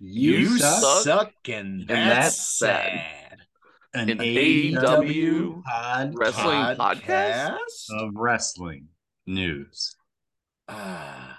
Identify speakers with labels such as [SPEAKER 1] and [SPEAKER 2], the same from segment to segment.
[SPEAKER 1] You,
[SPEAKER 2] You
[SPEAKER 1] suck,
[SPEAKER 2] suck,
[SPEAKER 1] and that's,
[SPEAKER 2] and that's
[SPEAKER 1] sad.
[SPEAKER 2] sad.
[SPEAKER 1] An,
[SPEAKER 2] An
[SPEAKER 1] AEW
[SPEAKER 2] AEW
[SPEAKER 1] pod-
[SPEAKER 2] wrestling podcast?
[SPEAKER 1] podcast?
[SPEAKER 3] E
[SPEAKER 1] Um,
[SPEAKER 3] of wrestling news.
[SPEAKER 1] Ah.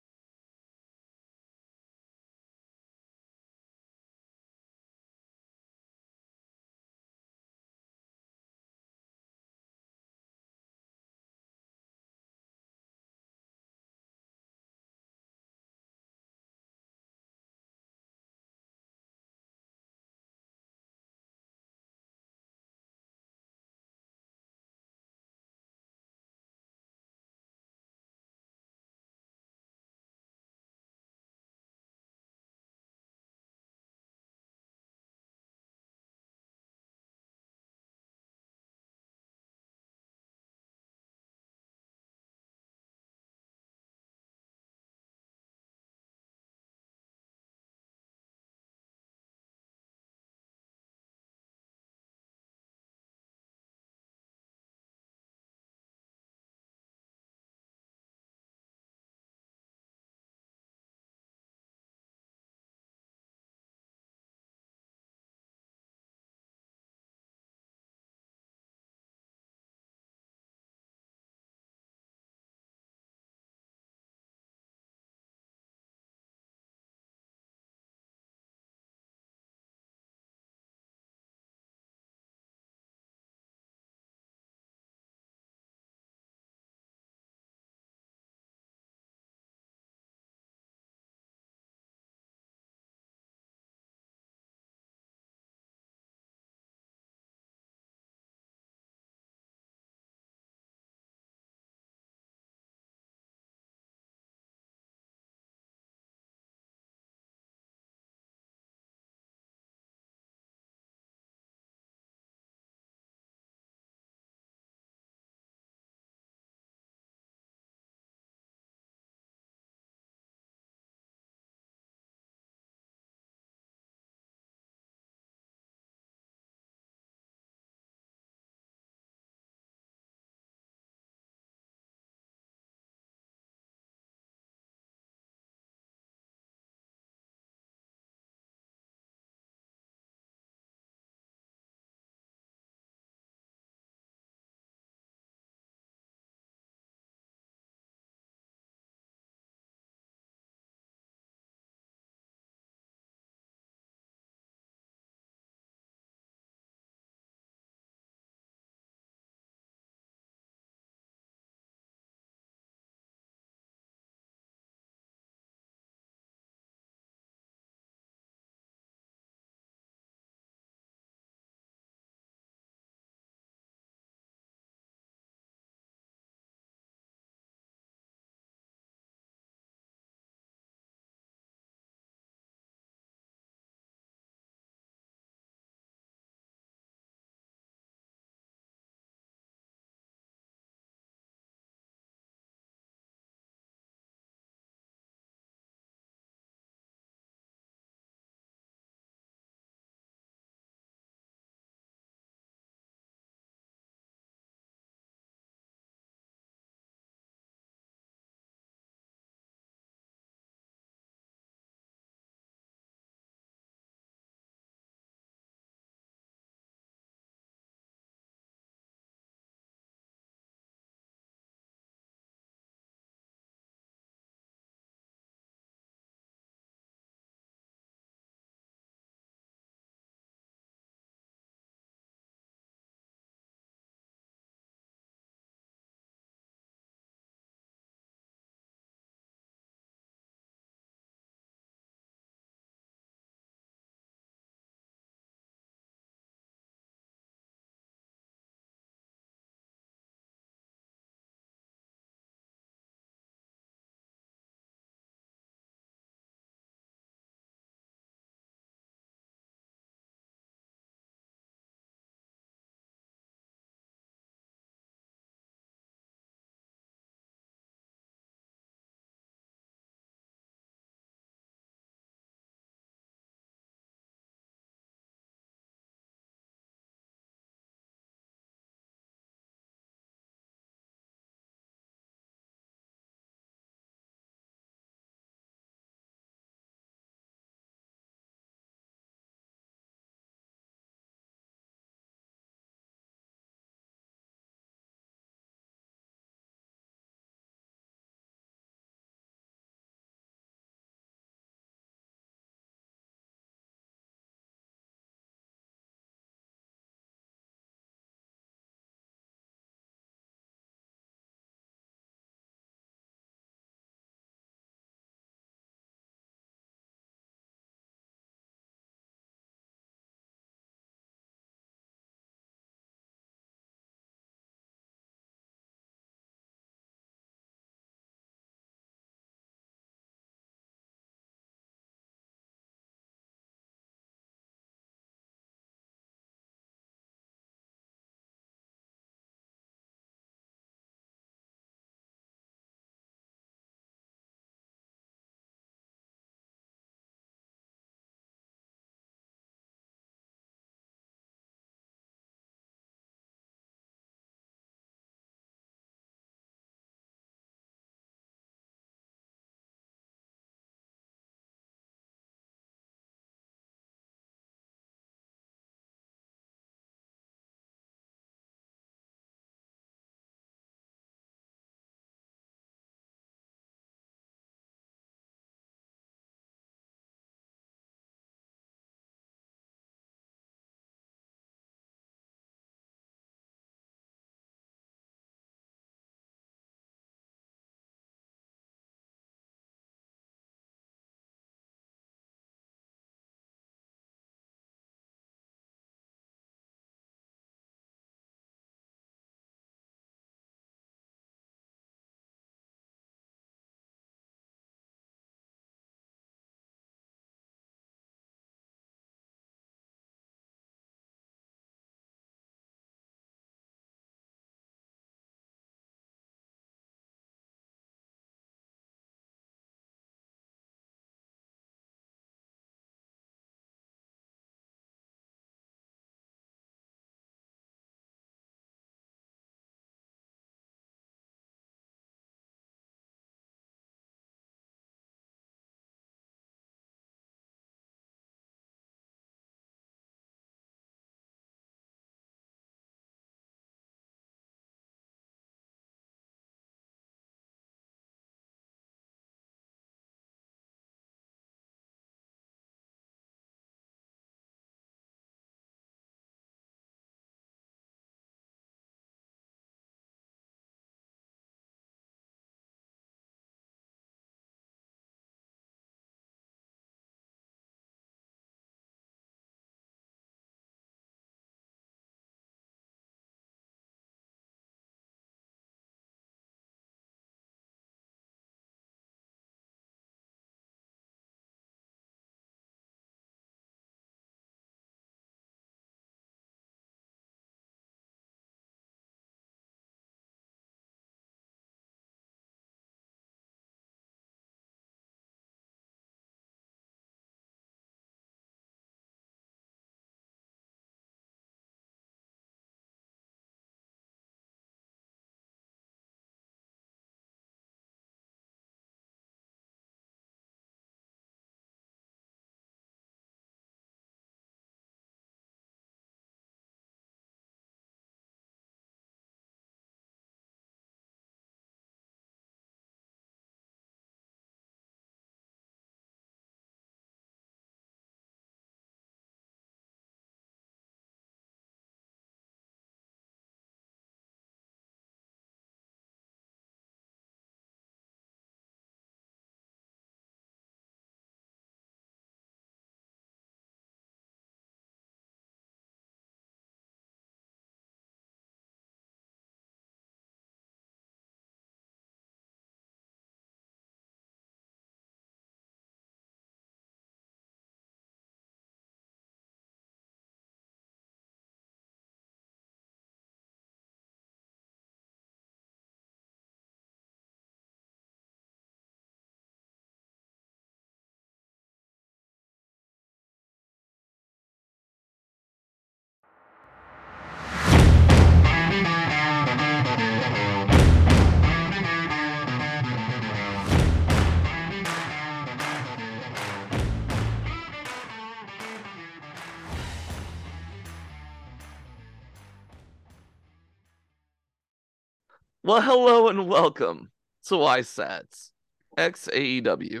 [SPEAKER 2] Well, hello and welcome to YSATS X AEW.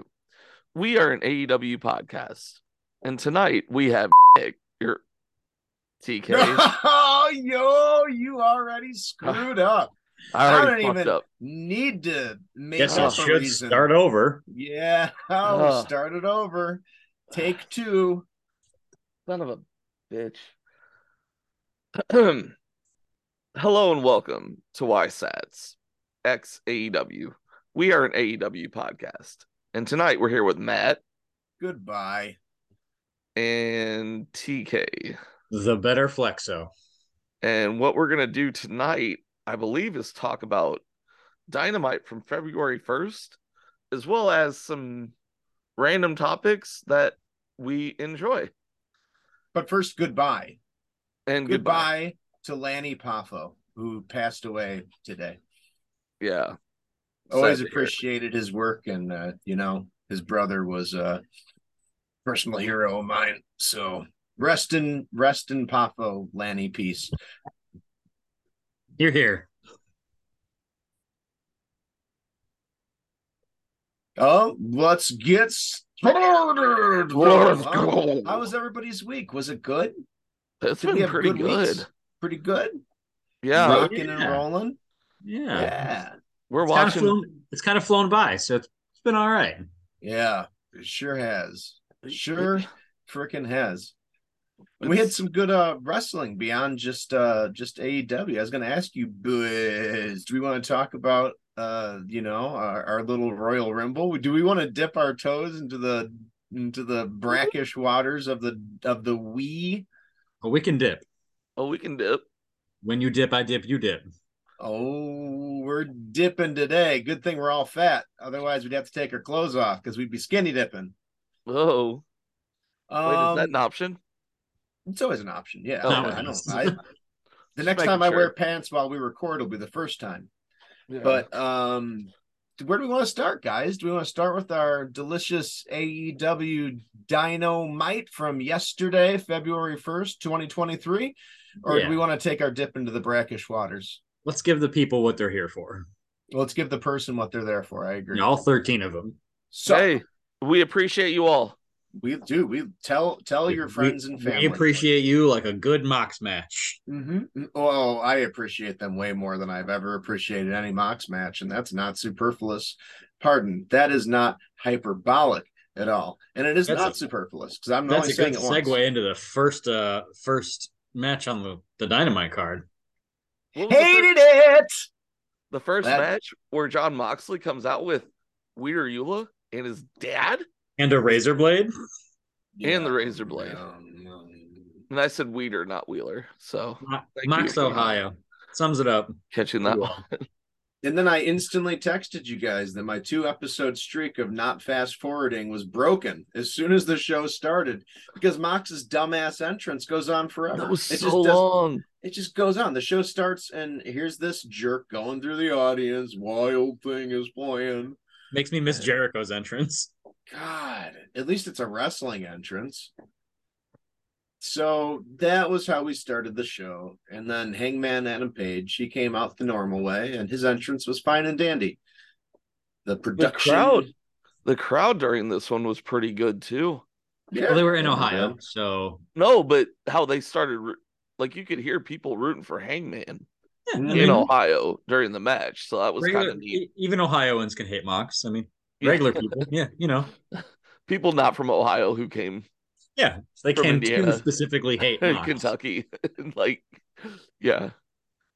[SPEAKER 2] We are an AEW podcast, and tonight we have your TK.
[SPEAKER 1] oh, yo, you already screwed
[SPEAKER 2] Ah.
[SPEAKER 1] up.
[SPEAKER 2] I
[SPEAKER 1] I don't
[SPEAKER 2] already fucked
[SPEAKER 1] even-
[SPEAKER 2] up.
[SPEAKER 1] Need to make
[SPEAKER 3] Guess I
[SPEAKER 1] up a
[SPEAKER 3] should
[SPEAKER 1] reason.
[SPEAKER 3] start over.
[SPEAKER 1] Yeah,
[SPEAKER 2] Ugh.
[SPEAKER 1] start it over. Take two.
[SPEAKER 2] Son of a bitch. Hello and welcome to YSATS X AEW. We are an AEW podcast, and tonight we're here with Matt
[SPEAKER 1] Goodbye.
[SPEAKER 2] and TK.
[SPEAKER 3] The better flexo.
[SPEAKER 2] And what we're going to do tonight, I believe, is talk about Dynamite from February 1st, as well as some random topics that we enjoy.
[SPEAKER 1] But first, goodbye.
[SPEAKER 2] And goodbye.
[SPEAKER 1] Goodbye to Lanny Poffo, who passed away today.
[SPEAKER 2] Yeah.
[SPEAKER 1] Always
[SPEAKER 2] Sad to hear.
[SPEAKER 1] appreciated his work, and uh, you know, his brother was a personal hero of mine. So rest in rest in Poffo, Lanny, peace.
[SPEAKER 3] You're here.
[SPEAKER 1] Oh, let's get started.
[SPEAKER 2] Let's
[SPEAKER 1] How,
[SPEAKER 2] go.
[SPEAKER 1] how was every's week? Was it good?
[SPEAKER 2] It's
[SPEAKER 1] Did we
[SPEAKER 2] been
[SPEAKER 1] have
[SPEAKER 2] pretty
[SPEAKER 1] good weeks?
[SPEAKER 2] good.
[SPEAKER 1] Pretty good.
[SPEAKER 2] Yeah.
[SPEAKER 1] rocking and
[SPEAKER 3] Yeah.
[SPEAKER 1] rolling.
[SPEAKER 3] Yeah.
[SPEAKER 1] Yeah.
[SPEAKER 2] We're
[SPEAKER 3] It's, kind of
[SPEAKER 2] watching.
[SPEAKER 3] flown, it's kind of flown by, so it's it's been all right.
[SPEAKER 1] Yeah, it sure has.
[SPEAKER 2] It-
[SPEAKER 1] Sure freaking has. And we had
[SPEAKER 2] It's-
[SPEAKER 1] some good uh wrestling beyond just uh just AEW. I was gonna ask you, Biz, do we want to talk about uh you know our, our little Royal Rumble? Do we want to dip our toes into the into the brackish waters of the of the Wii?
[SPEAKER 3] But we can dip.
[SPEAKER 2] Oh, we can dip.
[SPEAKER 3] When you dip, I dip, you dip.
[SPEAKER 1] Oh, we're dipping today. Good thing we're all fat. Otherwise, we'd have to take our clothes off because we'd be skinny dipping.
[SPEAKER 2] Oh, wait, is
[SPEAKER 1] Um,
[SPEAKER 2] that an option?
[SPEAKER 1] It's always an option. Yeah.
[SPEAKER 2] Oh,
[SPEAKER 1] I-
[SPEAKER 3] okay.
[SPEAKER 1] I don't, I, the
[SPEAKER 2] Just
[SPEAKER 1] next
[SPEAKER 2] making
[SPEAKER 1] time I wear
[SPEAKER 2] sure.
[SPEAKER 1] pants while we record will be the first time. But um where do we want to start, guys? Do we want to start with our delicious AEW dynamite from yesterday, February 1st, 2023? Or do
[SPEAKER 3] Yeah.
[SPEAKER 1] we want to take our dip into the brackish waters?
[SPEAKER 3] Let's give the people what they're here for.
[SPEAKER 1] Well, let's give the person what they're there for. I agree.
[SPEAKER 3] All 13 of them.
[SPEAKER 1] So
[SPEAKER 2] hey, we appreciate you all.
[SPEAKER 1] we do. We tell tell your
[SPEAKER 3] We-
[SPEAKER 1] friends and family.
[SPEAKER 3] We appreciate you like a good mox match.
[SPEAKER 1] Mm-hmm. Oh, I appreciate them way more than I've ever appreciated any Mox match, and that's not superfluous. Pardon, that is not hyperbolic at all, and it is
[SPEAKER 3] That's
[SPEAKER 1] not
[SPEAKER 3] a-
[SPEAKER 1] superfluous because I'm
[SPEAKER 3] That's
[SPEAKER 1] only
[SPEAKER 3] a good
[SPEAKER 1] saying it
[SPEAKER 3] segue
[SPEAKER 1] once.
[SPEAKER 3] into the first uh first match on the, the dynamite card.
[SPEAKER 2] What was the first-
[SPEAKER 1] Hated it.
[SPEAKER 2] The first
[SPEAKER 1] That-
[SPEAKER 2] match where John Moxley comes out with Weird Eula and his dad,
[SPEAKER 3] And a razor blade.
[SPEAKER 2] And the razor blade.
[SPEAKER 1] Um,
[SPEAKER 2] and I said Weeder, not Wheeler. So
[SPEAKER 3] Mo-
[SPEAKER 2] Thank
[SPEAKER 3] Mox,
[SPEAKER 2] you.
[SPEAKER 3] Ohio. Sums it up.
[SPEAKER 2] catching that. one.
[SPEAKER 1] And then I instantly texted you guys that my two episode streak of not fast forwarding was broken as soon as the show started because Mox's dumbass entrance goes on forever.
[SPEAKER 2] That was
[SPEAKER 1] It just
[SPEAKER 2] so
[SPEAKER 1] doesn't-
[SPEAKER 2] long.
[SPEAKER 1] it just goes on. The show starts, and here's this jerk going through the audience. Wild thing is playing.
[SPEAKER 3] Makes me miss Jericho's entrance.
[SPEAKER 1] God, at least it's a wrestling entrance. So that was how we started the show. And then Hangman Adam Page, he came out the normal way, and his entrance was fine and dandy. The production,
[SPEAKER 2] crowd. The crowd during this one was pretty good too.
[SPEAKER 1] yeah,
[SPEAKER 3] Well, they were in
[SPEAKER 1] Oh,
[SPEAKER 3] Ohio,
[SPEAKER 1] man.
[SPEAKER 3] so
[SPEAKER 2] No, but how they started, ro- like you could hear people rooting for Hangman
[SPEAKER 3] yeah, I
[SPEAKER 1] You
[SPEAKER 2] in
[SPEAKER 3] mean,
[SPEAKER 2] Ohio during the match. So that was
[SPEAKER 3] regular-
[SPEAKER 2] kind of neat.
[SPEAKER 3] e- Even Ohioans can hate Mox. I mean, regular people, yeah, you know,
[SPEAKER 2] people not from Ohio who came
[SPEAKER 3] yeah, they
[SPEAKER 2] From
[SPEAKER 3] can
[SPEAKER 2] Indiana.
[SPEAKER 3] too specifically hate
[SPEAKER 2] in
[SPEAKER 3] Mox.
[SPEAKER 2] Kentucky, like yeah,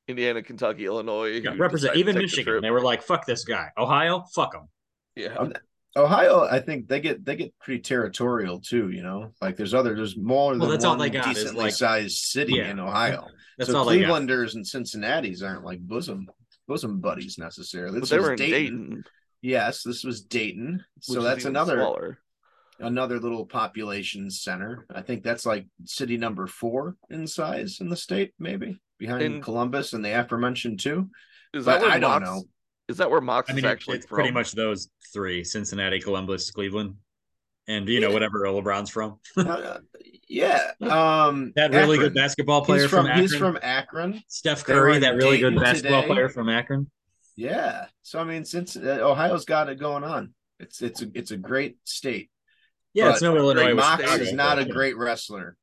[SPEAKER 2] Indiana, Kentucky, Illinois.
[SPEAKER 3] Yeah,
[SPEAKER 2] who
[SPEAKER 3] represent
[SPEAKER 2] decided to
[SPEAKER 3] even
[SPEAKER 2] take the
[SPEAKER 3] Michigan.
[SPEAKER 2] trip.
[SPEAKER 3] They were like, "Fuck this guy." Ohio, fuck him.
[SPEAKER 2] Yeah.
[SPEAKER 1] Ohio, I think they get they get pretty territorial too. You know, like there's other, there's more than
[SPEAKER 3] that's all
[SPEAKER 1] one
[SPEAKER 3] they got is,
[SPEAKER 1] decently
[SPEAKER 3] like-
[SPEAKER 1] sized city
[SPEAKER 3] Yeah.
[SPEAKER 1] in Ohio.
[SPEAKER 3] That's
[SPEAKER 1] so
[SPEAKER 3] all they got.
[SPEAKER 1] Clevelanders and Cincinnati's aren't like bosom bosom buddies necessarily.
[SPEAKER 2] But
[SPEAKER 1] This
[SPEAKER 2] they
[SPEAKER 1] was
[SPEAKER 2] were in
[SPEAKER 1] Dayton.
[SPEAKER 2] Dayton.
[SPEAKER 1] Yes, this was Dayton.
[SPEAKER 2] which
[SPEAKER 1] So
[SPEAKER 2] is
[SPEAKER 1] that's
[SPEAKER 2] even
[SPEAKER 1] another
[SPEAKER 2] smaller.
[SPEAKER 1] another little population center. I think that's like city number four in size in the state, maybe behind
[SPEAKER 2] And-
[SPEAKER 1] Columbus and the aforementioned two.
[SPEAKER 2] Is
[SPEAKER 1] But
[SPEAKER 2] that where
[SPEAKER 1] I don't
[SPEAKER 2] Mox,
[SPEAKER 1] know.
[SPEAKER 2] Is that where Mox
[SPEAKER 3] I mean,
[SPEAKER 2] is
[SPEAKER 3] it-
[SPEAKER 2] actually
[SPEAKER 3] it's
[SPEAKER 2] from?
[SPEAKER 3] pretty much those three: Cincinnati, Columbus, Cleveland, and you know whatever Earl LeBron's from.
[SPEAKER 1] Uh, yeah. Um
[SPEAKER 3] That really good
[SPEAKER 1] Akron.
[SPEAKER 3] basketball
[SPEAKER 1] He's
[SPEAKER 3] player
[SPEAKER 1] from,
[SPEAKER 3] Akron.
[SPEAKER 1] he's from Akron.
[SPEAKER 3] Steph
[SPEAKER 1] They were
[SPEAKER 3] Curry,
[SPEAKER 1] in
[SPEAKER 3] that really
[SPEAKER 1] Dayton
[SPEAKER 3] good basketball
[SPEAKER 1] today.
[SPEAKER 3] player from Akron.
[SPEAKER 1] Yeah. So I mean, since uh, Ohio's got it going on, it's it's a, it's a great state.
[SPEAKER 3] Yeah, it's
[SPEAKER 1] But
[SPEAKER 3] no Illinois.
[SPEAKER 1] Greg
[SPEAKER 3] with
[SPEAKER 1] Mox
[SPEAKER 3] Chicago,
[SPEAKER 1] is not a
[SPEAKER 3] but-
[SPEAKER 1] great wrestler.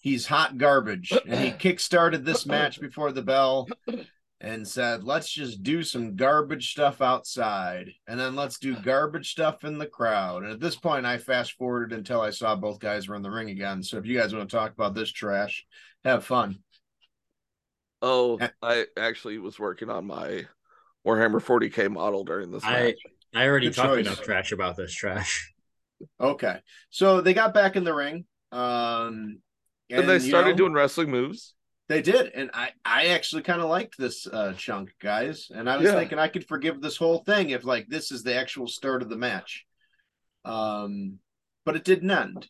[SPEAKER 1] He's hot garbage, and he kickstarted this match before the bell and said, "Let's just do some garbage stuff outside, and then let's do garbage stuff in the crowd." And at this point, I fast forwarded until I saw both guys were in the ring again. So if you guys want to talk about this trash, have fun.
[SPEAKER 2] Oh,
[SPEAKER 1] Yeah.
[SPEAKER 2] I actually was working on my Warhammer 40k model during this
[SPEAKER 3] I-
[SPEAKER 2] match.
[SPEAKER 3] I already
[SPEAKER 1] Good
[SPEAKER 3] talked
[SPEAKER 1] choice.
[SPEAKER 3] enough trash about this trash.
[SPEAKER 1] Okay, so they got back in the ring. Um,
[SPEAKER 2] and, they
[SPEAKER 1] you
[SPEAKER 2] started
[SPEAKER 1] know-
[SPEAKER 2] doing wrestling moves.
[SPEAKER 1] They did, and I I actually kind of liked this uh chunk, guys. And I was
[SPEAKER 2] Yeah.
[SPEAKER 1] thinking I could forgive this whole thing if like this is the actual start of the match. Um, but it didn't end.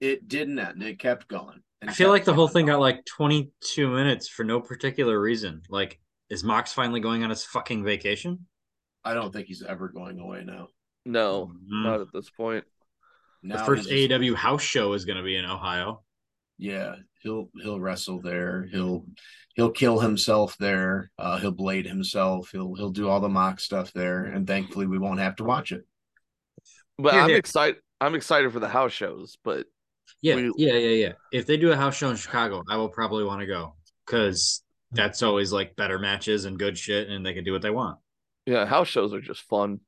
[SPEAKER 1] It didn't end. It kept going. and
[SPEAKER 3] I feel
[SPEAKER 1] kept
[SPEAKER 3] like the whole
[SPEAKER 1] going.
[SPEAKER 3] thing got like 22 minutes for no particular reason. Like, is Mox finally going on his fucking vacation?
[SPEAKER 1] I don't think he's ever going away now.
[SPEAKER 2] No,
[SPEAKER 3] Mhm.
[SPEAKER 2] not at this point.
[SPEAKER 1] Oh, now
[SPEAKER 3] the first E
[SPEAKER 1] he's-
[SPEAKER 3] AEW house show is going to be in Ohio.
[SPEAKER 1] Yeah, he'll he'll wrestle there. He'll he'll kill himself there. Uh, he'll blade himself. He'll he'll do all the mock stuff there, and thankfully we won't have to watch it.
[SPEAKER 2] But
[SPEAKER 3] Here,
[SPEAKER 2] I'm
[SPEAKER 3] here.
[SPEAKER 2] excited. I'm excited for the house shows. But
[SPEAKER 3] Yeah,
[SPEAKER 2] We-
[SPEAKER 3] yeah, yeah, yeah. If they do a house show in Chicago, I will probably want to go because that's always like better matches and good shit, and they can do what they want.
[SPEAKER 2] yeah, house shows are just fun.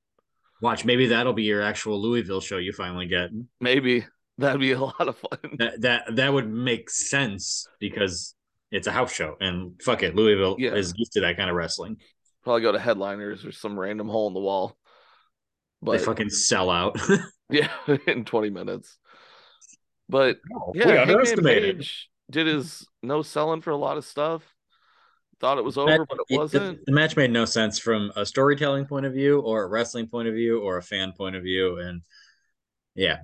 [SPEAKER 3] Watch, maybe that'll be your actual Louisville show you finally get.
[SPEAKER 2] Maybe that'd be a lot of fun.
[SPEAKER 3] That that that would make sense because it's a house show, and fuck it, Louisville
[SPEAKER 2] Yeah.
[SPEAKER 3] is used to that kind of wrestling.
[SPEAKER 2] Probably go to headliners or some random hole in the wall.
[SPEAKER 3] they
[SPEAKER 2] But
[SPEAKER 3] fucking sell out.
[SPEAKER 2] yeah, in 20 minutes. But yeah,
[SPEAKER 3] we
[SPEAKER 2] Hangman
[SPEAKER 3] underestimated.
[SPEAKER 2] Page did his no selling for a lot of stuff. Thought it was
[SPEAKER 3] That-
[SPEAKER 2] over, but
[SPEAKER 3] it-
[SPEAKER 2] it
[SPEAKER 3] the-
[SPEAKER 2] wasn't.
[SPEAKER 3] The, match made no sense from a storytelling point of view, or a wrestling point of view, or a fan point of view, and yeah,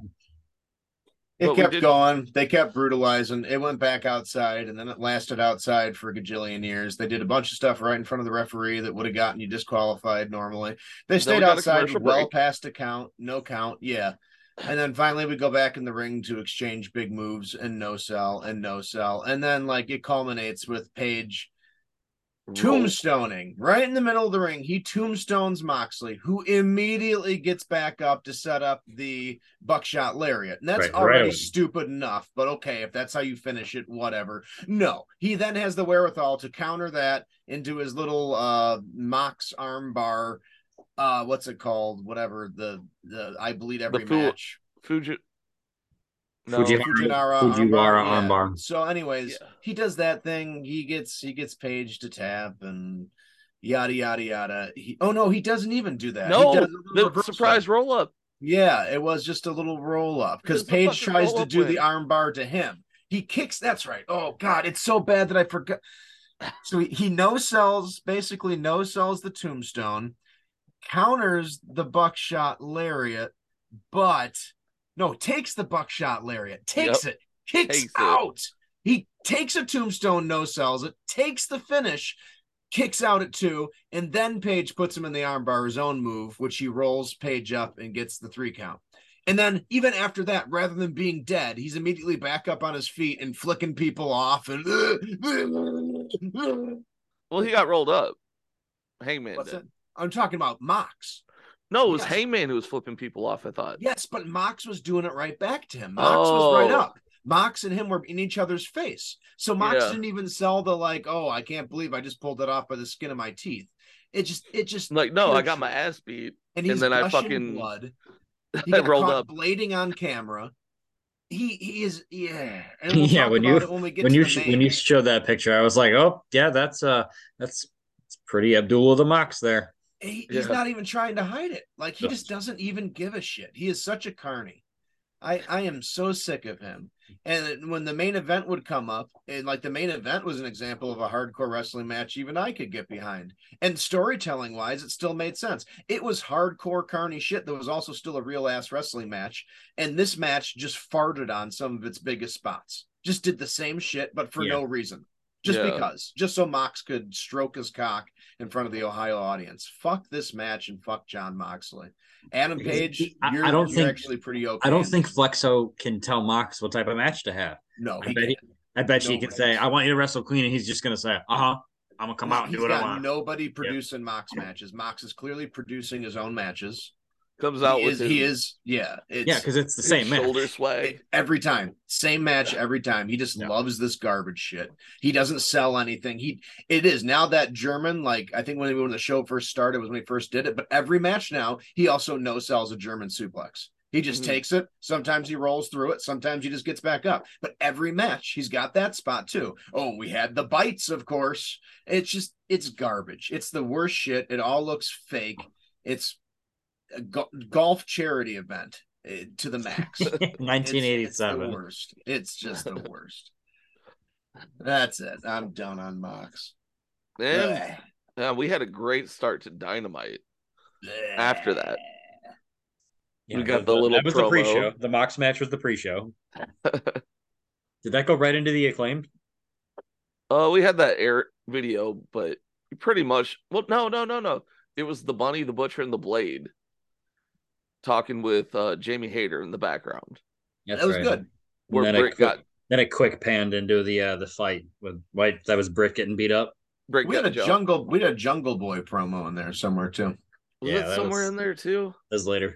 [SPEAKER 1] It
[SPEAKER 2] But we
[SPEAKER 1] kept
[SPEAKER 2] did-
[SPEAKER 1] going. They kept brutalizing. It went back outside, and then it lasted outside for a gajillion years. They did a bunch of stuff right in front of the referee that would have gotten you disqualified normally. They
[SPEAKER 2] we
[SPEAKER 1] stayed
[SPEAKER 2] got a
[SPEAKER 1] outside
[SPEAKER 2] commercial
[SPEAKER 1] well
[SPEAKER 2] break.
[SPEAKER 1] past a count, no count, yeah. And then finally we go back in the ring to exchange big moves and no sell and no sell. And then like it culminates with Paige tombstoning right in the middle of the ring. He tombstones Moxley, who immediately gets back up to set up the buckshot lariat. And that's
[SPEAKER 3] Right,
[SPEAKER 1] already
[SPEAKER 3] right.
[SPEAKER 1] stupid enough, but okay, if that's how you finish it, whatever. No, he then has the wherewithal to counter that into his little uh Mox armbar. Uh, what's it called? Whatever the the I bleed every
[SPEAKER 2] fool-
[SPEAKER 1] match.
[SPEAKER 2] Fuji. No.
[SPEAKER 3] Fuji-
[SPEAKER 1] Fujiwara,
[SPEAKER 3] Fujiwara
[SPEAKER 1] armbar. yeah.
[SPEAKER 3] armbar.
[SPEAKER 1] So, anyways,
[SPEAKER 2] Yeah.
[SPEAKER 1] he does that thing. He gets he gets Paige to tap and yada yada yada. He, oh no, he doesn't even do that. He
[SPEAKER 2] No,
[SPEAKER 1] does a little
[SPEAKER 2] the
[SPEAKER 1] reversal.
[SPEAKER 2] surprise roll up.
[SPEAKER 1] Yeah, it was just a little roll up because
[SPEAKER 2] Just a
[SPEAKER 1] Paige
[SPEAKER 2] fucking
[SPEAKER 1] tries to
[SPEAKER 2] roll-up
[SPEAKER 1] do the
[SPEAKER 2] win.
[SPEAKER 1] armbar to him. He kicks. That's right. Oh God, it's so bad that I forgot. So he, he no sells basically no sells the tombstone, counters the buckshot lariat, but no takes the buckshot lariat, takes it, kicks
[SPEAKER 2] Takes it.
[SPEAKER 1] out. He takes a tombstone, no sells it, takes the finish, kicks out at two, and then Paige puts him in the armbar, his own move, which he rolls Paige up and gets the three count. And then even after that, rather than being dead, he's immediately back up on his feet and flicking people off. And
[SPEAKER 2] Well, he got rolled up. Hangman
[SPEAKER 1] What's
[SPEAKER 2] did.
[SPEAKER 1] that? I'm talking about Mox.
[SPEAKER 2] No, it was
[SPEAKER 1] Yes.
[SPEAKER 2] Hangman who was flipping people off. I thought.
[SPEAKER 1] Yes, but Mox was doing it right back to him. Mox was right
[SPEAKER 2] Oh.
[SPEAKER 1] up. Mox and him were in each other's face. So Mox
[SPEAKER 2] Yeah.
[SPEAKER 1] didn't even sell the like, oh, I can't believe I just pulled it off by the skin of my teeth. It just, it just
[SPEAKER 2] Like, no, I got
[SPEAKER 1] Huge.
[SPEAKER 2] my ass beat.
[SPEAKER 1] and
[SPEAKER 2] And
[SPEAKER 1] he's
[SPEAKER 2] then I
[SPEAKER 1] gushing
[SPEAKER 2] fucking-
[SPEAKER 1] blood. He
[SPEAKER 2] I
[SPEAKER 1] got
[SPEAKER 2] rolled
[SPEAKER 1] caught
[SPEAKER 2] up.
[SPEAKER 1] blading on camera. He he is yeah. And
[SPEAKER 3] Yeah,
[SPEAKER 1] talk
[SPEAKER 3] when
[SPEAKER 1] about
[SPEAKER 3] you-
[SPEAKER 1] it when we get
[SPEAKER 3] when
[SPEAKER 1] to
[SPEAKER 3] you
[SPEAKER 1] the
[SPEAKER 3] sh-
[SPEAKER 1] main.
[SPEAKER 3] when you showed that picture, I was like, oh yeah, that's uh that's it's pretty Abdullah the Mox there.
[SPEAKER 1] He- he's
[SPEAKER 2] Yeah.
[SPEAKER 1] not even trying to hide it. Like he
[SPEAKER 3] No.
[SPEAKER 1] just doesn't even give a shit. He is such a carny. I I am so sick of him. And when the main event would come up, and like the main event was an example of a hardcore wrestling match, even I could get behind. And storytelling wise, it still made sense. It was hardcore carny shit that was also still a real ass wrestling match. And this match just farted on some of its biggest spots. Just did the same shit, but for
[SPEAKER 3] Yeah.
[SPEAKER 1] no reason. Just
[SPEAKER 2] Yeah.
[SPEAKER 1] because. Just so Mox could stroke his cock in front of the Ohio audience. Fuck this match and fuck John Moxley. Adam
[SPEAKER 3] Because
[SPEAKER 1] Page,
[SPEAKER 3] I- I
[SPEAKER 1] you're,
[SPEAKER 3] don't
[SPEAKER 1] you're
[SPEAKER 3] think-
[SPEAKER 1] actually pretty okay.
[SPEAKER 3] I don't
[SPEAKER 1] in
[SPEAKER 3] think
[SPEAKER 1] this.
[SPEAKER 3] Flexo can tell Mox what type of match to have.
[SPEAKER 1] no.
[SPEAKER 3] I
[SPEAKER 1] he
[SPEAKER 3] bet he-
[SPEAKER 1] can't.
[SPEAKER 3] I bet you
[SPEAKER 1] No
[SPEAKER 3] he can
[SPEAKER 1] way.
[SPEAKER 3] say, I want you to wrestle clean, and he's just gonna say, uh huh.
[SPEAKER 4] I'm gonna come out and
[SPEAKER 1] He's
[SPEAKER 4] do what I
[SPEAKER 1] got
[SPEAKER 4] want.
[SPEAKER 1] nobody producing Mox matches. Mox is clearly producing his own matches.
[SPEAKER 2] Comes out
[SPEAKER 1] He
[SPEAKER 2] with
[SPEAKER 1] is,
[SPEAKER 2] his,
[SPEAKER 1] he is, yeah. It's,
[SPEAKER 4] yeah, because it's the
[SPEAKER 2] his
[SPEAKER 4] same man.
[SPEAKER 2] shoulder swag.
[SPEAKER 1] every time same match every time he just
[SPEAKER 4] Yeah.
[SPEAKER 1] loves this garbage shit he doesn't sell anything he it is now that german like i think when, when the show first started was when he first did it but every match now he also no sells a german suplex he just
[SPEAKER 2] Mhm.
[SPEAKER 4] Mm-hmm.
[SPEAKER 1] takes it sometimes he rolls through it sometimes he just gets back up but every match he's got that spot too oh we had the bites of course it's just it's garbage it's the worst shit it all looks fake it's a go- golf charity event eh, to the max it's- It's, the
[SPEAKER 4] 1987.
[SPEAKER 1] worst. It's just the worst. That's it. I'm done on Mox.
[SPEAKER 2] And
[SPEAKER 1] Blech.
[SPEAKER 2] uh, we had a great start to Dynamite.
[SPEAKER 1] Blech.
[SPEAKER 2] After that.
[SPEAKER 3] Yeah,
[SPEAKER 2] got the little
[SPEAKER 3] that was
[SPEAKER 2] promo.
[SPEAKER 3] the pre-show. The Mox match was the pre-show. Did that go right into the acclaimed?
[SPEAKER 2] Oh, we had that air video, but pretty much. Well, no, no, no, no. It was the Bunny, the Butcher, and the Blade talking with uh, Jamie Hayter in the background,
[SPEAKER 1] that was good.
[SPEAKER 2] where
[SPEAKER 4] Then I
[SPEAKER 2] Britt
[SPEAKER 4] quit-
[SPEAKER 2] got
[SPEAKER 4] Then it quick panned into the uh, the fight with White. That was Britt getting beat up.
[SPEAKER 2] Britt
[SPEAKER 1] We had
[SPEAKER 2] got
[SPEAKER 1] a
[SPEAKER 2] jumped.
[SPEAKER 1] jungle. We had a Jungle Boy promo in there somewhere too.
[SPEAKER 2] Was
[SPEAKER 4] Yeah,
[SPEAKER 2] it
[SPEAKER 4] that
[SPEAKER 2] somewhere
[SPEAKER 4] was-
[SPEAKER 2] in there too?
[SPEAKER 4] That was later.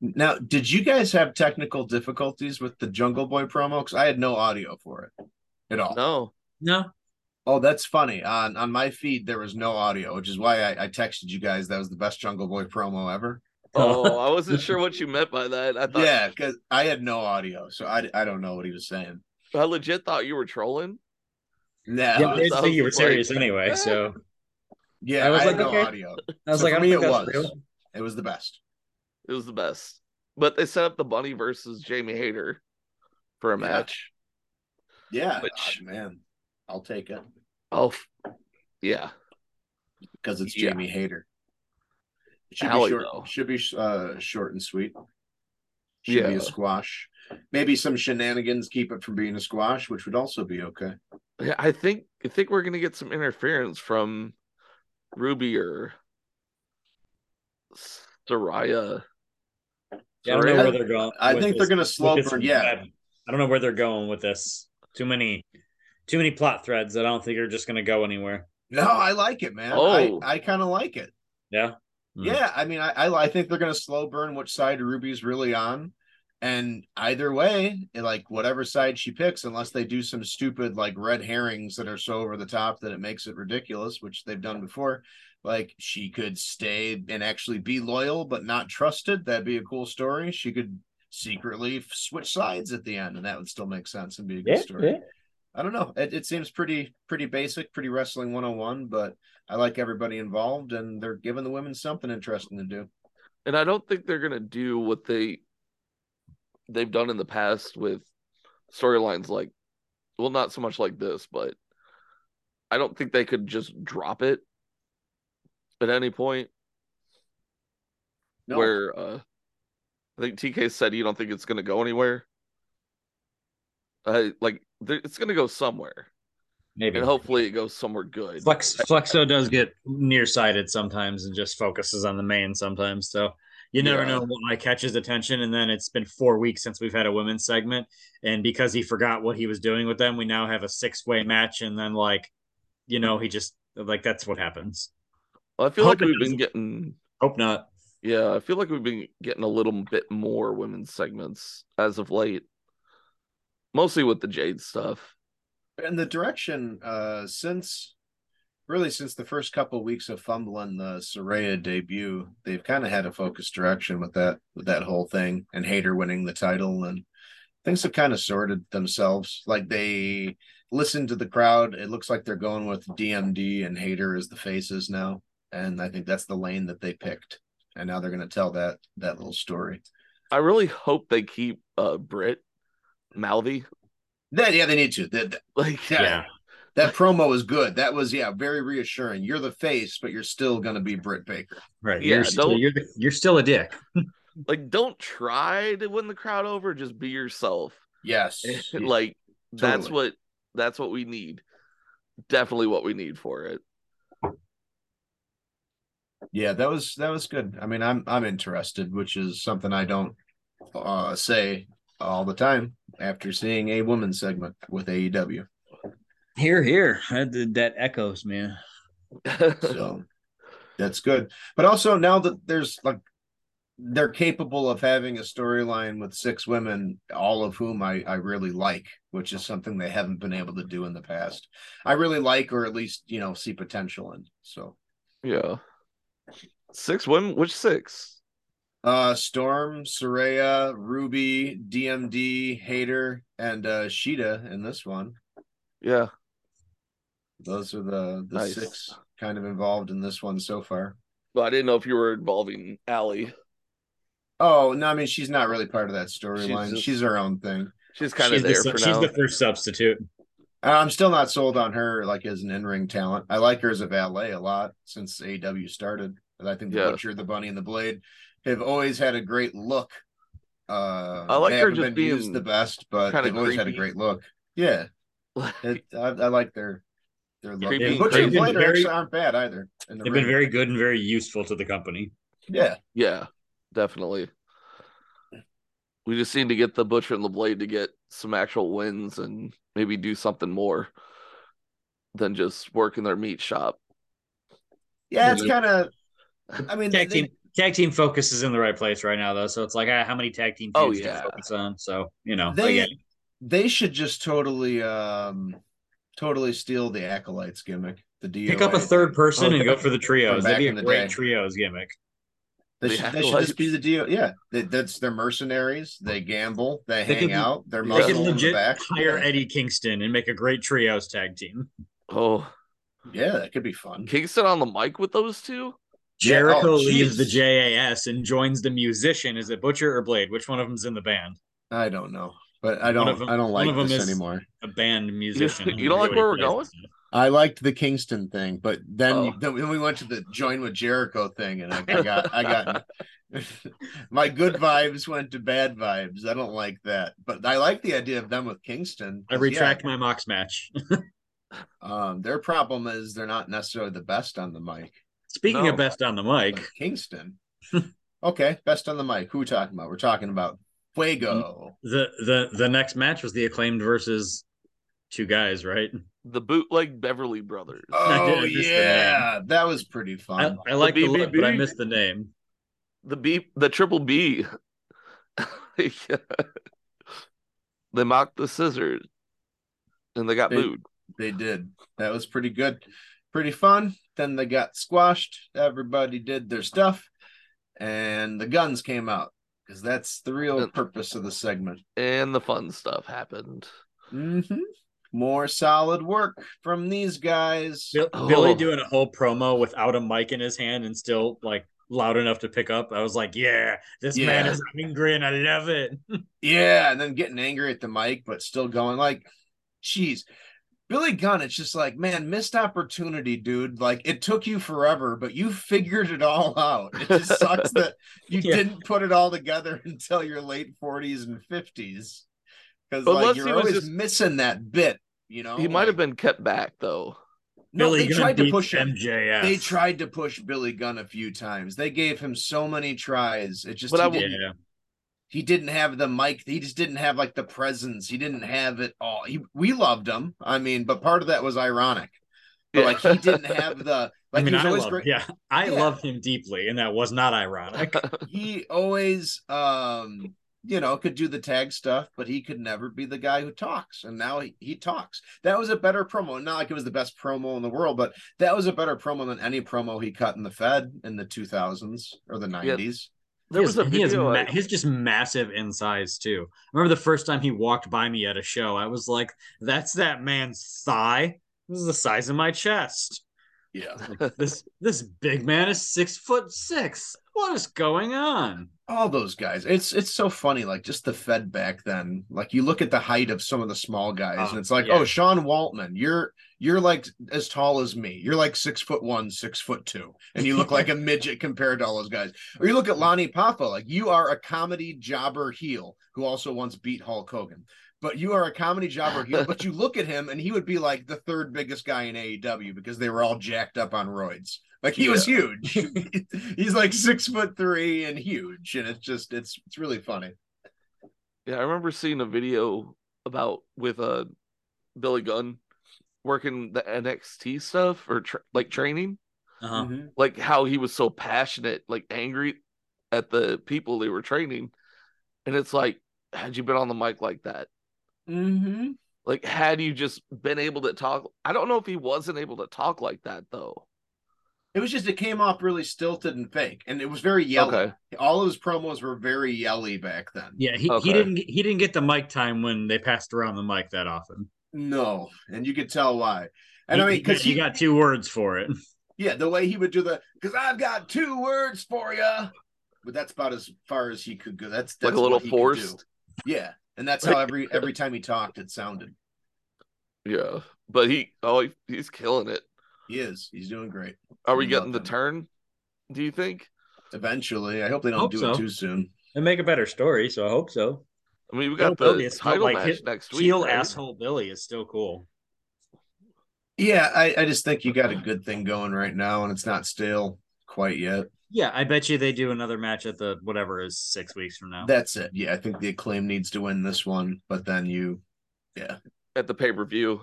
[SPEAKER 1] Now, did you guys have technical difficulties with the Jungle Boy promo? Because I had no audio for it at all.
[SPEAKER 2] No,
[SPEAKER 4] No,
[SPEAKER 1] Oh, that's funny. On on my feed, there was no audio, which is why I, I texted you guys. That was the best Jungle Boy promo ever.
[SPEAKER 2] oh, I wasn't sure what you meant by that. I thought,
[SPEAKER 1] Yeah, because I had no audio, so I I don't know what he was saying.
[SPEAKER 2] I legit thought you were trolling.
[SPEAKER 1] No,
[SPEAKER 3] Yeah,
[SPEAKER 1] yeah,
[SPEAKER 3] I didn't
[SPEAKER 2] that
[SPEAKER 3] think you were
[SPEAKER 2] was
[SPEAKER 3] serious
[SPEAKER 2] like-
[SPEAKER 3] anyway. So
[SPEAKER 1] I,
[SPEAKER 3] I was
[SPEAKER 1] had
[SPEAKER 3] like,
[SPEAKER 1] no
[SPEAKER 3] okay.
[SPEAKER 1] audio.
[SPEAKER 3] I was
[SPEAKER 1] So
[SPEAKER 3] like, I
[SPEAKER 1] for
[SPEAKER 3] don't
[SPEAKER 1] me,
[SPEAKER 3] think
[SPEAKER 1] it
[SPEAKER 3] that's
[SPEAKER 1] was.
[SPEAKER 3] real.
[SPEAKER 1] It was the best.
[SPEAKER 2] It was the best. But they set up the Bunny versus Jamie Hayter for a
[SPEAKER 1] Yeah.
[SPEAKER 2] match.
[SPEAKER 1] Yeah,
[SPEAKER 2] Which-
[SPEAKER 1] ah, man, I'll take it
[SPEAKER 2] Oh, f- yeah.
[SPEAKER 1] because it's
[SPEAKER 2] Yeah.
[SPEAKER 1] Jamie Hader. Should
[SPEAKER 2] Alley,
[SPEAKER 1] be short.
[SPEAKER 2] though.
[SPEAKER 1] Should be uh, short and sweet. Should be
[SPEAKER 2] Yeah.
[SPEAKER 1] a squash. Maybe some shenanigans keep it from being a squash, which would also be okay.
[SPEAKER 2] Yeah, I think I think we're gonna get some interference from Ruby or Soraya.
[SPEAKER 3] Yeah, I don't know
[SPEAKER 2] Soraya?
[SPEAKER 3] where they're going.
[SPEAKER 1] I
[SPEAKER 3] with
[SPEAKER 1] think
[SPEAKER 3] this-
[SPEAKER 1] they're gonna
[SPEAKER 3] with
[SPEAKER 1] slow
[SPEAKER 3] this
[SPEAKER 1] burn- yeah.
[SPEAKER 3] thread. I don't know where they're going with this. Too many, too many plot threads. that I don't think are just gonna go anywhere.
[SPEAKER 1] No, I like it, man.
[SPEAKER 2] Oh.
[SPEAKER 1] I, I kind of like it.
[SPEAKER 3] Yeah.
[SPEAKER 4] Hmm.
[SPEAKER 1] Yeah, I mean, I, I I think they're gonna slow burn which side Ruby's really on, and either way, like whatever side she picks, unless they do some stupid like red herrings that are so over the top that it makes it ridiculous, which they've done before. Like she could stay and actually be loyal but not trusted. That'd be a cool story. She could secretly f- switch sides at the end, and that would still make sense and be a good story. I don't know. It, it seems pretty pretty basic, pretty wrestling 101, but I like everybody involved and they're giving the women something interesting to do.
[SPEAKER 2] And I don't think they're gonna do what they they've done in the past with storylines like well, not so much like this, but I don't think they could just drop it at any point
[SPEAKER 1] No,
[SPEAKER 2] where uh I think TK said you don't think it's gonna go anywhere. Uh, like there- it's gonna go somewhere,
[SPEAKER 4] maybe.
[SPEAKER 2] and hopefully it goes somewhere good.
[SPEAKER 4] Flex Flexo does get nearsighted sometimes and just focuses on the main sometimes. So you never
[SPEAKER 2] Yeah.
[SPEAKER 4] know what might catch his attention. And then it's been four weeks since we've had a women's segment, and because he forgot what he was doing with them, we now have a six way match. And then like, you know, he just like that's what happens.
[SPEAKER 2] Well, I feel
[SPEAKER 4] Hope
[SPEAKER 2] like
[SPEAKER 4] it
[SPEAKER 2] we've been getting
[SPEAKER 4] Hope not.
[SPEAKER 2] yeah, I feel like we've been getting a little bit more women's segments as of late. Mostly with the Jade stuff.
[SPEAKER 1] and the direction uh since really since the first couple weeks of Fumble and the Soraya debut, they've kind of had a focused direction with that with that whole thing and Hater winning the title and things have kind of sorted themselves. Like they listen to the crowd. It looks like they're going with DMD and Hater as the faces now, and I think that's the lane that they picked. And now they're going to tell that that little story.
[SPEAKER 2] I really hope they keep uh Brit Mouthy.
[SPEAKER 1] That yeah, they need to. That that,
[SPEAKER 2] Like
[SPEAKER 1] Yeah. that promo was good. That was yeah, very reassuring. You're the face, but you're still going to be Britt Baker.
[SPEAKER 4] Right.
[SPEAKER 2] Yeah,
[SPEAKER 4] you're, still,
[SPEAKER 2] don't-
[SPEAKER 4] you're, the- you're still a dick.
[SPEAKER 2] like don't try to win the crowd over, just be yourself.
[SPEAKER 1] Yes,
[SPEAKER 2] like that's
[SPEAKER 1] totally.
[SPEAKER 2] what that's what we need. Definitely what we need for it.
[SPEAKER 1] yeah, that was that was good. I mean, I'm I'm interested, which is something I don't uh say all the time after seeing E a women's segment with AEW.
[SPEAKER 4] Here, here. That, that echoes, man.
[SPEAKER 1] so that's good. But also now that there's like they're capable of having a storyline with six women, all of whom I, I really like, which is something they haven't been able to do in the past. I really like, or at least, you know, see potential in. So,
[SPEAKER 2] yeah. Six women? Which six?
[SPEAKER 1] uh, Storm, Soraya, Ruby, DMD, Hater, and uh, Sheeta in this one.
[SPEAKER 2] Yeah.
[SPEAKER 1] Those are the, the
[SPEAKER 2] Nice.
[SPEAKER 1] six kind of involved in this one so far.
[SPEAKER 2] But I didn't know if you were involving Allie.
[SPEAKER 1] Oh, no, I mean, she's not really part of that storyline.
[SPEAKER 2] She's
[SPEAKER 1] She's,
[SPEAKER 2] just-
[SPEAKER 1] her own thing.
[SPEAKER 2] She's kind of
[SPEAKER 5] she's,
[SPEAKER 2] there
[SPEAKER 5] the,
[SPEAKER 2] for
[SPEAKER 5] she's
[SPEAKER 2] now.
[SPEAKER 5] the first substitute.
[SPEAKER 1] And Uh, I'm still not sold on her like as an in-ring talent. I like her as a valet a lot since AW started. And I think the
[SPEAKER 2] Yeah.
[SPEAKER 1] Butcher, the Bunny, and the Blade have always had a great look. Uh,
[SPEAKER 2] I like
[SPEAKER 1] they
[SPEAKER 2] her
[SPEAKER 1] haven't
[SPEAKER 2] just
[SPEAKER 1] been used
[SPEAKER 2] being
[SPEAKER 1] the best, but they've
[SPEAKER 2] kinda
[SPEAKER 1] always had a
[SPEAKER 2] creepy.
[SPEAKER 1] great look. Yeah,
[SPEAKER 2] Like,
[SPEAKER 1] it, I, I like their their look.
[SPEAKER 2] Creepy
[SPEAKER 1] The
[SPEAKER 2] and
[SPEAKER 1] Butcher and
[SPEAKER 5] crazy.
[SPEAKER 1] Blade are
[SPEAKER 5] Very-
[SPEAKER 1] actually aren't bad either. In the
[SPEAKER 5] They've been
[SPEAKER 1] ring.
[SPEAKER 5] very good and very useful to the company.
[SPEAKER 1] yeah.
[SPEAKER 2] yeah, definitely. We just need to get the Butcher and the Blade to get some actual wins and maybe do something more than just work in their meat shop.
[SPEAKER 1] Yeah,
[SPEAKER 5] Yeah,
[SPEAKER 1] it's
[SPEAKER 5] they-
[SPEAKER 1] kind of. I mean,
[SPEAKER 3] Tag
[SPEAKER 1] they-
[SPEAKER 3] team tag team focus is in the right place right now though, so it's like ah, how many tag team teams
[SPEAKER 2] Oh,
[SPEAKER 3] do you
[SPEAKER 2] yeah.
[SPEAKER 3] focus on? So you know,
[SPEAKER 1] They-
[SPEAKER 3] again,
[SPEAKER 1] they should just totally, um totally steal the acolytes gimmick. The DOA.
[SPEAKER 3] pick up a third person
[SPEAKER 2] Oh,
[SPEAKER 3] and
[SPEAKER 2] yeah.
[SPEAKER 3] go for the
[SPEAKER 1] From
[SPEAKER 3] trios.
[SPEAKER 1] back
[SPEAKER 3] That'd be
[SPEAKER 1] in the
[SPEAKER 3] a great
[SPEAKER 1] day.
[SPEAKER 3] trios gimmick.
[SPEAKER 1] They
[SPEAKER 2] The
[SPEAKER 1] should, they should just
[SPEAKER 2] acolytes.
[SPEAKER 1] be the DO. Yeah, they, that's their mercenaries. They gamble. They,
[SPEAKER 3] They
[SPEAKER 1] hang
[SPEAKER 3] could-
[SPEAKER 1] out. They're
[SPEAKER 3] They
[SPEAKER 2] they
[SPEAKER 1] muscle
[SPEAKER 3] could
[SPEAKER 1] in the
[SPEAKER 3] legit
[SPEAKER 1] back.
[SPEAKER 3] hire
[SPEAKER 1] yeah.
[SPEAKER 3] Eddie Kingston and make a great trios tag team.
[SPEAKER 2] Oh,
[SPEAKER 1] Yeah, that could be fun.
[SPEAKER 2] Kingston on the mic with those two?
[SPEAKER 1] Yeah,
[SPEAKER 3] Jericho
[SPEAKER 1] oh,
[SPEAKER 3] leaves the
[SPEAKER 1] jeez.
[SPEAKER 3] JAS and joins the musician. Is it Butcher or Blade? Which one of them's in the band?
[SPEAKER 1] I don't know, but I
[SPEAKER 3] One
[SPEAKER 1] don't.
[SPEAKER 3] of 'em-
[SPEAKER 1] I don't
[SPEAKER 3] one
[SPEAKER 1] like
[SPEAKER 3] of 'em
[SPEAKER 1] this
[SPEAKER 3] is-
[SPEAKER 1] anymore.
[SPEAKER 3] A band musician.
[SPEAKER 2] You- you don't like where we're going?
[SPEAKER 1] I liked the Kingston thing, but then
[SPEAKER 2] Oh.
[SPEAKER 1] then we went to the join with Jericho thing, and I, I got I got my good vibes went to bad vibes. I don't like that, but I like the idea of them with Kingston.
[SPEAKER 3] I
[SPEAKER 1] 'cause,
[SPEAKER 3] retract my Mox match.
[SPEAKER 1] yeah, um, their problem is they're not necessarily the best on the mic.
[SPEAKER 3] Speaking
[SPEAKER 2] No.
[SPEAKER 3] of best on the mic,
[SPEAKER 1] But Kingston, okay, best on the mic. Who we talking about? We're talking about Fuego.
[SPEAKER 3] the the the next match was the acclaimed versus two guys, right?
[SPEAKER 2] The bootleg Beverly Brothers.
[SPEAKER 1] Oh
[SPEAKER 3] I missed the
[SPEAKER 1] yeah, that was pretty
[SPEAKER 3] I,
[SPEAKER 1] fun.
[SPEAKER 3] I like the, look, but I
[SPEAKER 2] BBB.
[SPEAKER 3] missed the name.
[SPEAKER 2] the B, the triple B. They mocked the scissors, and they got
[SPEAKER 1] They-
[SPEAKER 2] booed.
[SPEAKER 1] They did. That was pretty good, pretty fun. Then they got squashed. Everybody did their stuff, and the guns came out because that's the real
[SPEAKER 2] And-
[SPEAKER 1] purpose of the segment.
[SPEAKER 2] and the fun stuff happened.
[SPEAKER 1] hmm
[SPEAKER 3] Mm-hmm.
[SPEAKER 1] More solid work from these guys.
[SPEAKER 3] Bill,
[SPEAKER 2] Oh.
[SPEAKER 3] Billy doing a whole promo without a mic in his hand and still like loud enough to pick up. I was like, yeah, this man
[SPEAKER 1] Yeah.
[SPEAKER 3] is angry and I love it.
[SPEAKER 1] Yeah, and then getting angry at the mic, but still going like, "Jeez, Billy Gunn." It's just like, man, missed opportunity, dude. Like it took you forever, but you figured it all out. It just sucks that you
[SPEAKER 3] Yeah.
[SPEAKER 1] didn't put it all together until your late forties and fifties, because
[SPEAKER 2] But
[SPEAKER 1] like
[SPEAKER 2] unless he
[SPEAKER 1] you're
[SPEAKER 2] was
[SPEAKER 1] always
[SPEAKER 2] just-
[SPEAKER 1] missing that bit. You know,
[SPEAKER 2] he might have
[SPEAKER 1] Like,
[SPEAKER 2] been kept back though.
[SPEAKER 1] No,
[SPEAKER 3] Billy
[SPEAKER 1] they
[SPEAKER 3] Gunn
[SPEAKER 1] tried to
[SPEAKER 3] beats
[SPEAKER 1] push him.
[SPEAKER 3] MJF.
[SPEAKER 1] They tried to push Billy Gunn a few times. They gave him so many tries. It just
[SPEAKER 2] But
[SPEAKER 1] he
[SPEAKER 2] I
[SPEAKER 1] didn't-
[SPEAKER 2] will-
[SPEAKER 3] Yeah.
[SPEAKER 1] he didn't have the mic he just didn't have like the presence he didn't have it all he, we loved him i mean but part of that was ironic but like he didn't have the like
[SPEAKER 3] I mean,
[SPEAKER 1] he was
[SPEAKER 3] I
[SPEAKER 1] always
[SPEAKER 3] love,
[SPEAKER 1] great
[SPEAKER 3] yeah, I
[SPEAKER 1] Yeah.
[SPEAKER 3] loved him deeply, and that was not ironic.
[SPEAKER 1] he always um you know could do the tag stuff but he could never be the guy who talks and now he, he talks that was a better promo not like it was the best promo in the world but that was a better promo than any promo he cut in the fed in the 2000s or the 90s
[SPEAKER 2] there
[SPEAKER 3] He
[SPEAKER 2] was
[SPEAKER 3] has-
[SPEAKER 2] a
[SPEAKER 3] he has
[SPEAKER 2] video.
[SPEAKER 3] ma-
[SPEAKER 2] I-
[SPEAKER 3] he's just massive in size too. I remember the first time he walked by me at a show, I was like, "That's that man's thigh. This is the size of my chest.
[SPEAKER 1] yeah
[SPEAKER 3] This this big man is six foot six. What is going on?"
[SPEAKER 1] all those guys it's it's so funny like just the fed back then like you look at the height of some of the small guys
[SPEAKER 3] Oh,
[SPEAKER 1] and it's like
[SPEAKER 3] yeah.
[SPEAKER 1] oh sean waltman you're you're like as tall as me you're like six foot one six foot two and you look like a midget compared to all those guys or you look at lonnie papa like you are a comedy jobber heel who also once beat hulk hogan but you are a comedy jobber heel but you look at him and he would be like the third biggest guy in aew because they were all jacked up on roids like he was huge he's like six foot three and huge and it's just it's it's really funny
[SPEAKER 2] yeah, I remember seeing a video about with uh, Billy Gunn working the NXT stuff or tra- like training,
[SPEAKER 3] Uh-huh.
[SPEAKER 1] Mhm.
[SPEAKER 2] like how he was so passionate, like angry at the people they were training. And it's like, had you been on the mic like that,
[SPEAKER 1] Mhm.
[SPEAKER 2] like had you just been able to talk i don't know if he wasn't able to talk like that though
[SPEAKER 1] It was just it came off really stilted and fake, and it was very yelly.
[SPEAKER 2] okay
[SPEAKER 1] All of his promos were very yelly back then.
[SPEAKER 3] Yeah, he,
[SPEAKER 2] Okay.
[SPEAKER 3] he didn't he didn't get the mic time when they passed around the mic that often.
[SPEAKER 1] No, and you could tell why. And
[SPEAKER 3] he,
[SPEAKER 1] I mean,
[SPEAKER 3] he got-
[SPEAKER 1] because
[SPEAKER 3] he,
[SPEAKER 1] he,
[SPEAKER 3] got two words for it.
[SPEAKER 1] yeah, the way he would do the because I've got two words for you, but that's about as far as he could go. That's, that's
[SPEAKER 2] like a little
[SPEAKER 1] what he could do.
[SPEAKER 2] forced
[SPEAKER 1] Yeah, and that's how every every time he talked, it sounded.
[SPEAKER 2] yeah but he oh he, he's killing it
[SPEAKER 1] He is. He's doing great.
[SPEAKER 2] are we
[SPEAKER 1] I
[SPEAKER 2] getting
[SPEAKER 1] love
[SPEAKER 2] the
[SPEAKER 1] him.
[SPEAKER 2] turn do you think
[SPEAKER 1] Eventually, I hope they don't
[SPEAKER 3] Hope
[SPEAKER 1] do
[SPEAKER 3] so.
[SPEAKER 1] it too soon.
[SPEAKER 6] And make a better story, so I hope so.
[SPEAKER 2] i mean we got
[SPEAKER 3] Bill
[SPEAKER 2] the
[SPEAKER 3] Billy is still
[SPEAKER 2] title
[SPEAKER 3] like
[SPEAKER 2] match
[SPEAKER 3] hit-
[SPEAKER 2] next week
[SPEAKER 3] Heel
[SPEAKER 2] right?
[SPEAKER 3] asshole Billy is still cool.
[SPEAKER 1] Yeah, I, I just think you got a good thing going right now, and it's not stale quite yet.
[SPEAKER 3] Yeah, I bet you they do another match at the whatever is six weeks from now.
[SPEAKER 1] That's it. Yeah, I think the acclaim needs to win this one, but then you
[SPEAKER 2] at the pay-per-view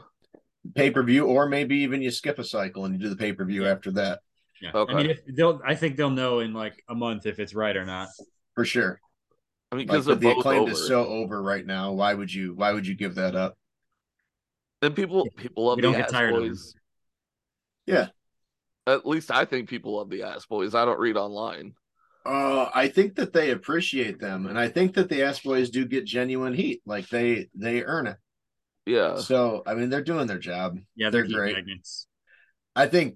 [SPEAKER 1] pay per view, or maybe even you skip a cycle and you do the pay per view after that
[SPEAKER 3] yeah.
[SPEAKER 2] Okay.
[SPEAKER 3] I mean, if they'll I think they'll know in like a month if it's right or not.
[SPEAKER 1] for sure.
[SPEAKER 2] i mean
[SPEAKER 1] Like,
[SPEAKER 2] because
[SPEAKER 1] but the
[SPEAKER 2] they're both
[SPEAKER 1] acclaim
[SPEAKER 2] over
[SPEAKER 1] is so over right now. Why would you? Why would you give that up?
[SPEAKER 2] and people people love
[SPEAKER 3] We
[SPEAKER 2] the
[SPEAKER 3] don't get
[SPEAKER 2] ass
[SPEAKER 3] tired of them.
[SPEAKER 2] boys
[SPEAKER 1] Yeah.
[SPEAKER 2] at least i think people love the ass boys i don't read online
[SPEAKER 1] Uh, I think that they appreciate them, and I think that the ass boys do get genuine heat. Like they they earn it.
[SPEAKER 2] yeah
[SPEAKER 1] So I mean, they're doing their job.
[SPEAKER 3] Yeah, they're,
[SPEAKER 1] They're
[SPEAKER 3] heat
[SPEAKER 1] great.
[SPEAKER 3] magnets.
[SPEAKER 1] I think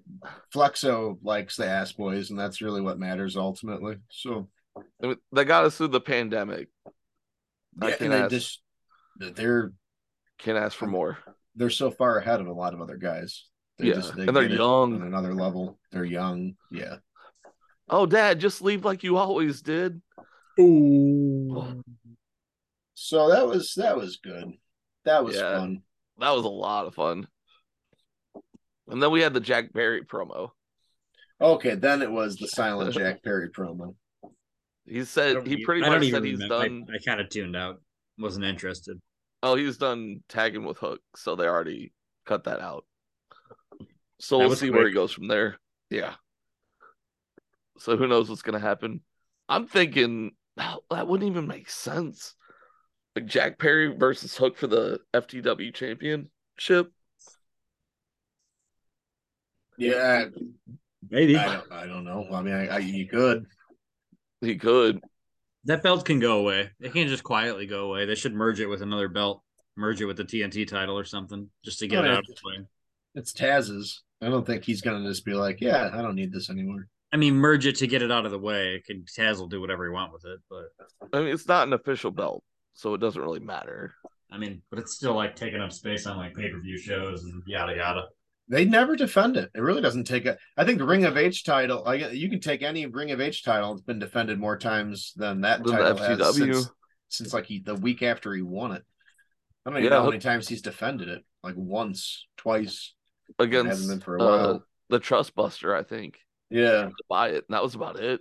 [SPEAKER 1] Fluxo likes the ass boys, and that's really what matters ultimately. So
[SPEAKER 2] I mean, they got us through the pandemic I
[SPEAKER 1] yeah,
[SPEAKER 2] can
[SPEAKER 1] and they
[SPEAKER 2] ask.
[SPEAKER 1] just they're
[SPEAKER 2] can't ask for more
[SPEAKER 1] they're so far ahead of a lot of other guys. They
[SPEAKER 2] yeah
[SPEAKER 1] just, they
[SPEAKER 2] and they're
[SPEAKER 1] get it
[SPEAKER 2] young
[SPEAKER 1] on another level. They're young. Yeah.
[SPEAKER 2] Oh, Dad, just leave like you always did.
[SPEAKER 3] Ooh.
[SPEAKER 1] So that was that was good. That was
[SPEAKER 2] Yeah.
[SPEAKER 1] fun.
[SPEAKER 2] That was a lot of fun. And then we had the Jack Barry promo.
[SPEAKER 1] Okay, then it was the silent Jack Perry promo.
[SPEAKER 2] He said he pretty
[SPEAKER 3] I don't
[SPEAKER 2] much
[SPEAKER 3] even
[SPEAKER 2] said he's
[SPEAKER 3] remember. I-
[SPEAKER 2] done.
[SPEAKER 3] I, kind of tuned out. Wasn't interested.
[SPEAKER 2] Oh, he was done tagging with Hook, so they already cut that out. So
[SPEAKER 3] That
[SPEAKER 2] we'll
[SPEAKER 3] was
[SPEAKER 2] see where
[SPEAKER 3] quick.
[SPEAKER 2] he goes from there. Yeah. So who knows what's gonna happen? I'm thinking "Oh, that wouldn't even make sense. Like Jack Perry versus Hook for the FTW championship.
[SPEAKER 1] Yeah,
[SPEAKER 3] Maybe
[SPEAKER 1] I don't, I don't know. I mean, I, I you could.
[SPEAKER 2] He could.
[SPEAKER 3] that belt can go away. It can't just quietly go away. They should merge it with another belt. Merge it with the TNT title or something, just to get it
[SPEAKER 1] Alright.
[SPEAKER 3] out of the way.
[SPEAKER 1] It's Taz's. I don't think he's gonna just be like, yeah, I don't need this anymore.
[SPEAKER 3] I mean, merge it to get it out of the way. It can Taz will do whatever he want with it, but
[SPEAKER 2] I mean, it's not an official belt, so it doesn't really matter.
[SPEAKER 3] I mean, but it's still like taking up space on like pay per view shows and yada yada.
[SPEAKER 1] They never defend it. It really doesn't take a. I think the Ring of H title. I, you can take any Ring of H title. It's been defended more times than that
[SPEAKER 2] Than the
[SPEAKER 1] title has
[SPEAKER 2] FCW.
[SPEAKER 1] since, since like he, the week after he won it. I don't even
[SPEAKER 2] Yeah.
[SPEAKER 1] know how many times he's defended it. Like once, twice. It
[SPEAKER 2] against
[SPEAKER 1] hasn't been for a
[SPEAKER 2] uh,
[SPEAKER 1] while.
[SPEAKER 2] the Trust Buster, I think.
[SPEAKER 1] Yeah,
[SPEAKER 2] To buy it. And that was about it.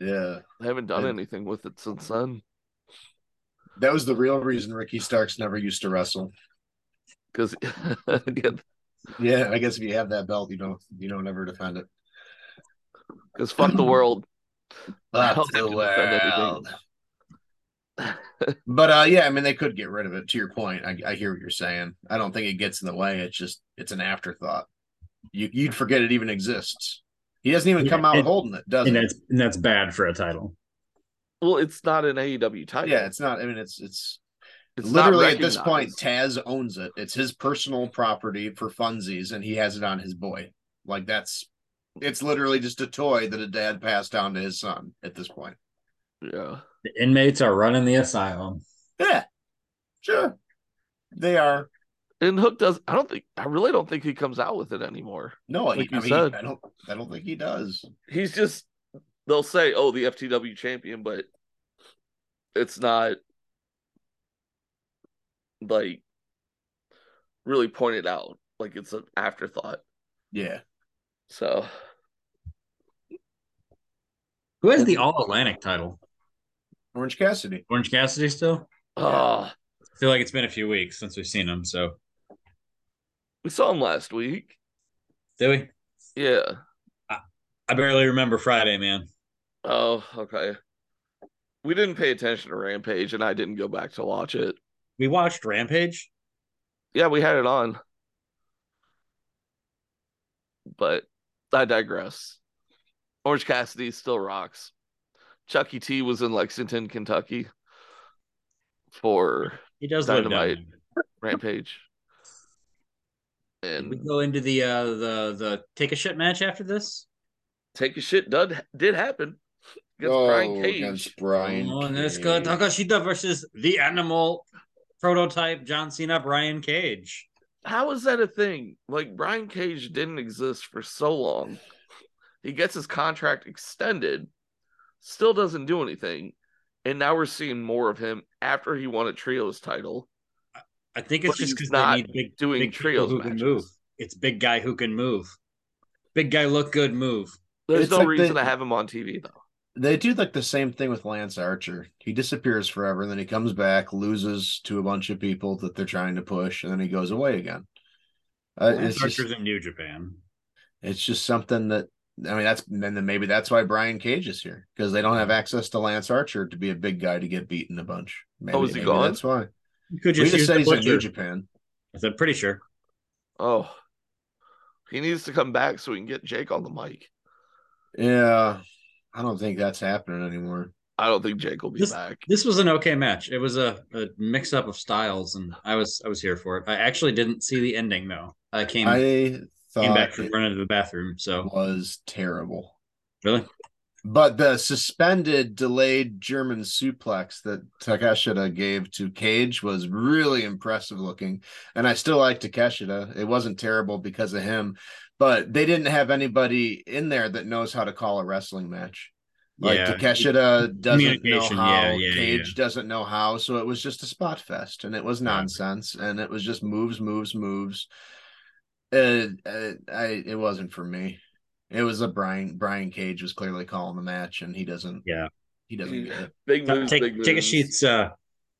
[SPEAKER 1] yeah.
[SPEAKER 2] They haven't done
[SPEAKER 1] Yeah.
[SPEAKER 2] anything with it since then
[SPEAKER 1] That was the real reason Ricky Starks never used to wrestle.
[SPEAKER 2] because
[SPEAKER 1] Yeah, I guess if you have that belt, you don't you don't ever defend it.
[SPEAKER 2] fuck the world.
[SPEAKER 1] Fuck
[SPEAKER 2] Well, they
[SPEAKER 1] the
[SPEAKER 2] didn't defend anything.
[SPEAKER 1] world. but uh, yeah, I mean, they could get rid of it. To your point, I, I hear what you're saying. I don't think it gets in the way. It's just it's an afterthought. You you'd forget it even exists. He doesn't even
[SPEAKER 3] Yeah,
[SPEAKER 1] come out
[SPEAKER 3] and-
[SPEAKER 1] holding it, does
[SPEAKER 3] And
[SPEAKER 1] he?
[SPEAKER 3] that's and that's bad for a title.
[SPEAKER 2] Well, it's not an AEW title.
[SPEAKER 1] Oh, Yeah, it's not. I mean, it's it's,
[SPEAKER 2] It's not
[SPEAKER 1] literally at this point,
[SPEAKER 2] recognized.
[SPEAKER 1] Taz owns it. It's his personal property for funsies, and he has it on his boy. Like that's it's literally just a toy that a dad passed down to his son at this point.
[SPEAKER 2] Yeah.
[SPEAKER 3] The inmates are running the asylum.
[SPEAKER 1] Yeah, sure. They are.
[SPEAKER 2] And Hook does. I don't think. I really don't think he comes out with it anymore.
[SPEAKER 1] No,
[SPEAKER 2] Like
[SPEAKER 1] I,
[SPEAKER 2] you
[SPEAKER 1] I mean,
[SPEAKER 2] said.
[SPEAKER 1] I don't. I don't think he does.
[SPEAKER 2] He's just. They'll say, "Oh, the FTW champion," but it's not like really pointed out. Like it's an afterthought.
[SPEAKER 1] Yeah,
[SPEAKER 2] So
[SPEAKER 3] Who has the All Atlantic title?
[SPEAKER 1] Orange Cassidy.
[SPEAKER 3] Orange Cassidy still?
[SPEAKER 2] Ah,
[SPEAKER 3] I feel like it's been a few weeks since we've seen him. So
[SPEAKER 2] We saw him last week.
[SPEAKER 3] Did we?
[SPEAKER 2] Yeah.
[SPEAKER 3] I barely remember Friday, man.
[SPEAKER 2] Oh, okay. We didn't pay attention to Rampage, and I didn't go back to watch it.
[SPEAKER 3] We watched Rampage.
[SPEAKER 2] Yeah, we had it on, but I digress. Orange Cassidy still rocks. Chucky T was in Lexington, Kentucky, for
[SPEAKER 3] He does live
[SPEAKER 2] Dynamite.
[SPEAKER 3] down there.
[SPEAKER 2] Rampage.
[SPEAKER 3] Did we
[SPEAKER 2] And
[SPEAKER 3] go into the uh the the take a shit match after this?
[SPEAKER 2] take a shit dud did happen Oh, against Brian Cage.
[SPEAKER 1] against Brian
[SPEAKER 3] oh, and let's
[SPEAKER 1] Cage.
[SPEAKER 3] go Takashita versus the animal prototype John Cena Brian Cage.
[SPEAKER 2] How is that a thing? Like Brian Cage didn't exist for so long. He gets his contract extended, still doesn't do anything, and now we're seeing more of him after he won a trios title.
[SPEAKER 3] I think it's
[SPEAKER 2] But
[SPEAKER 3] just
[SPEAKER 2] he's
[SPEAKER 3] because
[SPEAKER 2] not
[SPEAKER 3] they need big
[SPEAKER 2] doing
[SPEAKER 3] big people
[SPEAKER 2] trios
[SPEAKER 3] who can
[SPEAKER 2] matches.
[SPEAKER 3] move. It's big guy who can move. Big guy look good move.
[SPEAKER 2] There's
[SPEAKER 1] It's
[SPEAKER 2] no
[SPEAKER 1] like
[SPEAKER 2] reason
[SPEAKER 1] the-
[SPEAKER 2] to have him on TV though.
[SPEAKER 1] They do like the same thing with Lance Archer. He disappears forever, and then he comes back, loses to a bunch of people that they're trying to push, and then he goes away again. Uh, it's,
[SPEAKER 4] Lance
[SPEAKER 1] just,
[SPEAKER 4] Archer's in New Japan.
[SPEAKER 1] it's just something that I mean. That's and then maybe that's why Brian Cage is here because they don't have access to Lance Archer to be a big guy to get beaten a bunch. Maybe,
[SPEAKER 2] Oh, is he
[SPEAKER 1] maybe
[SPEAKER 2] gone?
[SPEAKER 1] That's why
[SPEAKER 4] You could
[SPEAKER 1] we
[SPEAKER 4] just,
[SPEAKER 1] just
[SPEAKER 4] use
[SPEAKER 1] said
[SPEAKER 4] the
[SPEAKER 1] he's in New
[SPEAKER 4] butcher.
[SPEAKER 1] Japan.
[SPEAKER 4] I said, pretty sure.
[SPEAKER 2] Oh. He needs to come back so we can get Jake on the mic.
[SPEAKER 1] Yeah, I don't think that's happening anymore.
[SPEAKER 2] I don't think Jake will be
[SPEAKER 3] This-
[SPEAKER 2] back.
[SPEAKER 3] This was an okay match. It was a, a mix up of styles, and I was I was here for it. I actually didn't see the ending though. I came
[SPEAKER 1] I
[SPEAKER 3] came
[SPEAKER 1] thought
[SPEAKER 3] back from
[SPEAKER 1] it
[SPEAKER 3] running to the bathroom. So
[SPEAKER 1] was terrible.
[SPEAKER 3] really,
[SPEAKER 1] But the suspended delayed German suplex that Takeshita gave to Cage was really impressive looking. And I still like Takeshita. It wasn't terrible because of him, but they didn't have anybody in there that knows how to call a wrestling match. Like
[SPEAKER 4] Yeah.
[SPEAKER 1] Takeshita doesn't know
[SPEAKER 4] Communication,
[SPEAKER 1] how,
[SPEAKER 4] yeah, yeah,
[SPEAKER 1] Cage doesn't know how. So it was just a spot fest and it was nonsense and it was just moves, moves, moves. Uh, uh, I, it wasn't for me. It was a Brian Brian Cage was clearly calling the match, and he doesn't.
[SPEAKER 4] Yeah.
[SPEAKER 1] he doesn't get it.
[SPEAKER 2] Big moves,
[SPEAKER 4] take
[SPEAKER 2] big
[SPEAKER 4] take a
[SPEAKER 2] moves.
[SPEAKER 4] sheet's uh,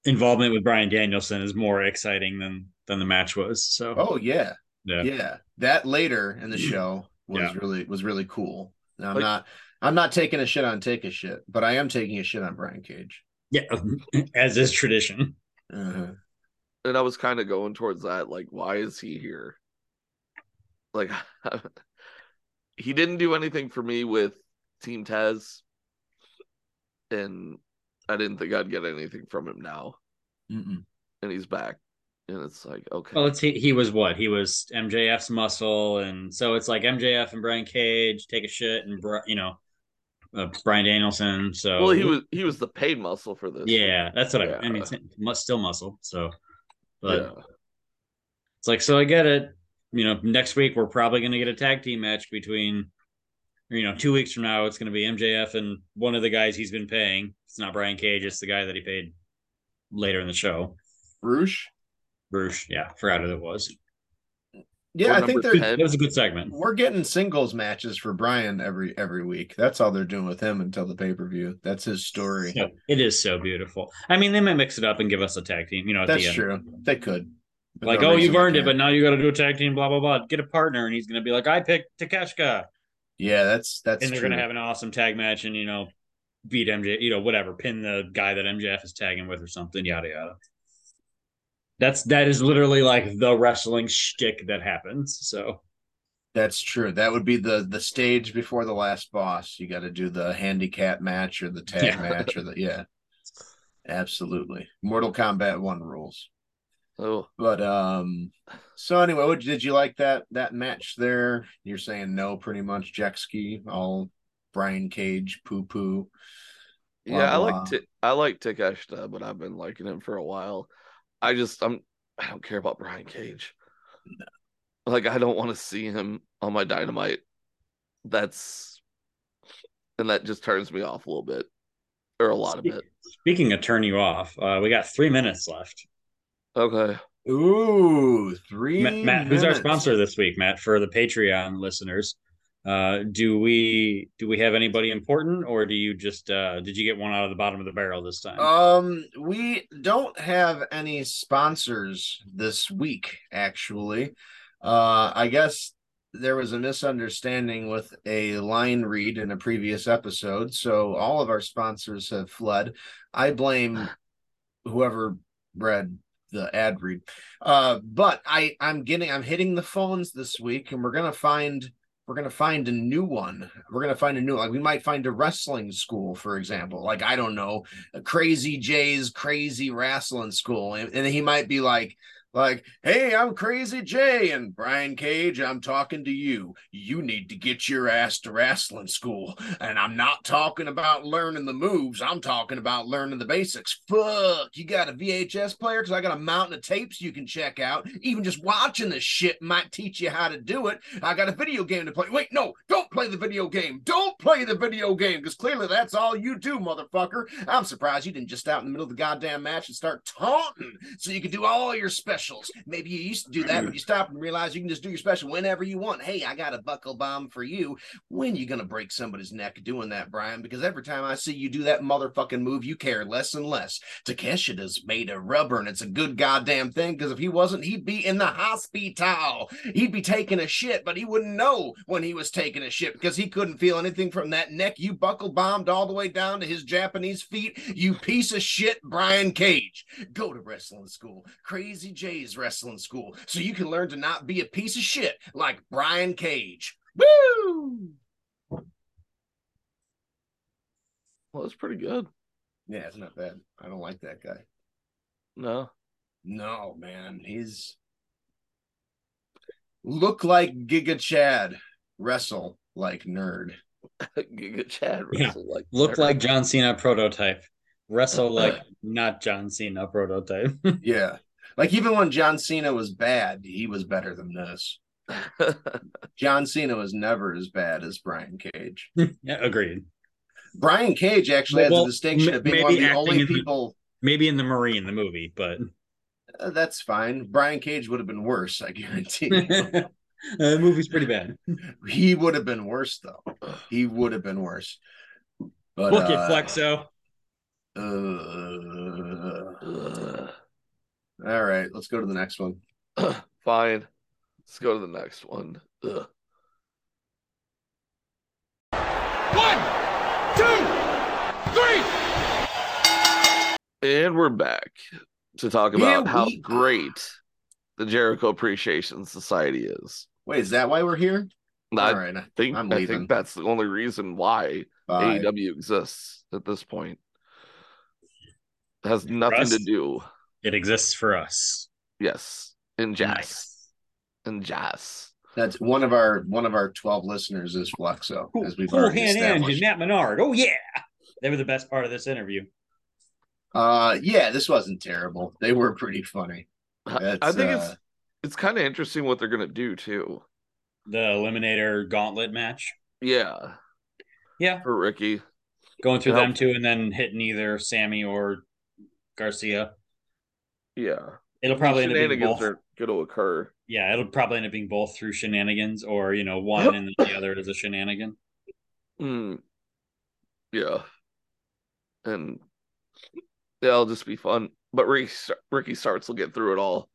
[SPEAKER 4] involvement with Brian Danielson is more exciting than than the match was. So
[SPEAKER 1] Oh yeah,
[SPEAKER 4] Yeah.
[SPEAKER 1] That later in the show was
[SPEAKER 4] Yeah.
[SPEAKER 1] really was really cool. Now, I'm
[SPEAKER 2] Like-
[SPEAKER 1] not I'm not taking a shit on take a shit, but I am taking a shit on Brian Cage.
[SPEAKER 4] yeah, as is tradition.
[SPEAKER 1] Uh-huh.
[SPEAKER 2] and I was kind of going towards that. Like, why is he here? Like, he didn't do anything for me with Team Taz, and I didn't think I'd get anything from him now.
[SPEAKER 1] Mm-mm.
[SPEAKER 2] And he's back, and it's like, okay,
[SPEAKER 3] well, it's he, he was what he was MJF's muscle, and so it's like MJF and Brian Cage take a shit, and Bri- you know, uh, Brian Danielson. So
[SPEAKER 2] well, he was he was the paid muscle for this.
[SPEAKER 3] Oh, yeah, that's what I, I mean.
[SPEAKER 2] Yeah.
[SPEAKER 3] It's must still muscle. So, but
[SPEAKER 2] yeah.
[SPEAKER 3] it's like so I get it. You know, next week we're probably going to get a tag team match between. You know, two weeks from now, it's going to be MJF and one of the guys he's been paying. It's not Brian Cage; it's the guy that he paid later in the show.
[SPEAKER 1] Roosh.
[SPEAKER 3] Bruce, yeah, forgot who it was.
[SPEAKER 1] Yeah,
[SPEAKER 2] Or
[SPEAKER 1] I think
[SPEAKER 2] number
[SPEAKER 1] they're
[SPEAKER 2] 10.
[SPEAKER 3] It was a good segment.
[SPEAKER 1] we're getting singles matches for Brian every every week. That's all they're doing with him until the pay per view. That's his story.
[SPEAKER 3] So- it is so beautiful. I mean, they might mix it up and give us a tag team. You know, at
[SPEAKER 1] That's
[SPEAKER 3] the end.
[SPEAKER 1] true. They could. But
[SPEAKER 3] Like,
[SPEAKER 1] no
[SPEAKER 3] oh,
[SPEAKER 1] reason
[SPEAKER 3] you've
[SPEAKER 1] they
[SPEAKER 3] earned it,
[SPEAKER 1] can't.
[SPEAKER 3] but now you got to do a tag team. Blah blah blah. Get a partner, and he's going to be like, I picked Takeshka,
[SPEAKER 1] yeah, that's that's
[SPEAKER 3] and they're
[SPEAKER 1] true.
[SPEAKER 3] going to have an awesome tag match, and you know, beat MJ. You know, whatever, pin the guy that MJF is tagging with or something. Yada yada. That's that is literally like the wrestling shtick that happens. So
[SPEAKER 1] That's true. That would be the the stage before the last boss. You got to do the handicap match or the tag
[SPEAKER 3] Yeah.
[SPEAKER 1] match or the yeah. Absolutely. Mortal Kombat 1 rules.
[SPEAKER 2] Oh,
[SPEAKER 1] But um so anyway, what, did you like that that match there? You're saying no pretty much Jekski, all Brian Cage poo poo. Blah,
[SPEAKER 2] yeah, I
[SPEAKER 1] blah.
[SPEAKER 2] like Ti- I like Takeshita, but I've been liking him for a while. I just I'm I don't care about Brian Cage. Like I don't want to see him on my dynamite. That's and that just turns me off a little bit, or a lot of it.
[SPEAKER 3] speaking of turn you off, uh, we got three minutes left.
[SPEAKER 2] Okay,
[SPEAKER 1] Ooh, 3
[SPEAKER 3] Matt, Matt who's our
[SPEAKER 1] minutes.
[SPEAKER 3] sponsor this week, Matt, for the Patreon listeners? Uh, do we do we have anybody important, or do you just uh, did you get one out of the bottom of the barrel this time?
[SPEAKER 1] Um, we don't have any sponsors this week, actually. Uh, I guess there was a misunderstanding with a line read in a previous episode, so all of our sponsors have fled. I blame whoever read the ad read. Uh, but I I'm getting I'm hitting the phones this week, and we're gonna find we're gonna find a new one. We're gonna find a new like we might find a wrestling school, for example. Like I don't know, a crazy Jay's crazy wrestling school, and, and he might be like. Like, hey, I'm Crazy Jay, and Brian Cage, I'm talking to you. You need to get your ass to wrestling school. And I'm not talking about learning the moves, I'm talking about learning the basics. Fuck, you got a VHS player? Because I got a mountain of tapes you can check out. Even just watching this shit might teach you how to do it. I got a video game to play. Wait, no, don't play the video game. Don't play the video game, because clearly that's all you do, motherfucker. I'm surprised you didn't just out in the middle of the goddamn match and start taunting so you could do all your specials. Maybe you used to do that, but you stopped and realized you can just do your special whenever you want. Hey, I got a buckle bomb for you. When you gonna break somebody's neck doing that, Brian? Because every time I see you do that motherfucking move, you care less and less. Takeshita's made of rubber, and it's a good goddamn thing. Because if he wasn't, he'd be in the hospital. He'd be taking a shit, but he wouldn't know when he was taking a shit because he couldn't feel anything from that neck. You buckle bombed all the way down to his Japanese feet. You piece of shit, Brian Cage go to wrestling school, Crazy J's wrestling school, so you can learn to not be a piece of shit like Brian Cage. Woo!
[SPEAKER 2] Well, that's pretty good.
[SPEAKER 1] Yeah, it's not bad. I don't like that guy.
[SPEAKER 2] No.
[SPEAKER 1] No, man, he's look like Giga Chad, wrestle like nerd.
[SPEAKER 2] Giga Chad
[SPEAKER 3] Yeah.
[SPEAKER 2] wrestled like
[SPEAKER 3] Look
[SPEAKER 2] nerd.
[SPEAKER 3] like John Cena prototype. Wrestle like not John Cena prototype.
[SPEAKER 1] yeah, like even when John Cena was bad, he was better than this. John Cena was never as bad as Brian Cage.
[SPEAKER 3] yeah, agreed.
[SPEAKER 1] Brian Cage actually has
[SPEAKER 3] Well,
[SPEAKER 1] the distinction
[SPEAKER 3] ma-
[SPEAKER 1] of being one of
[SPEAKER 3] maybe
[SPEAKER 1] the
[SPEAKER 3] acting
[SPEAKER 1] only
[SPEAKER 3] is-
[SPEAKER 1] people.
[SPEAKER 3] Maybe in the Marine, the movie, but
[SPEAKER 1] Uh, that's fine. Brian Cage would have been worse, I guarantee.
[SPEAKER 3] Uh, the movie's pretty bad.
[SPEAKER 1] he would have been worse though. He would have been worse. But
[SPEAKER 3] Book it,
[SPEAKER 1] uh,
[SPEAKER 3] Flexo.
[SPEAKER 1] uh,
[SPEAKER 2] Ugh.
[SPEAKER 1] all right, let's go to the next one.
[SPEAKER 2] Fine. Let's go to the next one. Ugh.
[SPEAKER 7] One, two, three.
[SPEAKER 2] And we're back to talk about
[SPEAKER 1] Here
[SPEAKER 2] how
[SPEAKER 1] we are.
[SPEAKER 2] great the Jericho Appreciation Society is.
[SPEAKER 1] Wait, is that why we're here?
[SPEAKER 2] I
[SPEAKER 1] all right, I
[SPEAKER 2] think
[SPEAKER 1] I'm
[SPEAKER 2] I
[SPEAKER 1] leaving.
[SPEAKER 2] think that's the only reason why
[SPEAKER 1] bye.
[SPEAKER 2] AEW exists at this point. It has nothing to
[SPEAKER 3] Russ?
[SPEAKER 2] do.
[SPEAKER 3] It exists for us.
[SPEAKER 2] Yes. In jazz.
[SPEAKER 3] Nice.
[SPEAKER 2] In jazz.
[SPEAKER 1] That's one of our one of our twelve listeners is Fluxo,
[SPEAKER 3] Cool,
[SPEAKER 1] as we've
[SPEAKER 3] cool
[SPEAKER 1] already
[SPEAKER 3] hand engine,
[SPEAKER 1] established.
[SPEAKER 3] Matt Menard. Oh yeah. They were the best part of this interview.
[SPEAKER 1] Uh, yeah, this wasn't terrible. They were pretty funny.
[SPEAKER 2] I- I
[SPEAKER 1] That's,
[SPEAKER 2] think
[SPEAKER 1] uh,
[SPEAKER 2] it's it's kind of interesting what they're gonna do too.
[SPEAKER 3] The Eliminator Gauntlet match.
[SPEAKER 2] Yeah.
[SPEAKER 3] Yeah.
[SPEAKER 2] For Ricky.
[SPEAKER 3] Going through
[SPEAKER 2] Well-
[SPEAKER 3] them two and then hitting either Sammy or Garcia.
[SPEAKER 2] Yeah.
[SPEAKER 3] It'll probably end up being
[SPEAKER 2] shenanigans
[SPEAKER 3] both.
[SPEAKER 2] are going to occur.
[SPEAKER 3] Yeah, it'll probably end up being both through shenanigans or, you know, one and then the other is a shenanigan.
[SPEAKER 2] Mm. Yeah. And that'll just be fun. But Ricky, Star- Ricky Starts will get through it all.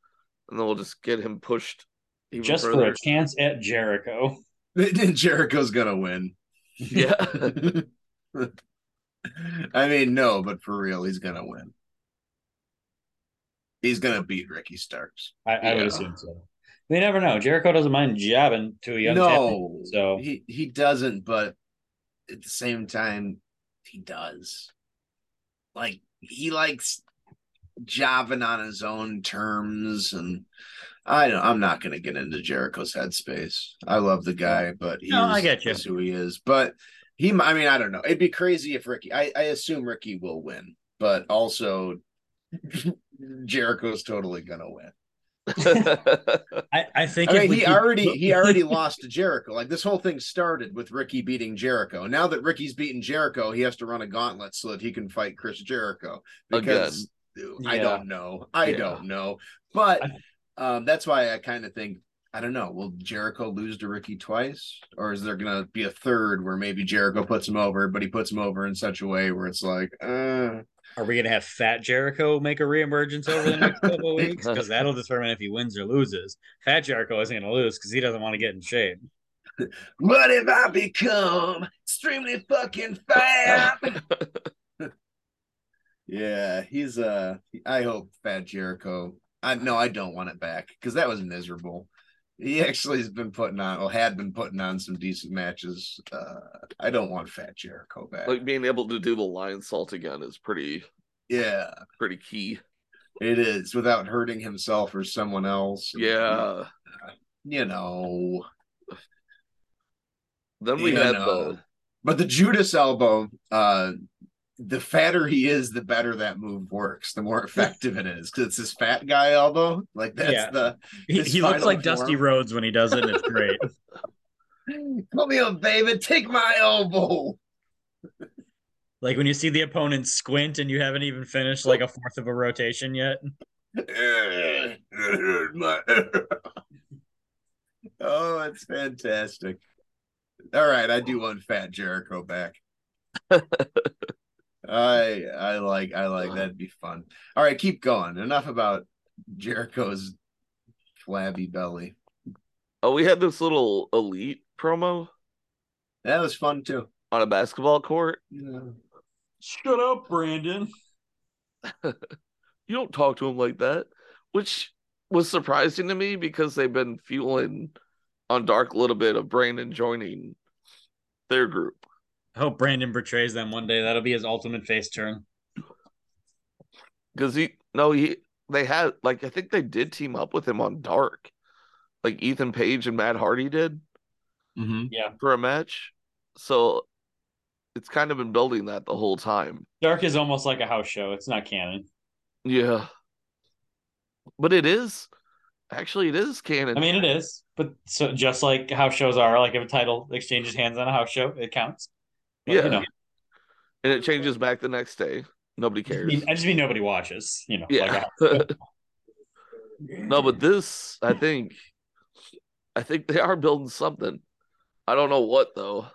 [SPEAKER 2] And then we'll just get him pushed even
[SPEAKER 3] Just for
[SPEAKER 2] further.
[SPEAKER 3] a chance at Jericho.
[SPEAKER 1] Jericho's gonna win.
[SPEAKER 2] yeah.
[SPEAKER 1] I mean, no, but for real, he's gonna win. He's gonna beat Ricky Starks.
[SPEAKER 3] I, I
[SPEAKER 2] Yeah.
[SPEAKER 3] would assume so. We never know. Jericho doesn't mind jabbing to a young
[SPEAKER 1] no,
[SPEAKER 3] champion, so
[SPEAKER 1] he he doesn't, but at the same time, he does. Like he likes jobbing on his own terms, and I don't. I'm not gonna get into Jericho's headspace. I love the guy, but he's,
[SPEAKER 3] No, I get you.
[SPEAKER 1] that's who he is. But he, I mean, I don't know. It'd be crazy if Ricky. I, I assume Ricky will win, but also Jericho's totally gonna win.
[SPEAKER 3] I, I think
[SPEAKER 1] I
[SPEAKER 3] if
[SPEAKER 1] mean,
[SPEAKER 3] we
[SPEAKER 1] he
[SPEAKER 3] keep-
[SPEAKER 1] already he already lost to Jericho. Like this whole thing started with Ricky beating Jericho. Now that Ricky's beaten Jericho, he has to run a gauntlet so that he can fight Chris Jericho. Because I
[SPEAKER 3] Yeah.
[SPEAKER 1] don't know, I
[SPEAKER 2] Yeah.
[SPEAKER 1] don't know, but
[SPEAKER 3] I-
[SPEAKER 1] um, that's why I kind of think I don't know. Will Jericho lose to Ricky twice, or is there going to be a third where maybe Jericho puts him over, but he puts him over in such a way where it's like, uh,
[SPEAKER 3] Are we gonna have Fat Jericho make a reemergence over the next couple of weeks? Because that'll determine if he wins or loses. Fat Jericho isn't gonna lose because he doesn't want to get in shape.
[SPEAKER 1] what have I become? Extremely fucking fat. yeah, he's uh. I hope Fat Jericho. I no, I don't want it back because that was miserable. He actually has been putting on, or had been putting on, some decent matches. Uh, I don't want Fat Jericho back.
[SPEAKER 2] Like being able to do the lion salt again is pretty
[SPEAKER 1] yeah,
[SPEAKER 2] pretty key.
[SPEAKER 1] it is without hurting himself or someone else.
[SPEAKER 2] Yeah.
[SPEAKER 1] you know.
[SPEAKER 2] Then we
[SPEAKER 1] You
[SPEAKER 2] had
[SPEAKER 1] know.
[SPEAKER 2] the
[SPEAKER 1] But the Judas elbow, uh, the fatter he is, the better that move works, the more effective it is. Because it's this fat guy elbow. Like that's
[SPEAKER 4] Yeah.
[SPEAKER 1] the
[SPEAKER 4] He,
[SPEAKER 1] His
[SPEAKER 4] he looks
[SPEAKER 1] final
[SPEAKER 4] like Dusty
[SPEAKER 1] form.
[SPEAKER 4] Rhodes when he does it. And it's great.
[SPEAKER 1] come here, baby, take my elbow.
[SPEAKER 4] like when you see the opponent squint and you haven't even finished like a fourth of a rotation yet.
[SPEAKER 1] oh, it's fantastic. All right, I do want Fat Jericho back. I I like I like that'd be fun. All right, keep going. Enough about Jericho's flabby belly.
[SPEAKER 2] oh we had this little elite promo
[SPEAKER 1] That was fun too.
[SPEAKER 2] on a basketball court.
[SPEAKER 1] Yeah.
[SPEAKER 2] Mm-hmm.
[SPEAKER 3] Shut up, Brandon.
[SPEAKER 2] You don't talk to him like that, which was surprising to me because they've been fueling on dark a little bit of Brandon joining their group.
[SPEAKER 3] I hope Brandon betrays them one day. That'll be his ultimate face turn.
[SPEAKER 2] Because he no he they had like I think they did team up with him on Dark, like Ethan Page and Matt Hardy did
[SPEAKER 8] Mm-hmm.
[SPEAKER 2] for a match. So it's kind of been building that the whole time.
[SPEAKER 3] Dark is almost like a house show. It's not canon.
[SPEAKER 2] Yeah, but it is actually it is canon.
[SPEAKER 3] I mean, it is, but so just like house shows are, like if a title exchanges hands on a house show, it counts. But,
[SPEAKER 2] yeah,
[SPEAKER 3] you know,
[SPEAKER 2] and it changes back the next day. Nobody
[SPEAKER 3] I,
[SPEAKER 2] cares.
[SPEAKER 3] mean, I just mean nobody watches. You know, like
[SPEAKER 2] yeah.
[SPEAKER 3] a-
[SPEAKER 2] no, but this I think, I think they are building something. I don't know what though,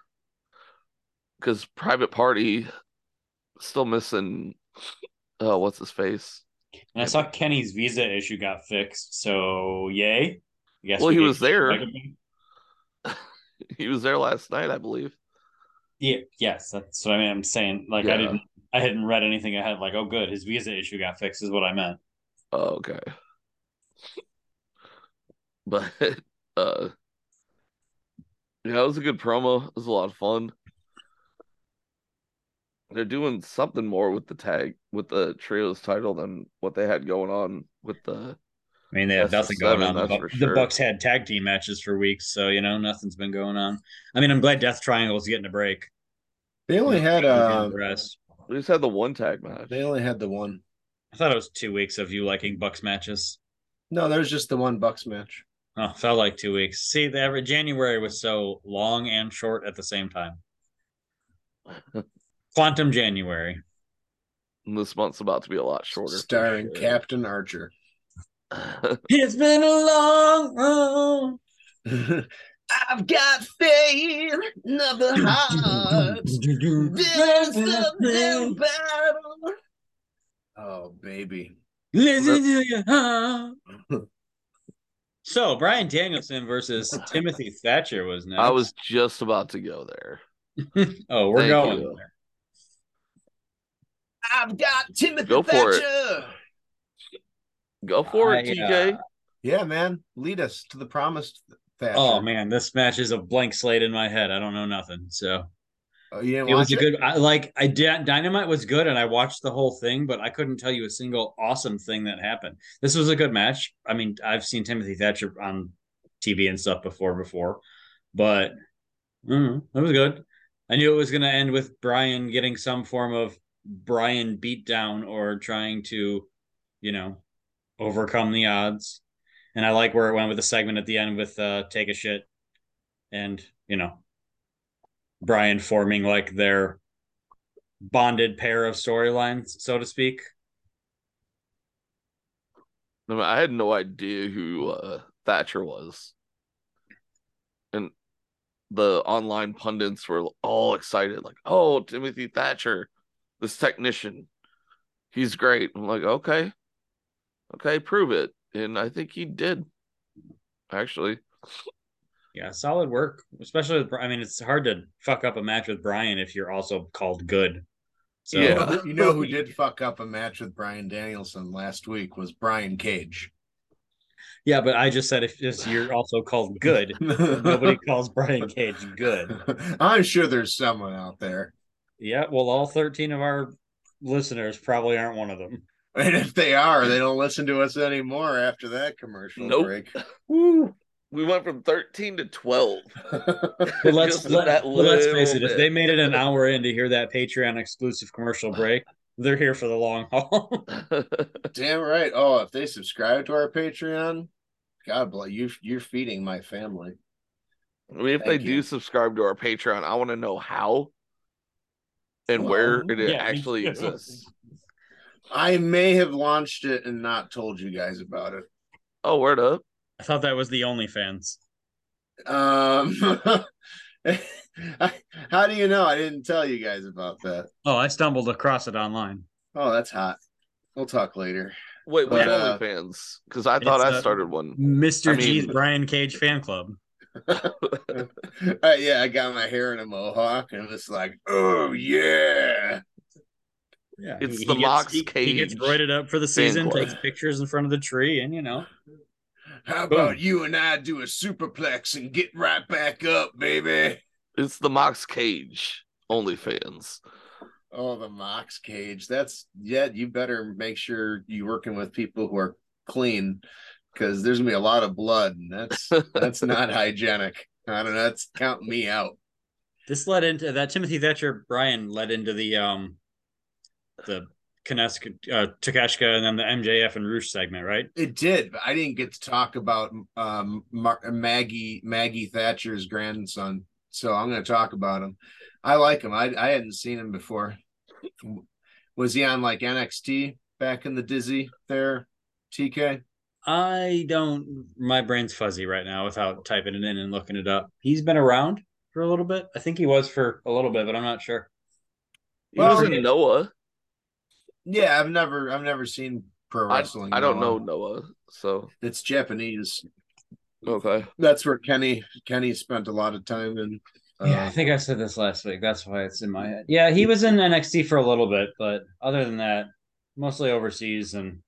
[SPEAKER 2] because private party still missing. Oh, what's his face?
[SPEAKER 3] and I saw Kenny's visa issue got fixed, so yay. I guess
[SPEAKER 2] Well,
[SPEAKER 3] we
[SPEAKER 2] he
[SPEAKER 3] did-
[SPEAKER 2] was there. He was there last night, I believe.
[SPEAKER 3] Yeah, yes, that's what I mean. I'm saying like
[SPEAKER 2] Yeah.
[SPEAKER 3] I didn't, I hadn't read anything ahead. Like, oh, good, his visa issue got fixed is what I meant.
[SPEAKER 2] Oh, okay. But uh yeah, it was a good promo. It was a lot of fun. They're doing something more with the tag with the trios title than what they had going on with the
[SPEAKER 3] I mean, they have
[SPEAKER 2] That's
[SPEAKER 3] nothing
[SPEAKER 2] the
[SPEAKER 3] going
[SPEAKER 2] seven,
[SPEAKER 3] on. The,
[SPEAKER 2] that's
[SPEAKER 3] Bu-
[SPEAKER 2] for
[SPEAKER 3] the
[SPEAKER 2] sure.
[SPEAKER 3] Bucks had tag team matches for weeks, so you know nothing's been going on. I mean, I'm glad Death Triangle's getting a break.
[SPEAKER 1] They only had uh,
[SPEAKER 3] The rest.
[SPEAKER 2] we just had the one tag match.
[SPEAKER 1] they only had the one.
[SPEAKER 3] I thought it was two weeks of you liking Bucks matches.
[SPEAKER 1] No, there's just the one Bucks match.
[SPEAKER 3] Oh, felt like two weeks. See, the average January was so long and short at the same time. Quantum January.
[SPEAKER 2] And this month's about to be a lot shorter. for
[SPEAKER 1] starring
[SPEAKER 2] sure.
[SPEAKER 1] Captain Archer.
[SPEAKER 3] It's been a long road.
[SPEAKER 1] I've got faith, another heart. There's something
[SPEAKER 3] Listen
[SPEAKER 1] better. Oh, baby.
[SPEAKER 3] to your heart. So Brian Danielson versus Timothy Thatcher was next.
[SPEAKER 2] I was just about to go there.
[SPEAKER 3] Oh, we're
[SPEAKER 2] Thank
[SPEAKER 3] going.
[SPEAKER 2] you.
[SPEAKER 3] there.
[SPEAKER 1] I've got Timothy
[SPEAKER 2] Go for it.
[SPEAKER 1] Thatcher.
[SPEAKER 2] Go for it,
[SPEAKER 3] I, uh,
[SPEAKER 2] TJ.
[SPEAKER 1] Yeah, man. Lead us to the promised Thatcher.
[SPEAKER 3] Oh man, this match is a blank slate in my head. I don't know nothing. So
[SPEAKER 1] Oh, you didn't
[SPEAKER 3] it was a
[SPEAKER 1] watch
[SPEAKER 3] good. I like. I did. Dynamite was good, and I watched the whole thing, but I couldn't tell you a single awesome thing that happened. This was a good match. I mean, I've seen Timothy Thatcher on TV and stuff before, before, but mm, it was good. I knew it was going to end with Brian getting some form of Brian beatdown or trying to, you know, overcome the odds. And I like where it went with the segment at the end with uh, take a shit, and you know, Brian forming like their bonded pair of storylines, so to speak.
[SPEAKER 2] I, mean, I had no idea who uh, Thatcher was. and the online pundits were all excited, like, "Oh, Timothy Thatcher, this technician, he's great." I'm like, "Okay, okay, prove it," and I think he did. Actually,
[SPEAKER 3] Yeah, solid work. Especially, with, Bri- I mean, it's hard to fuck up a match with Brian if you're also called good. So,
[SPEAKER 1] You
[SPEAKER 2] Yeah.
[SPEAKER 1] know- You know who did fuck up a match with Brian Danielson last week was Brian Cage.
[SPEAKER 3] yeah, but I just said if just you're also called good, nobody calls Brian Cage good.
[SPEAKER 1] I'm sure there's someone out there.
[SPEAKER 3] Yeah, well, all 13 of our listeners probably aren't one of them.
[SPEAKER 1] And if they are, they don't listen to us anymore after that commercial
[SPEAKER 2] Nope.
[SPEAKER 1] break.
[SPEAKER 2] woo, we went from 13 to 12.
[SPEAKER 3] But let's
[SPEAKER 2] Just
[SPEAKER 3] let,
[SPEAKER 2] that
[SPEAKER 3] but let's face
[SPEAKER 2] little
[SPEAKER 3] it. If
[SPEAKER 2] bit.
[SPEAKER 3] they made it an hour in to hear that Patreon exclusive commercial break, they're here for the long haul.
[SPEAKER 1] Damn right. Oh, if they subscribe to our Patreon, God bless you. You're feeding my family.
[SPEAKER 2] I mean, if
[SPEAKER 1] Thank
[SPEAKER 2] they
[SPEAKER 1] you.
[SPEAKER 2] do subscribe to our Patreon, I want to know how and where it
[SPEAKER 9] yeah, me
[SPEAKER 2] actually
[SPEAKER 9] too.
[SPEAKER 2] exists.
[SPEAKER 1] I may have launched it and not told you guys about it.
[SPEAKER 2] Oh, word up.
[SPEAKER 3] I thought that was the OnlyFans.
[SPEAKER 1] Um, how do you know I didn't tell you guys about that?
[SPEAKER 3] Oh, I stumbled across it online.
[SPEAKER 1] Oh, that's hot. We'll talk later.
[SPEAKER 2] Wait, what's
[SPEAKER 1] But, uh,
[SPEAKER 2] OnlyFans? Because I thought
[SPEAKER 3] it's,
[SPEAKER 2] I
[SPEAKER 3] uh,
[SPEAKER 2] started one.
[SPEAKER 3] Mr.
[SPEAKER 2] I mean-
[SPEAKER 3] G's Brian Cage fan club.
[SPEAKER 1] Uh, yeah, I got my hair in a mohawk and it's like, oh yeah.
[SPEAKER 3] Yeah,
[SPEAKER 2] It's the Mox
[SPEAKER 3] he, He gets
[SPEAKER 2] Cage
[SPEAKER 3] roided up for the
[SPEAKER 2] fan
[SPEAKER 3] season,
[SPEAKER 2] club.
[SPEAKER 3] takes pictures in front of the tree, and you know,
[SPEAKER 1] How about you and I do a superplex and get right back up, baby?
[SPEAKER 2] It's the Mox Cage OnlyFans.
[SPEAKER 1] Oh, the Mox cage. That's yeah, you better make sure you're working with people who are clean because there's gonna be a lot of blood and that's that's not hygienic. I don't know, that's count me out.
[SPEAKER 3] this led into that Timothy Thatcher Brian led into the um the Kineska, uh, Takeshka, and then the MJF and Roosh segment, right?
[SPEAKER 1] It did, but I didn't get to talk about um Mar- Maggie Maggie Thatcher's grandson. So I'm gonna talk about him. I like him. I I hadn't seen him before. Was he on like NXT back in the dizzy there, TK?
[SPEAKER 3] I don't. My brain's fuzzy right now without typing it in and looking it up. He's been around for a little bit. I think he was for a little bit, but I'm not sure.
[SPEAKER 2] He
[SPEAKER 1] Well,
[SPEAKER 2] was in
[SPEAKER 1] okay.
[SPEAKER 2] Noah.
[SPEAKER 1] Yeah, I've never I've never seen pro
[SPEAKER 2] I,
[SPEAKER 1] wrestling.
[SPEAKER 2] I don't
[SPEAKER 1] Noah.
[SPEAKER 2] know Noah. So,
[SPEAKER 1] It's Japanese.
[SPEAKER 2] okay.
[SPEAKER 1] That's where Kenny Kenny spent a lot of time in. Uh,
[SPEAKER 3] yeah, I think I said this last week. That's why it's in my head. Um, Yeah, he was in NXT for a little bit, but other than that, mostly overseas and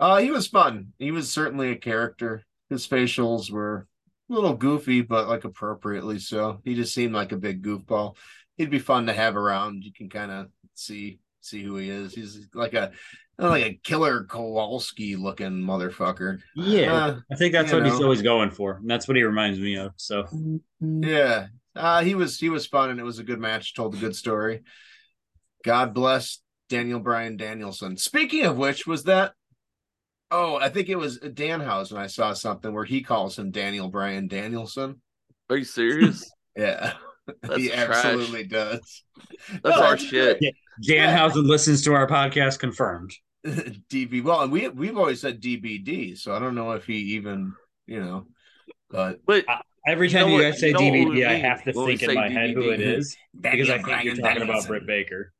[SPEAKER 1] uh, he was fun. He was certainly a character. His facials were a little goofy, but like appropriately so. He just seemed like a big goofball. He'd be fun to have around. You can kind of see see who he is. He's like a like a killer Kowalski looking motherfucker.
[SPEAKER 3] yeah,
[SPEAKER 1] Uh,
[SPEAKER 3] I think that's
[SPEAKER 1] you
[SPEAKER 3] what he's
[SPEAKER 1] know.
[SPEAKER 3] always going for. And that's what he reminds me of. So
[SPEAKER 1] Yeah. Uh, he was he was fun and it was a good match, told a good story. God bless Daniel Bryan Danielson. Speaking of which, was that oh, I think it was Danhausen I saw something where he calls him Daniel Bryan Danielson.
[SPEAKER 2] Are you serious?
[SPEAKER 1] Yeah.
[SPEAKER 2] That's
[SPEAKER 1] he
[SPEAKER 2] trash.
[SPEAKER 1] absolutely does.
[SPEAKER 2] That's
[SPEAKER 1] No,
[SPEAKER 2] our
[SPEAKER 1] it's
[SPEAKER 2] shit.
[SPEAKER 3] Danhausen listens to our podcast, confirmed.
[SPEAKER 1] DB. Well, and we we've always said DBD, so I don't know if he even, you know, but
[SPEAKER 2] But
[SPEAKER 3] Every
[SPEAKER 2] You
[SPEAKER 3] time
[SPEAKER 2] know
[SPEAKER 3] you,
[SPEAKER 2] what-
[SPEAKER 3] guys say
[SPEAKER 2] you know what we
[SPEAKER 3] DVD, I
[SPEAKER 2] mean
[SPEAKER 3] have to
[SPEAKER 2] when we
[SPEAKER 3] think in
[SPEAKER 2] say
[SPEAKER 3] my head who it
[SPEAKER 2] DVD.
[SPEAKER 3] is because I think you're talking about Britt Baker.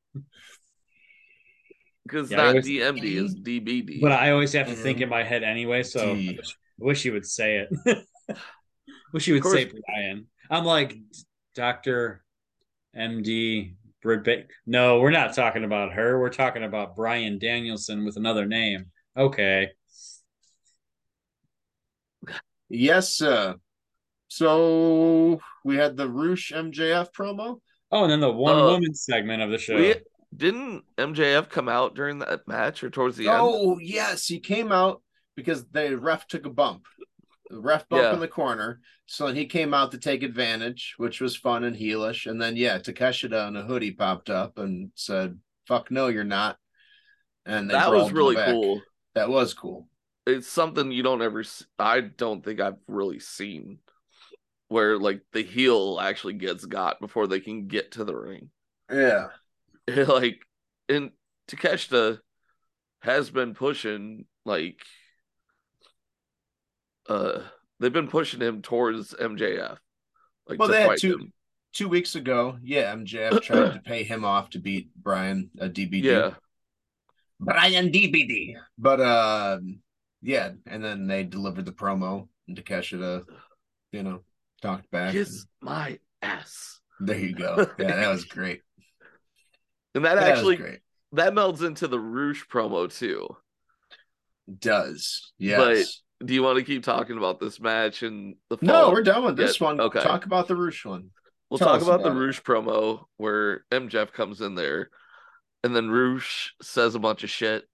[SPEAKER 2] because
[SPEAKER 3] Yeah, I
[SPEAKER 2] not
[SPEAKER 3] was-
[SPEAKER 2] DMD is DBD.
[SPEAKER 3] But I uh, always have to think
[SPEAKER 1] Mhm.
[SPEAKER 3] in my head anyway. So I
[SPEAKER 1] D.
[SPEAKER 3] wish- wish you would say it. wish you
[SPEAKER 2] Of
[SPEAKER 3] would
[SPEAKER 2] course.
[SPEAKER 3] say Brian. I'm like Doctor MD Britt Baker. No, we're not talking about her. We're talking about Brian Danielson with another name. Okay.
[SPEAKER 1] Yes, sir. So we had the Roosh MJF promo.
[SPEAKER 3] Oh, and then the one
[SPEAKER 2] Uh,
[SPEAKER 3] woman segment of the show.
[SPEAKER 2] we, didn't MJF come out during that match or towards the end?
[SPEAKER 1] Oh, yes, he came out because the ref took a bump. The ref bump
[SPEAKER 2] Yeah.
[SPEAKER 1] in the corner. So then he came out to take advantage, which was fun and heelish. And then yeah, Takeshita in a hoodie popped up and said, Fuck no, you're not. And they
[SPEAKER 2] that was
[SPEAKER 1] brawled him
[SPEAKER 2] really
[SPEAKER 1] back.
[SPEAKER 2] cool.
[SPEAKER 1] That was cool.
[SPEAKER 2] It's something you don't ever. s- I don't think I've really seen where like the heel actually gets got before they can get to the ring.
[SPEAKER 1] Yeah.
[SPEAKER 2] like, and Takeshita has been pushing like, uh, They've been pushing him towards MJF. Like
[SPEAKER 1] Well,
[SPEAKER 2] to
[SPEAKER 1] they had
[SPEAKER 2] fight
[SPEAKER 1] two-
[SPEAKER 2] him.
[SPEAKER 1] Two weeks ago, yeah, MJF tried to pay him off to beat Brian uh, DBD.
[SPEAKER 2] Yeah.
[SPEAKER 1] Brian DBD. But um yeah, and then they delivered the promo and Takeshita, you know, talked back.
[SPEAKER 2] Kiss my ass.
[SPEAKER 1] There you go. Yeah, that was great.
[SPEAKER 2] And that,
[SPEAKER 1] that
[SPEAKER 2] actually
[SPEAKER 1] was great.
[SPEAKER 2] that melds into the Rouge promo too.
[SPEAKER 1] It does.
[SPEAKER 2] But-
[SPEAKER 1] Yes.
[SPEAKER 2] Do you want to keep talking about this match and the
[SPEAKER 1] no,
[SPEAKER 2] fall?
[SPEAKER 1] we're done with this
[SPEAKER 2] Yeah,
[SPEAKER 1] one.
[SPEAKER 2] okay.
[SPEAKER 1] Talk about the Roosh one.
[SPEAKER 2] We'll
[SPEAKER 1] Tell
[SPEAKER 2] talk
[SPEAKER 1] us
[SPEAKER 2] about,
[SPEAKER 1] about
[SPEAKER 2] the
[SPEAKER 1] it.
[SPEAKER 2] Rouge promo where M. Jeff comes in there and then Rouge says a bunch of shit.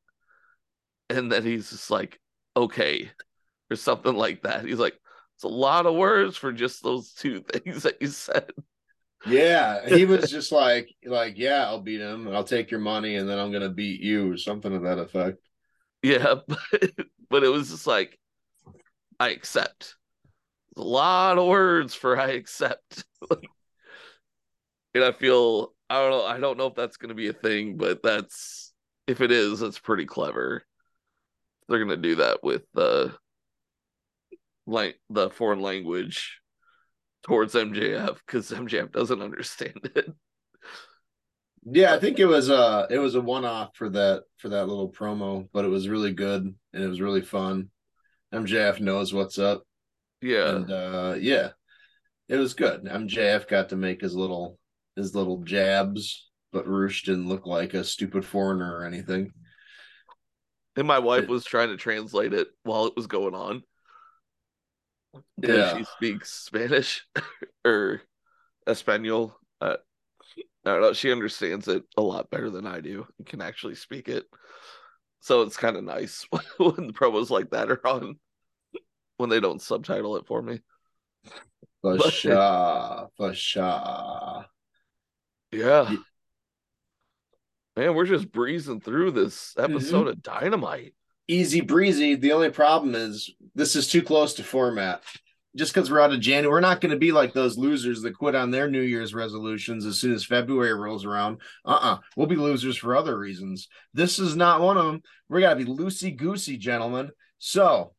[SPEAKER 2] And then he's just like, okay, or something like that. He's like, it's a lot of words for just those two things that you said.
[SPEAKER 1] Yeah, he was just like, like, yeah, I'll beat him, and I'll take your money, and then I'm gonna beat you, or something to that effect.
[SPEAKER 2] Yeah, but, but it was just like, I accept. A lot of words for I accept. Like, and I feel I don't know. I don't know if that's going to be a thing, but that's if it is, that's pretty clever. They're going to do that with the like the foreign language towards MJF because MJF doesn't understand it.
[SPEAKER 1] Yeah, I think it was uh it was a one off for that for that little promo, but it was really good and it was really fun. MJF knows what's up.
[SPEAKER 2] Yeah,
[SPEAKER 1] And uh yeah. It was good. MJF got to make his little his little jabs, but Roosh didn't look like a stupid foreigner or anything.
[SPEAKER 2] and my wife was trying to translate it while it was going on. yeah.
[SPEAKER 1] Yeah.
[SPEAKER 2] she speaks Spanish or Espanol. Uh, I don't know. She understands it a lot better than I do and can actually speak it. So it's kind of nice when the promos like that are on when they don't subtitle it for me.
[SPEAKER 1] Fasha, fasha.
[SPEAKER 2] Yeah.
[SPEAKER 1] Ye-
[SPEAKER 2] Man, we're just breezing through this
[SPEAKER 1] Mm-hmm.
[SPEAKER 2] episode of Dynamite.
[SPEAKER 1] Easy breezy. The only problem is this is too close to format. Just because we're out of January, we're not going to be like those losers that quit on their New Year's resolutions as soon as February rolls around. Uh-uh. We'll be losers for other reasons. This is not one of them. We got to be loosey goosey, gentlemen. So,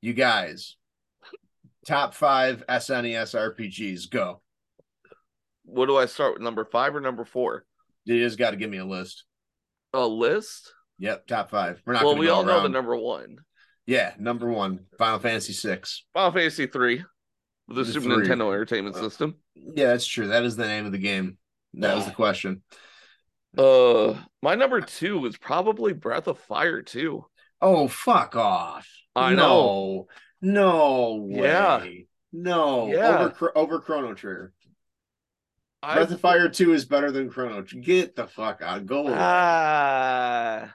[SPEAKER 1] you guys, top five E SNES RPGs, go.
[SPEAKER 2] What do I start with? Number five or number four?
[SPEAKER 1] You just got to give me a list.
[SPEAKER 2] A list?
[SPEAKER 1] Yep, top five. We're not
[SPEAKER 2] Well,
[SPEAKER 1] gonna
[SPEAKER 2] we
[SPEAKER 1] go
[SPEAKER 2] all know the
[SPEAKER 1] around.
[SPEAKER 2] number one.
[SPEAKER 1] Yeah, number one, Final Fantasy Six.
[SPEAKER 2] Final Fantasy three, the,
[SPEAKER 1] The
[SPEAKER 2] Super
[SPEAKER 1] three.
[SPEAKER 2] Nintendo Entertainment
[SPEAKER 1] Uh,
[SPEAKER 2] System.
[SPEAKER 1] Yeah, that's true. That is the name of the game. That
[SPEAKER 2] Ah.
[SPEAKER 1] was the question.
[SPEAKER 2] Uh, my number two was probably Breath of Fire too.
[SPEAKER 1] Oh, fuck off.
[SPEAKER 2] I know.
[SPEAKER 1] No, no way.
[SPEAKER 2] Yeah.
[SPEAKER 1] No.
[SPEAKER 2] Yeah.
[SPEAKER 1] Over Chro- over Chrono Trigger.
[SPEAKER 2] I,
[SPEAKER 1] Breath of Fire 2 is better than Chrono Trigger. Get the fuck out. Go away.
[SPEAKER 2] Ah.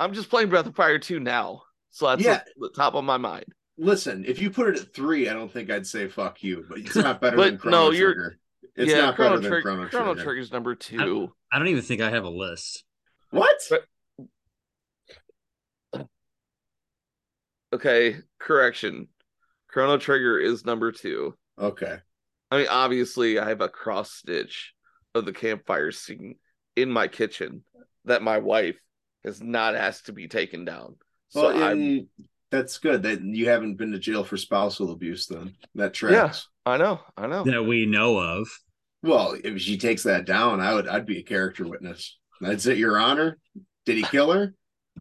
[SPEAKER 2] I'm just playing Breath of Fire two now, so that's
[SPEAKER 1] Yeah.
[SPEAKER 2] the, the top of my mind.
[SPEAKER 1] Listen, if you put it at three, I don't think I'd say fuck you, but it's not better
[SPEAKER 2] But
[SPEAKER 1] than Chrono
[SPEAKER 2] no, you're-
[SPEAKER 1] Trigger. It's
[SPEAKER 2] yeah,
[SPEAKER 1] not
[SPEAKER 2] Chrono
[SPEAKER 1] better than
[SPEAKER 2] Trigger-
[SPEAKER 1] Chrono Trigger.
[SPEAKER 2] Chrono Trigger's number two.
[SPEAKER 3] I don't even think I have a list.
[SPEAKER 1] What?
[SPEAKER 2] But- Okay, correction. Chrono Trigger is number two.
[SPEAKER 1] Okay.
[SPEAKER 2] I mean, obviously, I have a cross stitch of the campfire scene in my kitchen that my wife has not asked to be taken down. So
[SPEAKER 1] Well,
[SPEAKER 2] I'm
[SPEAKER 1] in- that's good that you haven't been to jail for spousal abuse then. That tracks.
[SPEAKER 2] Yeah. I know, I know.
[SPEAKER 3] that we know of.
[SPEAKER 1] Well, if she takes that down, I would I'd be a character witness. That's it, Your Honor. Did he kill her?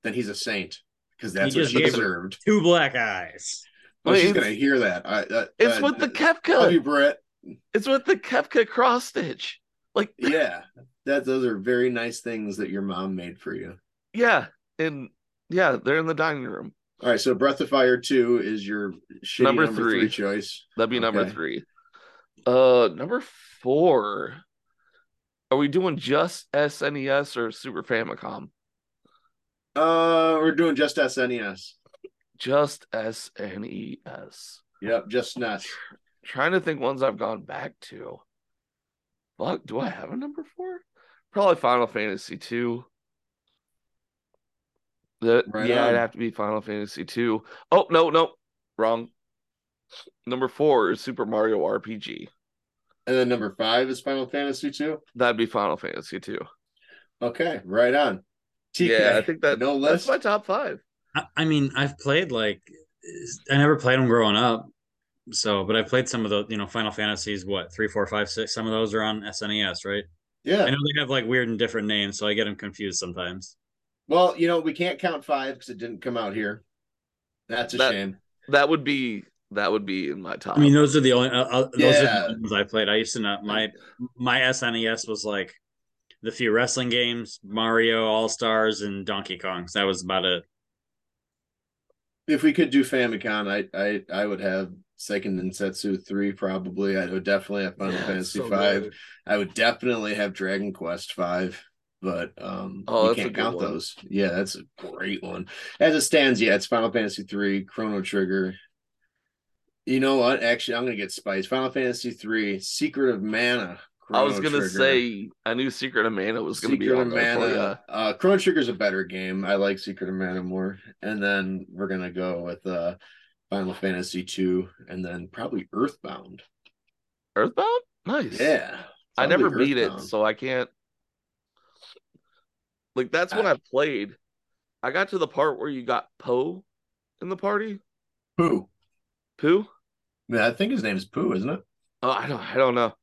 [SPEAKER 1] Then he's a saint because that's
[SPEAKER 3] He
[SPEAKER 1] what
[SPEAKER 3] just
[SPEAKER 1] she
[SPEAKER 3] gave her-
[SPEAKER 1] deserved.
[SPEAKER 3] Two black eyes.
[SPEAKER 1] Well, she's
[SPEAKER 2] It's-
[SPEAKER 1] gonna hear that. I, uh,
[SPEAKER 2] It's
[SPEAKER 1] uh,
[SPEAKER 2] with the
[SPEAKER 1] love
[SPEAKER 2] Kepka.
[SPEAKER 1] you, Brett.
[SPEAKER 2] It's with the Kepka cross stitch. Like,
[SPEAKER 1] Yeah, that those are very nice things that your mom made for you.
[SPEAKER 2] yeah, and yeah, they're in the dining room.
[SPEAKER 1] All right, so Breath of Fire Two is your shitty
[SPEAKER 2] Number
[SPEAKER 1] number,
[SPEAKER 2] three.
[SPEAKER 1] three. choice.
[SPEAKER 2] That'd be number
[SPEAKER 1] Okay.
[SPEAKER 2] three. Uh, number four. Are we doing just SNES or Super Famicom?
[SPEAKER 1] Uh, we're doing just SNES.
[SPEAKER 2] Just E SNES.
[SPEAKER 1] Yep, just E SNES.
[SPEAKER 2] Trying to think ones I've gone back to. Fuck, do I have a number four? Probably Final Fantasy two. That
[SPEAKER 1] Right
[SPEAKER 2] yeah,
[SPEAKER 1] on.
[SPEAKER 2] it'd have to be Final Fantasy two. Oh no, no, wrong. Number four is Super Mario RPG.
[SPEAKER 1] And then number five is Final Fantasy Two.
[SPEAKER 2] That'd be Final Fantasy two.
[SPEAKER 1] Okay, right on. TK,
[SPEAKER 2] Yeah, I think that
[SPEAKER 1] no list.
[SPEAKER 2] that's my top five.
[SPEAKER 3] I, I mean, I've played like I never played them growing up. So, but I played some of the, you know, Final Fantasies, what, three, four, five, six. Some of those are on SNES, right? I
[SPEAKER 1] Yeah.
[SPEAKER 3] know they have like weird and different names, so I get them confused sometimes.
[SPEAKER 1] Well, you know, we can't count five because it didn't come out here. That's a
[SPEAKER 2] That-
[SPEAKER 1] shame.
[SPEAKER 2] That would be that would be in my top.
[SPEAKER 3] I mean, those are the only uh, uh, those
[SPEAKER 1] Yeah.
[SPEAKER 3] are the ones I played. I used to not my my SNES was like the few wrestling games, Mario All Stars, and Donkey Kong. So that was about it.
[SPEAKER 1] If we could do Famicom, I I I would have Second and Setsu three probably. I would definitely have Final
[SPEAKER 2] Yeah, it's
[SPEAKER 1] Fantasy
[SPEAKER 2] so
[SPEAKER 1] five.
[SPEAKER 2] good.
[SPEAKER 1] I would definitely have Dragon Quest five, but um
[SPEAKER 2] Oh,
[SPEAKER 1] you
[SPEAKER 2] that's a
[SPEAKER 1] can't
[SPEAKER 2] good
[SPEAKER 1] count
[SPEAKER 2] one.
[SPEAKER 1] those. Yeah, that's a great one. As it stands, yeah, it's Final Fantasy three, Chrono Trigger. You know what? Actually, I'm gonna get spiced. Final Fantasy three, Secret of Mana.
[SPEAKER 2] I was
[SPEAKER 1] Chrono
[SPEAKER 2] gonna
[SPEAKER 1] Trigger.
[SPEAKER 2] say I knew Secret of Mana was gonna be
[SPEAKER 1] Secret
[SPEAKER 2] on
[SPEAKER 1] of
[SPEAKER 2] there for ya.
[SPEAKER 1] Mana. Uh, Chrono Trigger's a better game. I like Secret of Mana more. And then we're gonna go with uh Final Fantasy two, and then probably Earthbound.
[SPEAKER 2] Earthbound, nice.
[SPEAKER 1] Yeah,
[SPEAKER 2] I never
[SPEAKER 1] probably
[SPEAKER 2] beat it,
[SPEAKER 1] Earthbound.
[SPEAKER 2] so I can't. Like that's when I, played. I got to the part where you got Poe in the party.
[SPEAKER 1] Pooh.
[SPEAKER 2] Pooh?
[SPEAKER 1] Yeah, I think his name is Pooh, isn't it?
[SPEAKER 2] Oh, I don't. I don't know.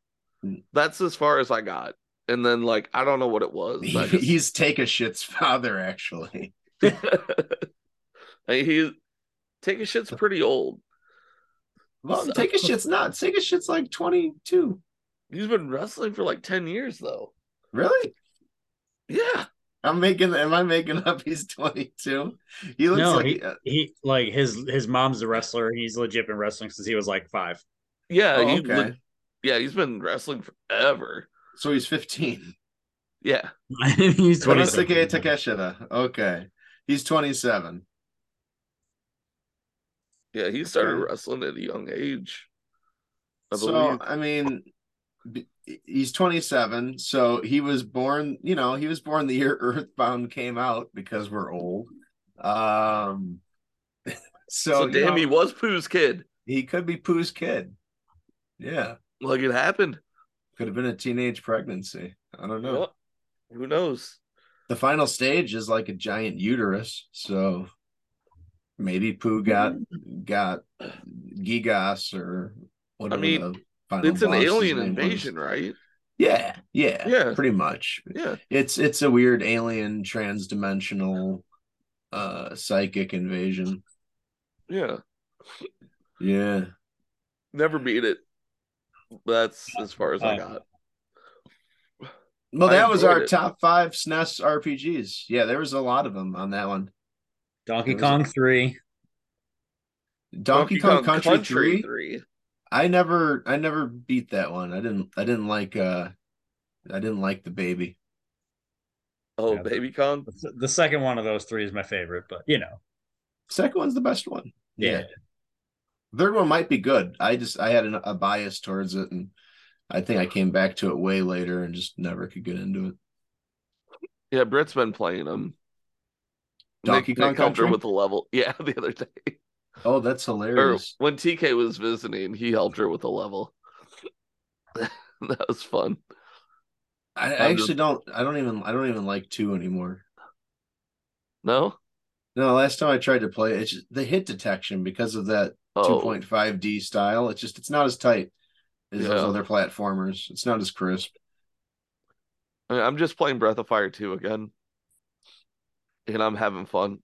[SPEAKER 1] Hmm.
[SPEAKER 2] That's as far as I got, and then like I don't know what it was.
[SPEAKER 1] He-
[SPEAKER 2] I just-
[SPEAKER 1] He's take a shit's father, actually.
[SPEAKER 2] Hey, he's take a shit's pretty old.
[SPEAKER 1] Well,
[SPEAKER 2] So-
[SPEAKER 1] take a shit's not. Take a shit's like twenty two.
[SPEAKER 2] He's been wrestling for like ten years though.
[SPEAKER 1] Really?
[SPEAKER 2] Yeah,
[SPEAKER 1] I'm making. Am I making up? He's twenty two. He looks
[SPEAKER 3] No,
[SPEAKER 1] like. uh,
[SPEAKER 3] he, he like his his mom's a wrestler. and He's legit been wrestling since he was like five.
[SPEAKER 2] yeah.
[SPEAKER 1] Oh,
[SPEAKER 2] he
[SPEAKER 1] okay.
[SPEAKER 2] look- yeah, he's been wrestling forever.
[SPEAKER 1] so he's fifteen.
[SPEAKER 2] Yeah,
[SPEAKER 3] he's twenty six.
[SPEAKER 1] Konosuke Takeshita. Okay, he's twenty seven.
[SPEAKER 2] yeah. He started
[SPEAKER 1] Okay.
[SPEAKER 2] wrestling at a young age. I
[SPEAKER 1] So
[SPEAKER 2] believe.
[SPEAKER 1] I mean, b- he's twenty seven. So he was born. You know, he was born the year Earthbound came out because we're old. Um. So,
[SPEAKER 2] So,
[SPEAKER 1] you
[SPEAKER 2] damn,
[SPEAKER 1] know-
[SPEAKER 2] he was Pooh's kid.
[SPEAKER 1] He could be Pooh's kid. Yeah.
[SPEAKER 2] Like it happened.
[SPEAKER 1] Could have been a teenage pregnancy. I don't know.
[SPEAKER 2] Well, who knows?
[SPEAKER 1] The final stage is like a giant uterus. So maybe Pooh got got Gigas or whatever.
[SPEAKER 2] mean,
[SPEAKER 1] the final
[SPEAKER 2] it's an
[SPEAKER 1] boss's
[SPEAKER 2] alien
[SPEAKER 1] name was.
[SPEAKER 2] invasion, right?
[SPEAKER 1] Yeah, yeah.
[SPEAKER 2] Yeah.
[SPEAKER 1] Pretty much.
[SPEAKER 2] Yeah,
[SPEAKER 1] It's it's a weird alien trans dimensional uh psychic invasion.
[SPEAKER 2] yeah.
[SPEAKER 1] Yeah.
[SPEAKER 2] Never beat it. That's as far as I
[SPEAKER 3] Uh,
[SPEAKER 2] got.
[SPEAKER 1] Well,
[SPEAKER 2] I
[SPEAKER 1] that was our
[SPEAKER 2] enjoyed it.
[SPEAKER 1] top five SNES RPGs. Yeah, there was a lot of them on that one.
[SPEAKER 3] Donkey
[SPEAKER 1] Who's
[SPEAKER 3] Kong three.
[SPEAKER 1] Donkey, Kong, Country, 3.
[SPEAKER 2] three.
[SPEAKER 1] I never I never beat that one. I didn't I didn't like uh I didn't like the baby.
[SPEAKER 2] Oh,
[SPEAKER 3] Yeah, but-
[SPEAKER 2] Baby Kong.
[SPEAKER 3] The- The second one of those three is my favorite, but you know,
[SPEAKER 1] Second one's the best one.
[SPEAKER 3] Yeah.
[SPEAKER 1] Third one might be good. I just I had an, a bias towards it and I think I came back to it way later and just never could get into it.
[SPEAKER 2] Yeah, Britt's been playing them.
[SPEAKER 1] Donkey Kong
[SPEAKER 2] helped her
[SPEAKER 1] Country?
[SPEAKER 2] with the level. Yeah, the other day.
[SPEAKER 1] Oh, that's
[SPEAKER 2] Or
[SPEAKER 1] hilarious.
[SPEAKER 2] when TK was visiting, he helped her with a level. that was fun.
[SPEAKER 1] I, I
[SPEAKER 2] I'm
[SPEAKER 1] actually don't I don't even I don't even like two anymore.
[SPEAKER 2] No?
[SPEAKER 1] No, last time I tried to play it, it's just, the hit detection because of that
[SPEAKER 2] Oh,
[SPEAKER 1] 2.5D style. It's just it's not as tight as
[SPEAKER 2] Yeah.
[SPEAKER 1] those other platformers. It's not as crisp.
[SPEAKER 2] I mean, I'm just playing Breath of Fire 2 again. And I'm having fun.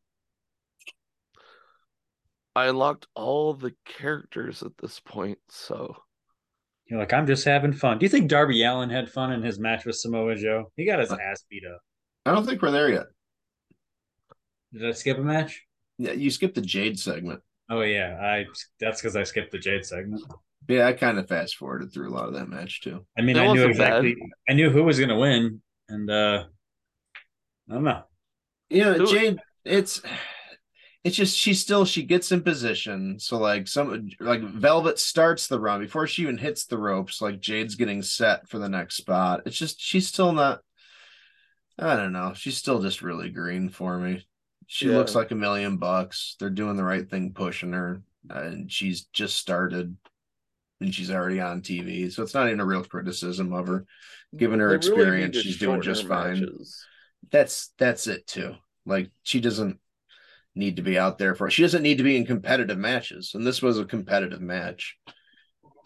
[SPEAKER 2] I unlocked all the characters at this point, so
[SPEAKER 3] you're like, I'm just having fun. Do you think Darby Allen had fun in his match with Samoa Joe? He got
[SPEAKER 1] Uh,
[SPEAKER 3] his ass beat up.
[SPEAKER 1] I don't think we're there yet.
[SPEAKER 3] Did I skip a match?
[SPEAKER 1] Yeah, you skipped the Jade segment.
[SPEAKER 3] Oh yeah, I that's because I skipped the Jade segment.
[SPEAKER 1] Yeah, I kind of fast forwarded through a lot of that match too.
[SPEAKER 3] I mean,
[SPEAKER 2] That
[SPEAKER 3] I knew
[SPEAKER 2] wasn't bad.
[SPEAKER 3] exactly. I knew who was going to win, and uh I don't know.
[SPEAKER 1] Yeah,
[SPEAKER 2] Who-
[SPEAKER 1] Jade, it's it's just she still she gets in position. So like some like Velvet starts the run before she even hits the ropes, like Jade's getting set for the next spot. It's just she's still not I don't know. She's still just really green for me. She
[SPEAKER 2] Yeah.
[SPEAKER 1] looks like a million bucks. They're doing the right thing pushing her and she's just started and she's already on TV. So it's not even a real criticism of her. Given her
[SPEAKER 2] They really
[SPEAKER 1] experience,
[SPEAKER 2] need to
[SPEAKER 1] she's doing
[SPEAKER 2] shorten
[SPEAKER 1] just
[SPEAKER 2] her
[SPEAKER 1] fine
[SPEAKER 2] matches.
[SPEAKER 1] that's that's it too. Like she doesn't need to be out there for. She doesn't need to be in competitive matches, and this was a competitive match.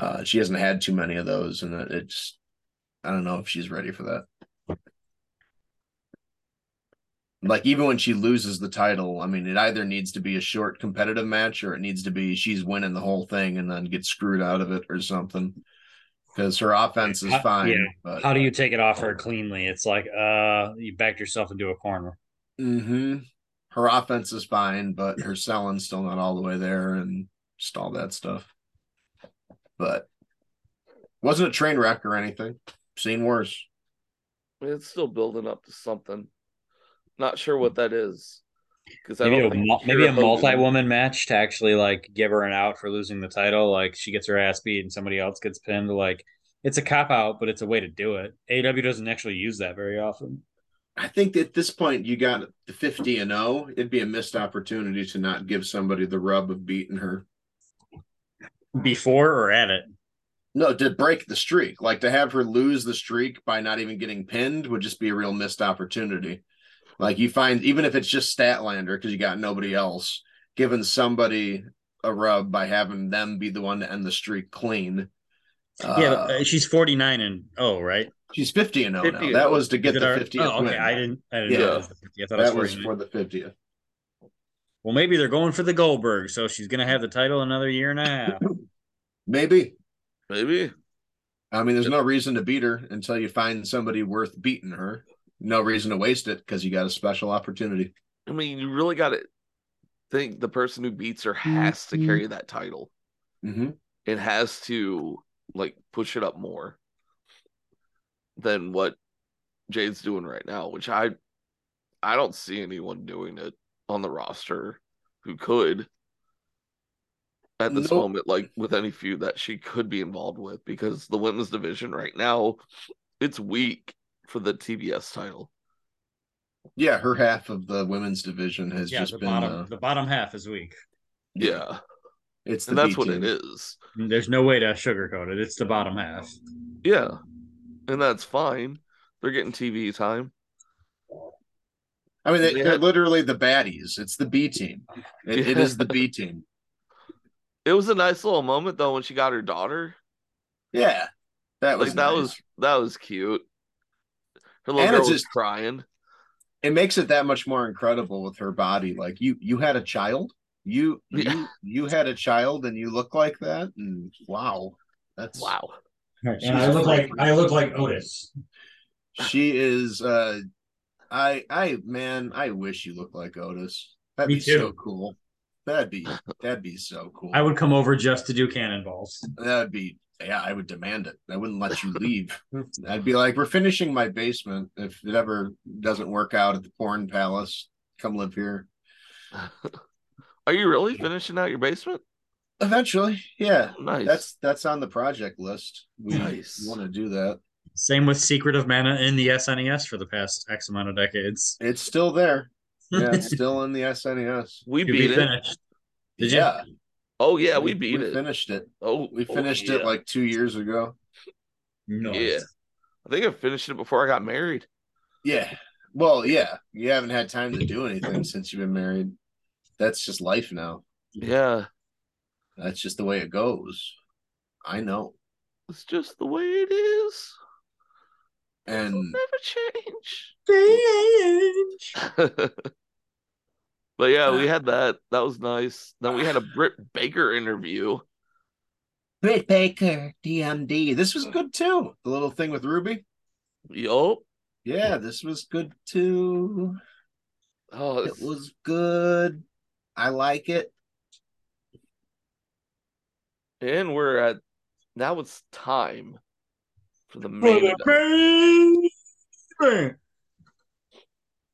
[SPEAKER 1] Uh, she hasn't had too many of those, and it- it's I don't know if she's ready for that. Like even when she loses the title, I mean, it either needs to be a short competitive match or it needs to be she's winning the whole thing and then gets screwed out of it or something. Because her offense is
[SPEAKER 3] How-
[SPEAKER 1] fine,
[SPEAKER 3] yeah.
[SPEAKER 1] but
[SPEAKER 3] How do you take it off her cleanly? It's like uh you backed yourself into a corner.
[SPEAKER 1] hmm Her offense is fine, but her selling's still not all the way there, and just all that stuff. But wasn't a train wreck or anything. Seen worse.
[SPEAKER 2] I mean, it's still building up to something. Not sure what that is. Because I
[SPEAKER 3] Maybe
[SPEAKER 2] don't
[SPEAKER 3] a,
[SPEAKER 2] think
[SPEAKER 3] mul- maybe
[SPEAKER 2] Kira
[SPEAKER 3] a
[SPEAKER 2] Hogan-
[SPEAKER 3] multi woman match to actually like give her an out for losing the title. Like she gets her ass beat and somebody else gets pinned. Like it's a cop out, but it's a way to do it. AEW doesn't actually use that very often.
[SPEAKER 1] I think at this point you got the 50 and 0. It'd be a missed opportunity to not give somebody the rub of beating her.
[SPEAKER 3] Before or at it?
[SPEAKER 1] No, to break the streak. Like to have her lose the streak by not even getting pinned would just be a real missed opportunity. Like you find, even if it's just Statlander, because you got nobody else, giving somebody a rub by having them be the one to end the streak clean. Uh,
[SPEAKER 3] yeah, but, uh, she's forty nine and oh, right?
[SPEAKER 1] she's 50 and 0
[SPEAKER 2] 50
[SPEAKER 1] now. That was to get
[SPEAKER 3] Is it
[SPEAKER 1] the
[SPEAKER 3] oh. our-
[SPEAKER 1] 50th.
[SPEAKER 3] oh, okay.
[SPEAKER 1] win.
[SPEAKER 3] I didn't. I didn't
[SPEAKER 1] Yeah.
[SPEAKER 3] know it was the 50. I thought it was
[SPEAKER 1] that was
[SPEAKER 3] 49.
[SPEAKER 1] for the 50th.
[SPEAKER 3] Well, maybe they're going for the Goldberg, so she's gonna have the title another year and a half.
[SPEAKER 1] Maybe.
[SPEAKER 2] Maybe.
[SPEAKER 1] I mean, there's no reason to beat her until you find somebody worth beating her. No reason to waste it because you got a special opportunity.
[SPEAKER 2] I mean, you really got to think the person who beats her
[SPEAKER 3] Mm-hmm.
[SPEAKER 2] has to carry that title.
[SPEAKER 1] Mm-hmm.
[SPEAKER 2] It has to like push it up more than what Jade's doing right now, which I I don't see anyone doing it on the roster who could at this
[SPEAKER 1] Nope.
[SPEAKER 2] moment, like with any feud that she could be involved with, because the women's division right now, it's weak for the TBS title.
[SPEAKER 1] Yeah, her half of the women's division has
[SPEAKER 3] yeah,
[SPEAKER 1] just
[SPEAKER 3] the
[SPEAKER 1] been
[SPEAKER 3] bottom.
[SPEAKER 1] uh,
[SPEAKER 3] the bottom half is weak.
[SPEAKER 2] Yeah.
[SPEAKER 1] it's the
[SPEAKER 2] And that's
[SPEAKER 1] B
[SPEAKER 2] what
[SPEAKER 1] team.
[SPEAKER 2] it is.
[SPEAKER 3] There's no way to sugarcoat it. It's the bottom half.
[SPEAKER 2] Yeah. And that's fine. They're getting TV time.
[SPEAKER 1] I mean, they,
[SPEAKER 2] Yeah.
[SPEAKER 1] are literally the baddies. It's the B team. It, it is the B team.
[SPEAKER 2] It was a nice little moment though when she got her daughter.
[SPEAKER 1] Yeah, that was
[SPEAKER 2] like that
[SPEAKER 1] nice.
[SPEAKER 2] was that was cute. Her little
[SPEAKER 1] And
[SPEAKER 2] girl
[SPEAKER 1] it's
[SPEAKER 2] was
[SPEAKER 1] just-
[SPEAKER 2] crying.
[SPEAKER 1] It makes it that much more incredible with her body. Like you, you had a child. You,
[SPEAKER 2] Yeah.
[SPEAKER 1] you, you had a child, and you look like that. And wow, that's
[SPEAKER 2] Wow.
[SPEAKER 1] and I look like- I
[SPEAKER 3] look like Otis.
[SPEAKER 1] she is uh i i man i wish you looked like otis that'd
[SPEAKER 3] Me
[SPEAKER 1] be
[SPEAKER 3] too.
[SPEAKER 1] so cool that'd be that'd be so cool
[SPEAKER 3] I would come over just to do cannonballs.
[SPEAKER 1] that'd be yeah i would demand it i wouldn't let you leave i'd be like we're finishing my basement if it ever doesn't work out at the porn palace come live here
[SPEAKER 2] Are you really finishing out your basement?
[SPEAKER 1] eventually yeah
[SPEAKER 2] Nice.
[SPEAKER 1] that's that's on the project list we
[SPEAKER 2] Nice.
[SPEAKER 1] want to do that
[SPEAKER 3] Same with Secret of Mana in the SNES for the past X amount of decades.
[SPEAKER 1] it's still there yeah it's still in the snes
[SPEAKER 2] we
[SPEAKER 3] To
[SPEAKER 2] beat it.
[SPEAKER 3] finished. Did you?
[SPEAKER 1] yeah
[SPEAKER 2] Oh yeah, we, beat it.
[SPEAKER 1] finished it
[SPEAKER 2] Oh,
[SPEAKER 1] we
[SPEAKER 2] oh,
[SPEAKER 1] finished it
[SPEAKER 2] yeah.
[SPEAKER 1] like two years ago
[SPEAKER 3] No.
[SPEAKER 2] Yeah. I think I finished it before I got married.
[SPEAKER 1] Yeah. Well, yeah. You haven't had time to do anything since you've been married. That's just life now.
[SPEAKER 2] Yeah.
[SPEAKER 1] That's just the way it goes. I know.
[SPEAKER 2] It's just the way it is.
[SPEAKER 1] And
[SPEAKER 2] Never change. but yeah, we had that. That was nice. Then we had a Britt Baker interview.
[SPEAKER 1] Britt Baker, DMD. This was good too. The little thing with Ruby.
[SPEAKER 2] Yup.
[SPEAKER 1] Yeah, this was good too.
[SPEAKER 2] Oh,
[SPEAKER 1] It
[SPEAKER 2] it's-
[SPEAKER 1] was good. I like it.
[SPEAKER 2] and we're at now it's time for the
[SPEAKER 3] For
[SPEAKER 2] main
[SPEAKER 3] the
[SPEAKER 2] event.
[SPEAKER 3] main event.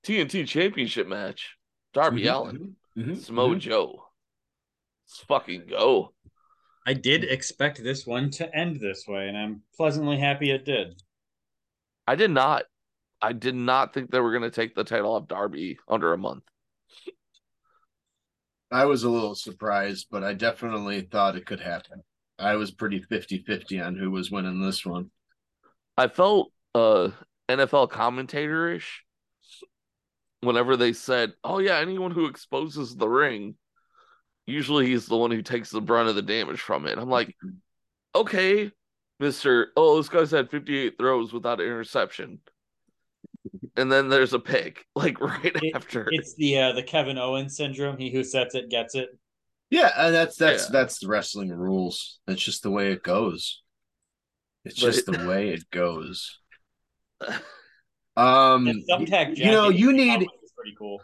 [SPEAKER 2] TNT Championship match. Darby Allin,
[SPEAKER 1] Mhm, mhm,
[SPEAKER 2] Samoa Joe. Let's fucking go.
[SPEAKER 3] I did expect this one to end this way, and I'm pleasantly happy it did.
[SPEAKER 2] I did not. I did not think they were going to take the title off Darby under a month.
[SPEAKER 1] I was a little surprised, but I definitely thought it could happen. I was pretty 50 50 on who was winning this one.
[SPEAKER 2] I felt uh NFL commentator ish whenever they said, "Oh yeah, anyone who exposes the ring, usually he's the one who takes the brunt of the damage from it." I'm like, "Okay, Mister. Oh, this guy's had 58 throws without an interception." And then there's a pick, like right
[SPEAKER 3] It-
[SPEAKER 2] after.
[SPEAKER 3] It's the uh, the Kevin Owens syndrome. He who sets it gets it.
[SPEAKER 1] Yeah, and that's that's
[SPEAKER 2] Yeah.
[SPEAKER 1] that's the wrestling rules. That's just the way it goes. It's
[SPEAKER 2] But
[SPEAKER 1] just
[SPEAKER 2] it-
[SPEAKER 1] the way it goes.
[SPEAKER 2] Hmm.
[SPEAKER 1] Um,
[SPEAKER 3] The thumbtack
[SPEAKER 1] you know,
[SPEAKER 3] jacket
[SPEAKER 1] you
[SPEAKER 3] he came
[SPEAKER 1] need-
[SPEAKER 3] out with was pretty cool.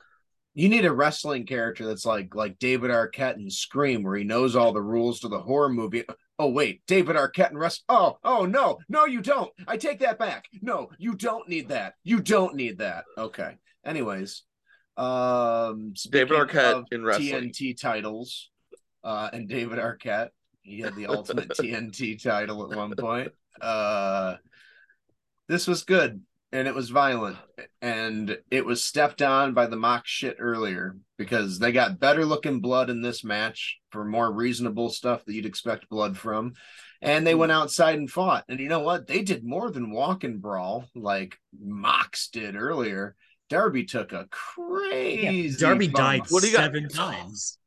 [SPEAKER 1] you need a wrestling character that's like like David Arquette in Scream, where he knows all the rules to the horror movie. Oh wait, David Arquette and Russ. Oh, oh no, no, you don't. I take that back. No, you don't need that. You don't need that. Okay. Anyways, um,
[SPEAKER 2] David
[SPEAKER 1] speaking
[SPEAKER 2] Arquette
[SPEAKER 1] of
[SPEAKER 2] in wrestling.
[SPEAKER 1] TNT titles, uh, and David Arquette, he had the ultimate TNT title at one point. Uh, this was good and it was violent and it was stepped on by the mock shit earlier because they got better looking blood in this match for more reasonable stuff that you'd expect blood from and they
[SPEAKER 2] Mm-hmm.
[SPEAKER 1] went outside and fought and you know what they did more than walk and brawl like mox did earlier darby took a crazy
[SPEAKER 4] Darby
[SPEAKER 1] bump.
[SPEAKER 4] died
[SPEAKER 2] What do you got?
[SPEAKER 4] seven times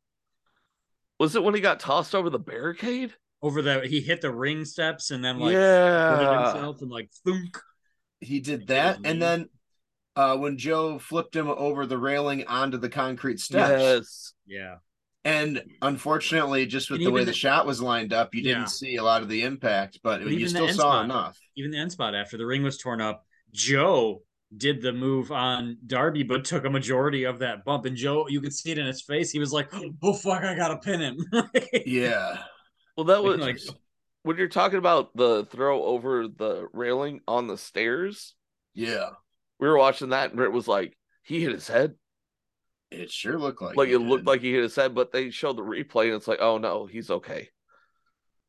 [SPEAKER 2] Was it when he got tossed over the barricade?
[SPEAKER 3] Over the he hit the ring steps and then like supported
[SPEAKER 2] yeah.
[SPEAKER 3] himself and like thunk.
[SPEAKER 1] he did that and then uh when joe flipped him over the railing onto the concrete steps
[SPEAKER 2] Yes.
[SPEAKER 3] Yeah.
[SPEAKER 1] And unfortunately, just with
[SPEAKER 3] And
[SPEAKER 1] the way
[SPEAKER 3] even
[SPEAKER 1] the
[SPEAKER 3] the-
[SPEAKER 1] shot was lined up, you didn't
[SPEAKER 4] Yeah.
[SPEAKER 1] see a lot of the impact, but
[SPEAKER 3] And
[SPEAKER 1] you
[SPEAKER 3] even the
[SPEAKER 1] still
[SPEAKER 3] end
[SPEAKER 1] saw
[SPEAKER 3] spot.
[SPEAKER 1] enough.
[SPEAKER 3] Even the end spot after the ring was torn up, Joe did the move on Darby, but took a majority of that bump. And Joe, you could see it in his face. He was like, "Oh fuck, I gotta pin him."
[SPEAKER 1] Yeah.
[SPEAKER 2] Well, that was
[SPEAKER 3] Like-
[SPEAKER 2] when you're talking about the throw over the railing on the stairs.
[SPEAKER 1] Yeah.
[SPEAKER 2] We were watching that, and it was like he hit his head.
[SPEAKER 1] It sure looked like
[SPEAKER 2] Like it
[SPEAKER 1] did.
[SPEAKER 2] looked like he hit his head, but they showed the replay, and it's like, oh no, he's okay.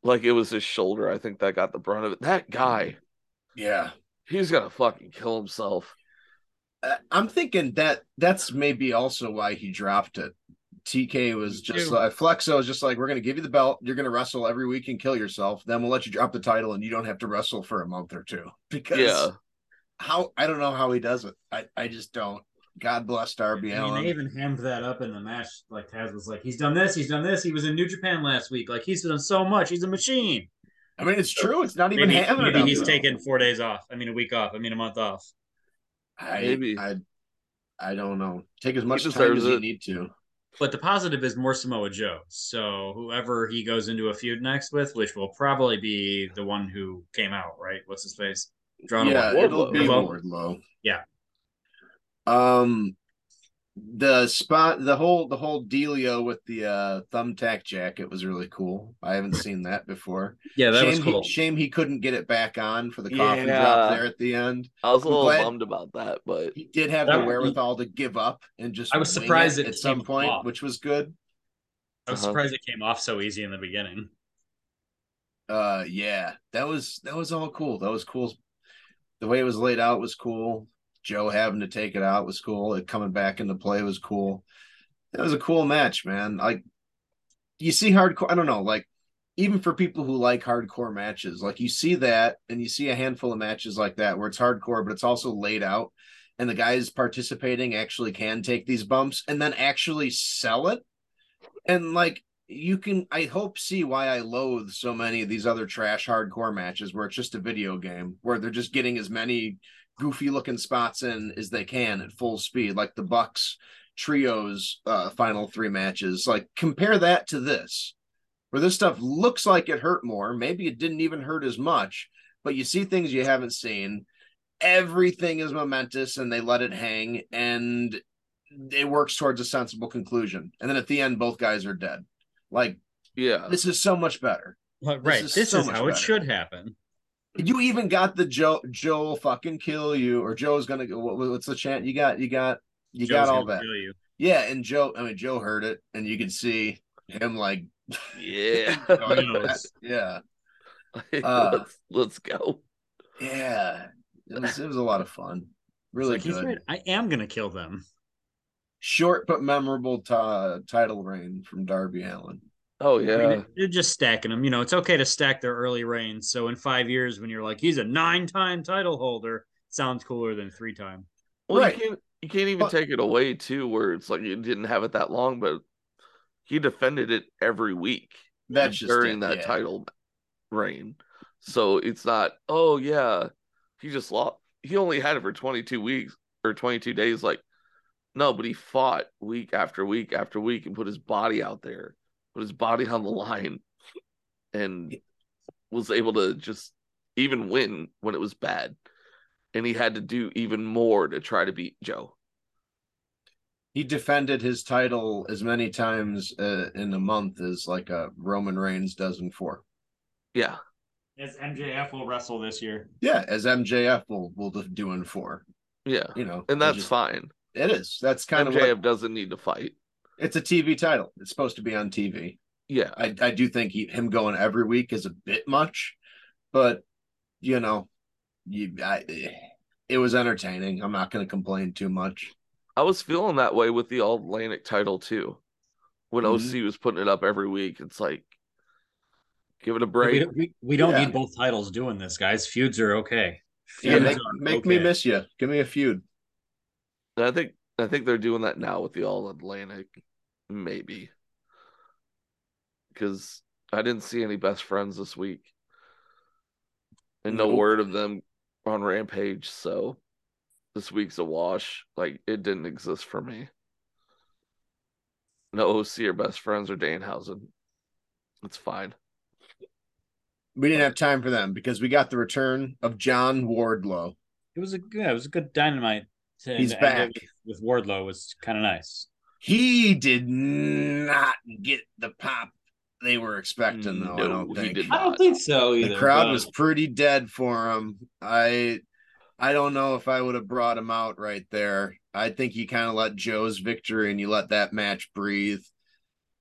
[SPEAKER 2] Like it was his shoulder. I think that got the brunt of it. That guy,
[SPEAKER 1] Yeah.
[SPEAKER 2] he's gonna fucking kill himself.
[SPEAKER 1] Uh, I'm thinking that that's maybe also why he dropped it. TK was
[SPEAKER 3] Me
[SPEAKER 1] just
[SPEAKER 3] too.
[SPEAKER 1] like Flexo was just like, we're gonna give you the belt, you're gonna wrestle every week and kill yourself, then we'll let you drop the title and you don't have to wrestle for a month or two. Because
[SPEAKER 2] Yeah.
[SPEAKER 1] how I don't know how he does it. I, I just don't. God bless Darby
[SPEAKER 3] I mean,
[SPEAKER 1] Allen.
[SPEAKER 3] they even hammed that up in the match. Like Taz was like, "He's done this. He's done this. He was in New Japan last week. Like he's done so much. He's a machine."
[SPEAKER 1] I mean, it's true. It's not even
[SPEAKER 3] Maybe,
[SPEAKER 1] hamming it
[SPEAKER 3] maybe
[SPEAKER 1] up,
[SPEAKER 3] he's
[SPEAKER 1] though.
[SPEAKER 3] taking four days off. I mean, a week off. I mean, a month off.
[SPEAKER 1] I,
[SPEAKER 2] Maybe.
[SPEAKER 1] I, I don't know. Take as much time
[SPEAKER 2] deserves
[SPEAKER 1] as you
[SPEAKER 2] it.
[SPEAKER 1] need to.
[SPEAKER 3] But the positive is more Samoa Joe. So whoever he goes into a feud next with, which will probably be the one who came out, right? What's his face? Drawn a
[SPEAKER 1] yeah,
[SPEAKER 3] blank.
[SPEAKER 1] it'll be
[SPEAKER 3] Wardlow.
[SPEAKER 1] Wardlow.
[SPEAKER 3] Yeah.
[SPEAKER 1] Um, the spot, the whole, the whole dealio with the uh thumbtack jacket was really cool. I haven't seen that before.
[SPEAKER 3] Yeah,
[SPEAKER 1] shame He, shame he couldn't get it back on for the coffin
[SPEAKER 2] Yeah.
[SPEAKER 1] drop there at the end.
[SPEAKER 2] I was a
[SPEAKER 1] I'm
[SPEAKER 2] little
[SPEAKER 1] glad-
[SPEAKER 2] bummed about that, but
[SPEAKER 1] He did have
[SPEAKER 3] That
[SPEAKER 1] the
[SPEAKER 3] would be-
[SPEAKER 1] wherewithal to give up and just.
[SPEAKER 3] I was
[SPEAKER 1] wing
[SPEAKER 3] surprised
[SPEAKER 1] it
[SPEAKER 3] it
[SPEAKER 1] at some
[SPEAKER 3] came
[SPEAKER 1] point,
[SPEAKER 3] off.
[SPEAKER 1] which was good.
[SPEAKER 3] I was
[SPEAKER 2] Uh-huh.
[SPEAKER 3] surprised it came off so easy in the beginning.
[SPEAKER 1] uh yeah that was that was all cool that was cool the way it was laid out was cool joe having to take it out was cool it coming back into play was cool that was a cool match man like you see hardcore i don't know like even for people who like hardcore matches like you see that and you see a handful of matches like that where it's hardcore but it's also laid out and the guys participating actually can take these bumps and then actually sell it and like you can i hope see why i loathe so many of these other trash hardcore matches where it's just a video game where they're just getting as many goofy looking spots in as they can at full speed like the bucks trios uh final three matches like compare that to this where this stuff looks like it hurt more maybe it didn't even hurt as much but you see things you haven't seen everything is momentous and they let it hang and it works towards a sensible conclusion. And then at the end, both guys are dead. Like
[SPEAKER 2] yeah.
[SPEAKER 1] this is so much better.
[SPEAKER 3] But,
[SPEAKER 1] This
[SPEAKER 3] right.
[SPEAKER 1] is
[SPEAKER 3] This,
[SPEAKER 1] so
[SPEAKER 3] is
[SPEAKER 1] much
[SPEAKER 3] how
[SPEAKER 1] better.
[SPEAKER 3] it should happen.
[SPEAKER 1] You even got the Joe Joe will fucking kill you, or Joe's gonna go. What, what's the chant? You got you got you
[SPEAKER 3] Joe's
[SPEAKER 1] got all
[SPEAKER 3] gonna
[SPEAKER 1] that.
[SPEAKER 3] kill you.
[SPEAKER 1] Yeah, and Joe. I mean, Joe heard it, and you could see him like
[SPEAKER 2] Yeah.
[SPEAKER 1] going,
[SPEAKER 3] knows?
[SPEAKER 1] yeah,
[SPEAKER 2] Like,
[SPEAKER 1] Uh,
[SPEAKER 2] let's let's go.
[SPEAKER 1] yeah. It was it was a lot of fun. Really
[SPEAKER 3] It's like, he's
[SPEAKER 1] good.
[SPEAKER 3] right. I am gonna kill them.
[SPEAKER 1] Short but memorable ti- title reign from Darby Allen.
[SPEAKER 2] Oh
[SPEAKER 3] I
[SPEAKER 2] yeah.
[SPEAKER 3] mean, they're just stacking them. You know, it's okay to stack their early reigns. So in five years, when you're like, he's a nine-time title holder, sounds cooler than three-time.
[SPEAKER 2] Well,
[SPEAKER 1] Right.
[SPEAKER 2] you can't you can't even
[SPEAKER 1] But-
[SPEAKER 2] take it away too, where it's like you didn't have it that long, but he defended it every week
[SPEAKER 1] That's just
[SPEAKER 2] during
[SPEAKER 1] it,
[SPEAKER 2] that
[SPEAKER 1] yeah.
[SPEAKER 2] title reign. So it's not, oh yeah, he just lost. He only had it for 22 weeks or 22 days. Like, no, but he fought week after week after week and put his body out there, put his body on the line, and was able to just even win when it was bad. And he had to do even more to try to beat Joe.
[SPEAKER 1] He defended his title as many times uh, in a month as like uh, Roman Reigns does in four.
[SPEAKER 2] Yeah.
[SPEAKER 4] As MJF will wrestle this year.
[SPEAKER 1] Yeah, as MJF will will do in four.
[SPEAKER 2] Yeah.
[SPEAKER 1] You know,
[SPEAKER 2] And
[SPEAKER 1] they
[SPEAKER 2] that's
[SPEAKER 1] just-
[SPEAKER 2] fine.
[SPEAKER 1] It is. That's kind
[SPEAKER 2] MJF
[SPEAKER 1] of what
[SPEAKER 2] doesn't need to fight.
[SPEAKER 1] it's a TV title. It's supposed to be on TV.
[SPEAKER 2] Yeah.
[SPEAKER 1] I, I do think he, him going every week is a bit much, but you know, you I, it was entertaining. I'm not going to complain too much.
[SPEAKER 2] I was feeling that way with the All Atlantic title too. When
[SPEAKER 1] Mhm.
[SPEAKER 2] OC was putting it up every week, it's like, give it a
[SPEAKER 3] We,
[SPEAKER 2] break.
[SPEAKER 3] we, we don't
[SPEAKER 1] Yeah.
[SPEAKER 3] need both titles doing this, guys. Feuds are okay.
[SPEAKER 1] Yeah,
[SPEAKER 3] Feuds
[SPEAKER 1] make,
[SPEAKER 3] are
[SPEAKER 1] make me
[SPEAKER 3] okay.
[SPEAKER 1] miss you. Give me a feud.
[SPEAKER 2] And I think I think they're doing that now with the All Atlantic, maybe. Because I didn't see any best friends this week, and no
[SPEAKER 1] Nope.
[SPEAKER 2] word of them on Rampage. So this week's a wash. Like it didn't exist for me. No OC or best friends or Danhausen. It's fine.
[SPEAKER 1] We didn't have time for them because we got the return of John Wardlow.
[SPEAKER 3] It was a good. It was a good dynamite. To
[SPEAKER 1] He's
[SPEAKER 3] to end
[SPEAKER 1] back.
[SPEAKER 3] it with, with Wardlow was kind of nice.
[SPEAKER 1] He did not get the pop they were expecting, though. I
[SPEAKER 2] Mm, No,
[SPEAKER 1] don't
[SPEAKER 2] he
[SPEAKER 1] think.
[SPEAKER 2] did
[SPEAKER 3] I
[SPEAKER 2] not.
[SPEAKER 3] don't think so either.
[SPEAKER 1] the crowd
[SPEAKER 3] but-
[SPEAKER 1] was pretty dead for him. I I don't know if I would have brought him out right there. I think you kind of let Joe's victory and you let that match breathe.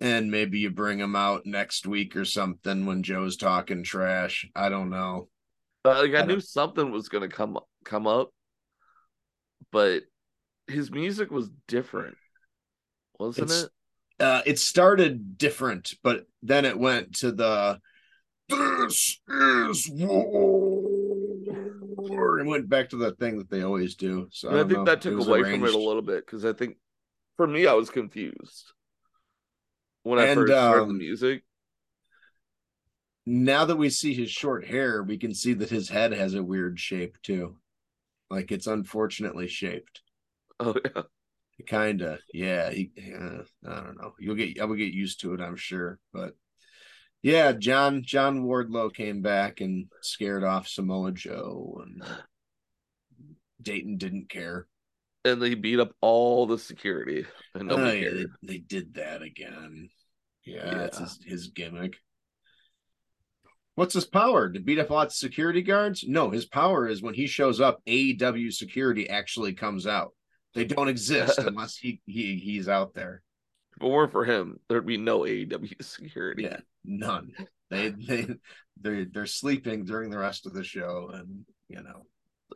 [SPEAKER 1] And maybe you bring him out next week or something when Joe's talking trash. I don't know.
[SPEAKER 2] Uh, like I,
[SPEAKER 1] I
[SPEAKER 2] knew
[SPEAKER 1] don't-
[SPEAKER 2] something was gonna come come up, but his music was different, wasn't
[SPEAKER 1] It's-
[SPEAKER 2] it?
[SPEAKER 1] Uh, it started different, but then it went to the this is war. It went back to the thing that they always do. So
[SPEAKER 2] And I,
[SPEAKER 1] don't know if
[SPEAKER 2] think that took
[SPEAKER 1] was
[SPEAKER 2] away from it
[SPEAKER 1] arranged.
[SPEAKER 2] a little bit because I think for me I was confused when I
[SPEAKER 1] And,
[SPEAKER 2] first heard the
[SPEAKER 1] um,
[SPEAKER 2] music.
[SPEAKER 1] now that we see his short hair, we can see that his head has a weird shape too. Like it's unfortunately shaped.
[SPEAKER 2] Oh yeah,
[SPEAKER 1] Kinda, yeah. he- uh, I don't know. You'll get. I will get used to it, I'm sure. But yeah, John John Wardlow came back and scared off Samoa Joe, and Dayton didn't care.
[SPEAKER 2] and they beat up all the security and
[SPEAKER 1] Oh,
[SPEAKER 2] nobody
[SPEAKER 1] yeah,
[SPEAKER 2] cared.
[SPEAKER 1] they, they did that again. Yeah, that's
[SPEAKER 2] Yeah.
[SPEAKER 1] his, his gimmick. What's his power? To beat up lots of security guards? No, his power is when he shows up, AEW security actually comes out. They don't exist unless he, he he's out there.
[SPEAKER 2] If it weren't for him, there'd be no AEW security.
[SPEAKER 1] Yeah, none. They they they they're sleeping during the rest of the show, and you know.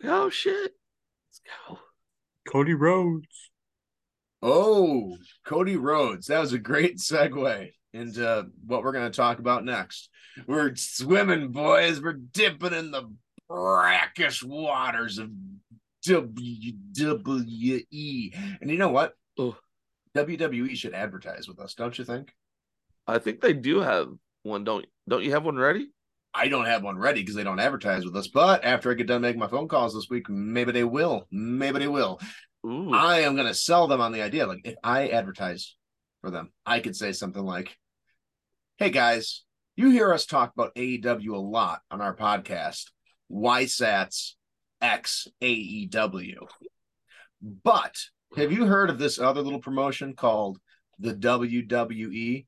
[SPEAKER 2] Like, oh shit, let's go.
[SPEAKER 3] Cody Rhodes.
[SPEAKER 1] Oh, Cody Rhodes. That was a great segue into what we're going to talk about next. We're swimming, boys. We're dipping in the brackish waters of WWE. E. And you know what?
[SPEAKER 2] Oh.
[SPEAKER 1] WWE should advertise with us, don't you think?
[SPEAKER 2] I think they do have one. Don't don't you have one ready?
[SPEAKER 1] I don't have one ready because they don't advertise with us. But after I get done making my phone calls this week, maybe they will. Maybe they will.
[SPEAKER 2] Ooh.
[SPEAKER 1] I am going to sell them on the idea. Like, if I advertise for them, I could say something like, Hey guys, you hear us talk about AEW a lot on our podcast, YSATS X AEW. But have you heard of this other little promotion called the E? WWE?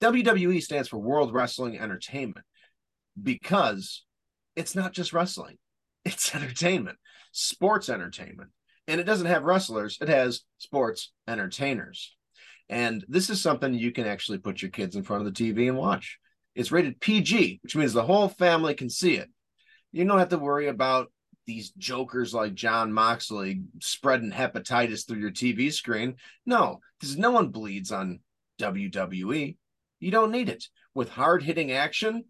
[SPEAKER 1] WWE E stands for World Wrestling Entertainment because it's not just wrestling, it's entertainment, sports entertainment and it doesn't have wrestlers it has sports entertainers and this is something you can actually put your kids in front of the tv and watch it's rated pg which means the whole family can see it you don't have to worry about these jokers like john moxley spreading hepatitis through your tv screen no because no E. one bleeds on wwe you don't need it with hard-hitting action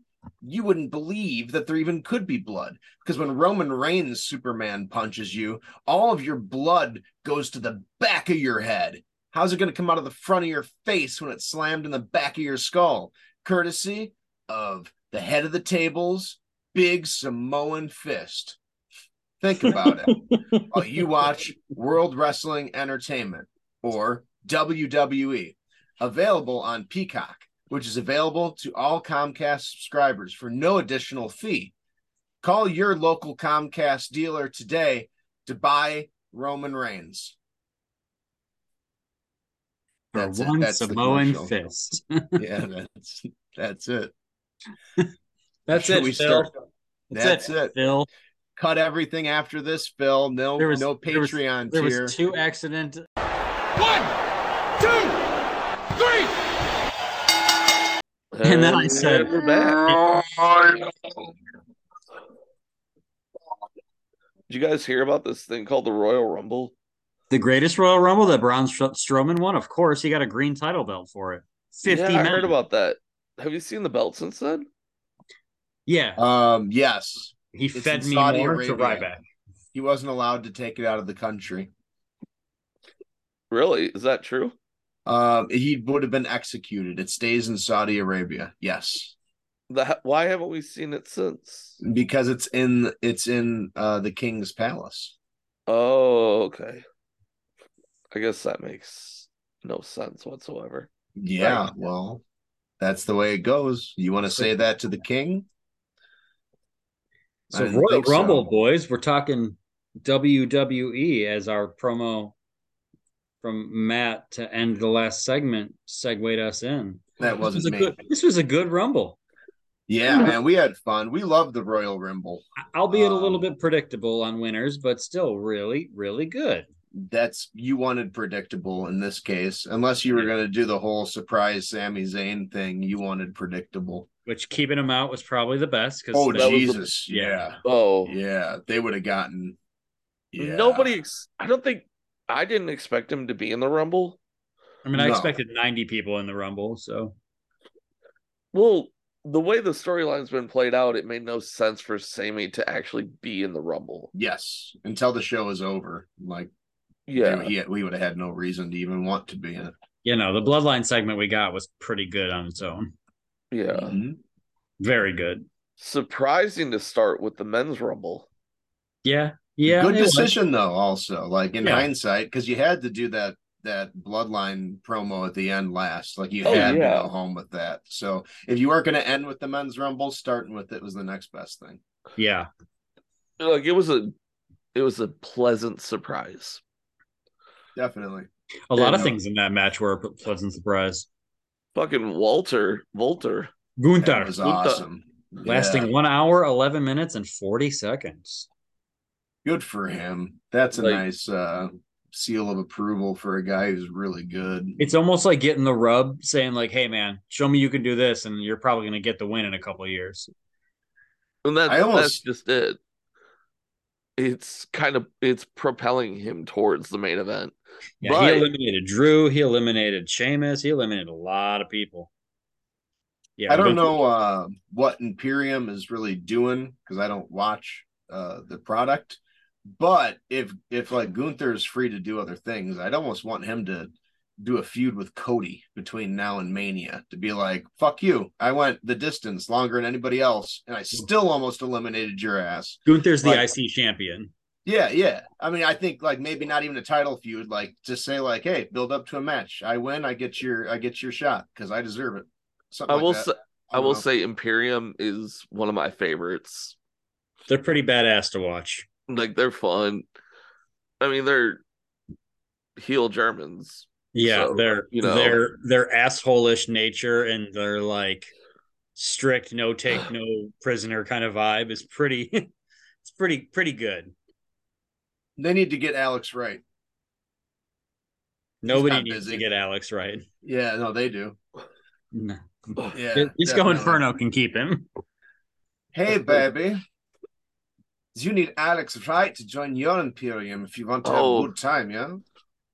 [SPEAKER 1] you wouldn't believe that there even could be blood because when Roman Reigns Superman punches you, all of your blood goes to the back of your head. How's it going to come out of the front of your face when it's slammed in the back of your skull? Courtesy of the head of the tables, big Samoan fist. Think about it. while you watch World Wrestling Entertainment or WWE, available on Peacock which is available to all Comcast subscribers for no additional fee. Call your local Comcast dealer today to buy Roman Reigns.
[SPEAKER 3] For one Samoan fist.
[SPEAKER 1] yeah, that's that's it.
[SPEAKER 3] that's Should it, we Phil. Start?
[SPEAKER 1] That's, that's it, it,
[SPEAKER 3] Phil.
[SPEAKER 1] Cut everything after this, Phil. No, there was, no Patreon
[SPEAKER 3] there was,
[SPEAKER 1] tier.
[SPEAKER 3] There was two accident.
[SPEAKER 7] One, two, three.
[SPEAKER 3] And then I said,
[SPEAKER 2] Did you guys hear about this thing called the Royal Rumble?
[SPEAKER 3] The greatest Royal Rumble that Braun Strowman won? Of course, he got a green title belt for it. 50 yeah,
[SPEAKER 2] I heard about that. Have you seen the belt since then?
[SPEAKER 3] Yeah.
[SPEAKER 1] Um, yes.
[SPEAKER 3] He Uh, it's fed me Saudi more Arabia. to Ryback.
[SPEAKER 1] He wasn't allowed to take it out of the country.
[SPEAKER 2] Really? Is that true?
[SPEAKER 1] Uh, he would have been executed. It stays in Saudi Arabia. Yes.
[SPEAKER 2] The, why haven't we seen it since?
[SPEAKER 1] Because it's in it's in uh, the king's palace.
[SPEAKER 2] Oh, okay. I guess that makes no sense whatsoever.
[SPEAKER 1] Yeah, right. well, that's the way it goes. You want to say that to the king?
[SPEAKER 3] So Royal Rumble, so. boys, we're talking WWE as our promo from Matt to end the last segment segued us in.
[SPEAKER 1] That wasn't
[SPEAKER 3] this
[SPEAKER 1] was
[SPEAKER 3] me. Good, this was a good rumble.
[SPEAKER 1] Yeah, man, we had fun. We love the Royal Rumble.
[SPEAKER 3] Albeit um, a
[SPEAKER 1] Uh.
[SPEAKER 3] little bit predictable on winners, but still really, really good.
[SPEAKER 1] That's you wanted predictable in this case, unless you were going to do the whole surprise Sami Zayn thing. You wanted predictable,
[SPEAKER 3] which keeping him out was probably the best.
[SPEAKER 1] Because oh Jesus, the, yeah,
[SPEAKER 2] oh
[SPEAKER 1] yeah, they would have gotten. Yeah.
[SPEAKER 2] Nobody, I don't think I didn't expect him to be in the Rumble.
[SPEAKER 3] I mean, I no. expected 90 people in the Rumble, so.
[SPEAKER 2] Well, the way the storyline's been played out, it made no sense for Sammy to actually be in the Rumble.
[SPEAKER 1] Yes, until the show is over. Like,
[SPEAKER 2] yeah,
[SPEAKER 1] he, we would have had no reason to even want to be in it.
[SPEAKER 3] You know, the Bloodline segment we got was pretty good on its own.
[SPEAKER 2] Yeah. Mm-hmm.
[SPEAKER 3] Very good.
[SPEAKER 2] Surprising to start with the men's Rumble.
[SPEAKER 3] Yeah, yeah,
[SPEAKER 1] good decision was. though. Also, like in yeah. hindsight, because you had to do that that bloodline promo at the end last. Like you oh, had yeah. to go home with that. So if you weren't going to end with the men's rumble, starting with it was the next best thing.
[SPEAKER 3] Yeah,
[SPEAKER 2] like it was a it was a pleasant surprise.
[SPEAKER 1] Definitely,
[SPEAKER 3] a lot and, of things in that match were a pleasant surprise.
[SPEAKER 2] Fucking Walter, Walter
[SPEAKER 3] Gunther
[SPEAKER 1] was awesome.
[SPEAKER 3] Gunther. Lasting one hour, eleven minutes, and forty seconds
[SPEAKER 1] good for him that's a like, nice uh, seal of approval for a guy who's really good
[SPEAKER 3] it's almost like getting the rub saying like hey man show me you can do this and you're probably going to get the win in a couple of years
[SPEAKER 2] and that's, I almost, that's just it it's kind of it's propelling him towards the main event
[SPEAKER 3] yeah, but, he eliminated drew he eliminated Sheamus. he eliminated a lot of people
[SPEAKER 1] yeah i don't know uh, what imperium is really doing because i don't watch uh, the product but if if like Gunther is free to do other things, I'd almost want him to do a feud with Cody between now and Mania to be like, "Fuck you! I went the distance longer than anybody else, and I still almost eliminated your ass."
[SPEAKER 3] Gunther's like, the IC champion.
[SPEAKER 1] Yeah, yeah. I mean, I think like maybe not even a title feud, like to say like, "Hey, build up to a match. I win. I get your I get your shot because I deserve it." Something
[SPEAKER 2] I will
[SPEAKER 1] like
[SPEAKER 2] say. I, I will know. say Imperium is one of my favorites.
[SPEAKER 3] They're pretty badass to watch
[SPEAKER 2] like they're fun. I mean, they're heel Germans.
[SPEAKER 3] Yeah, so, they're you know they're they're assholeish nature and they're like strict, no take, no prisoner kind of vibe is pretty. it's pretty pretty good.
[SPEAKER 1] They need to get Alex right.
[SPEAKER 3] Nobody needs busy. to get Alex right.
[SPEAKER 1] Yeah, no, they do.
[SPEAKER 3] No. Yeah, Disco Inferno can keep him.
[SPEAKER 1] Hey, baby you need Alex Wright to join your Imperium if you want to oh. have a good time, yeah?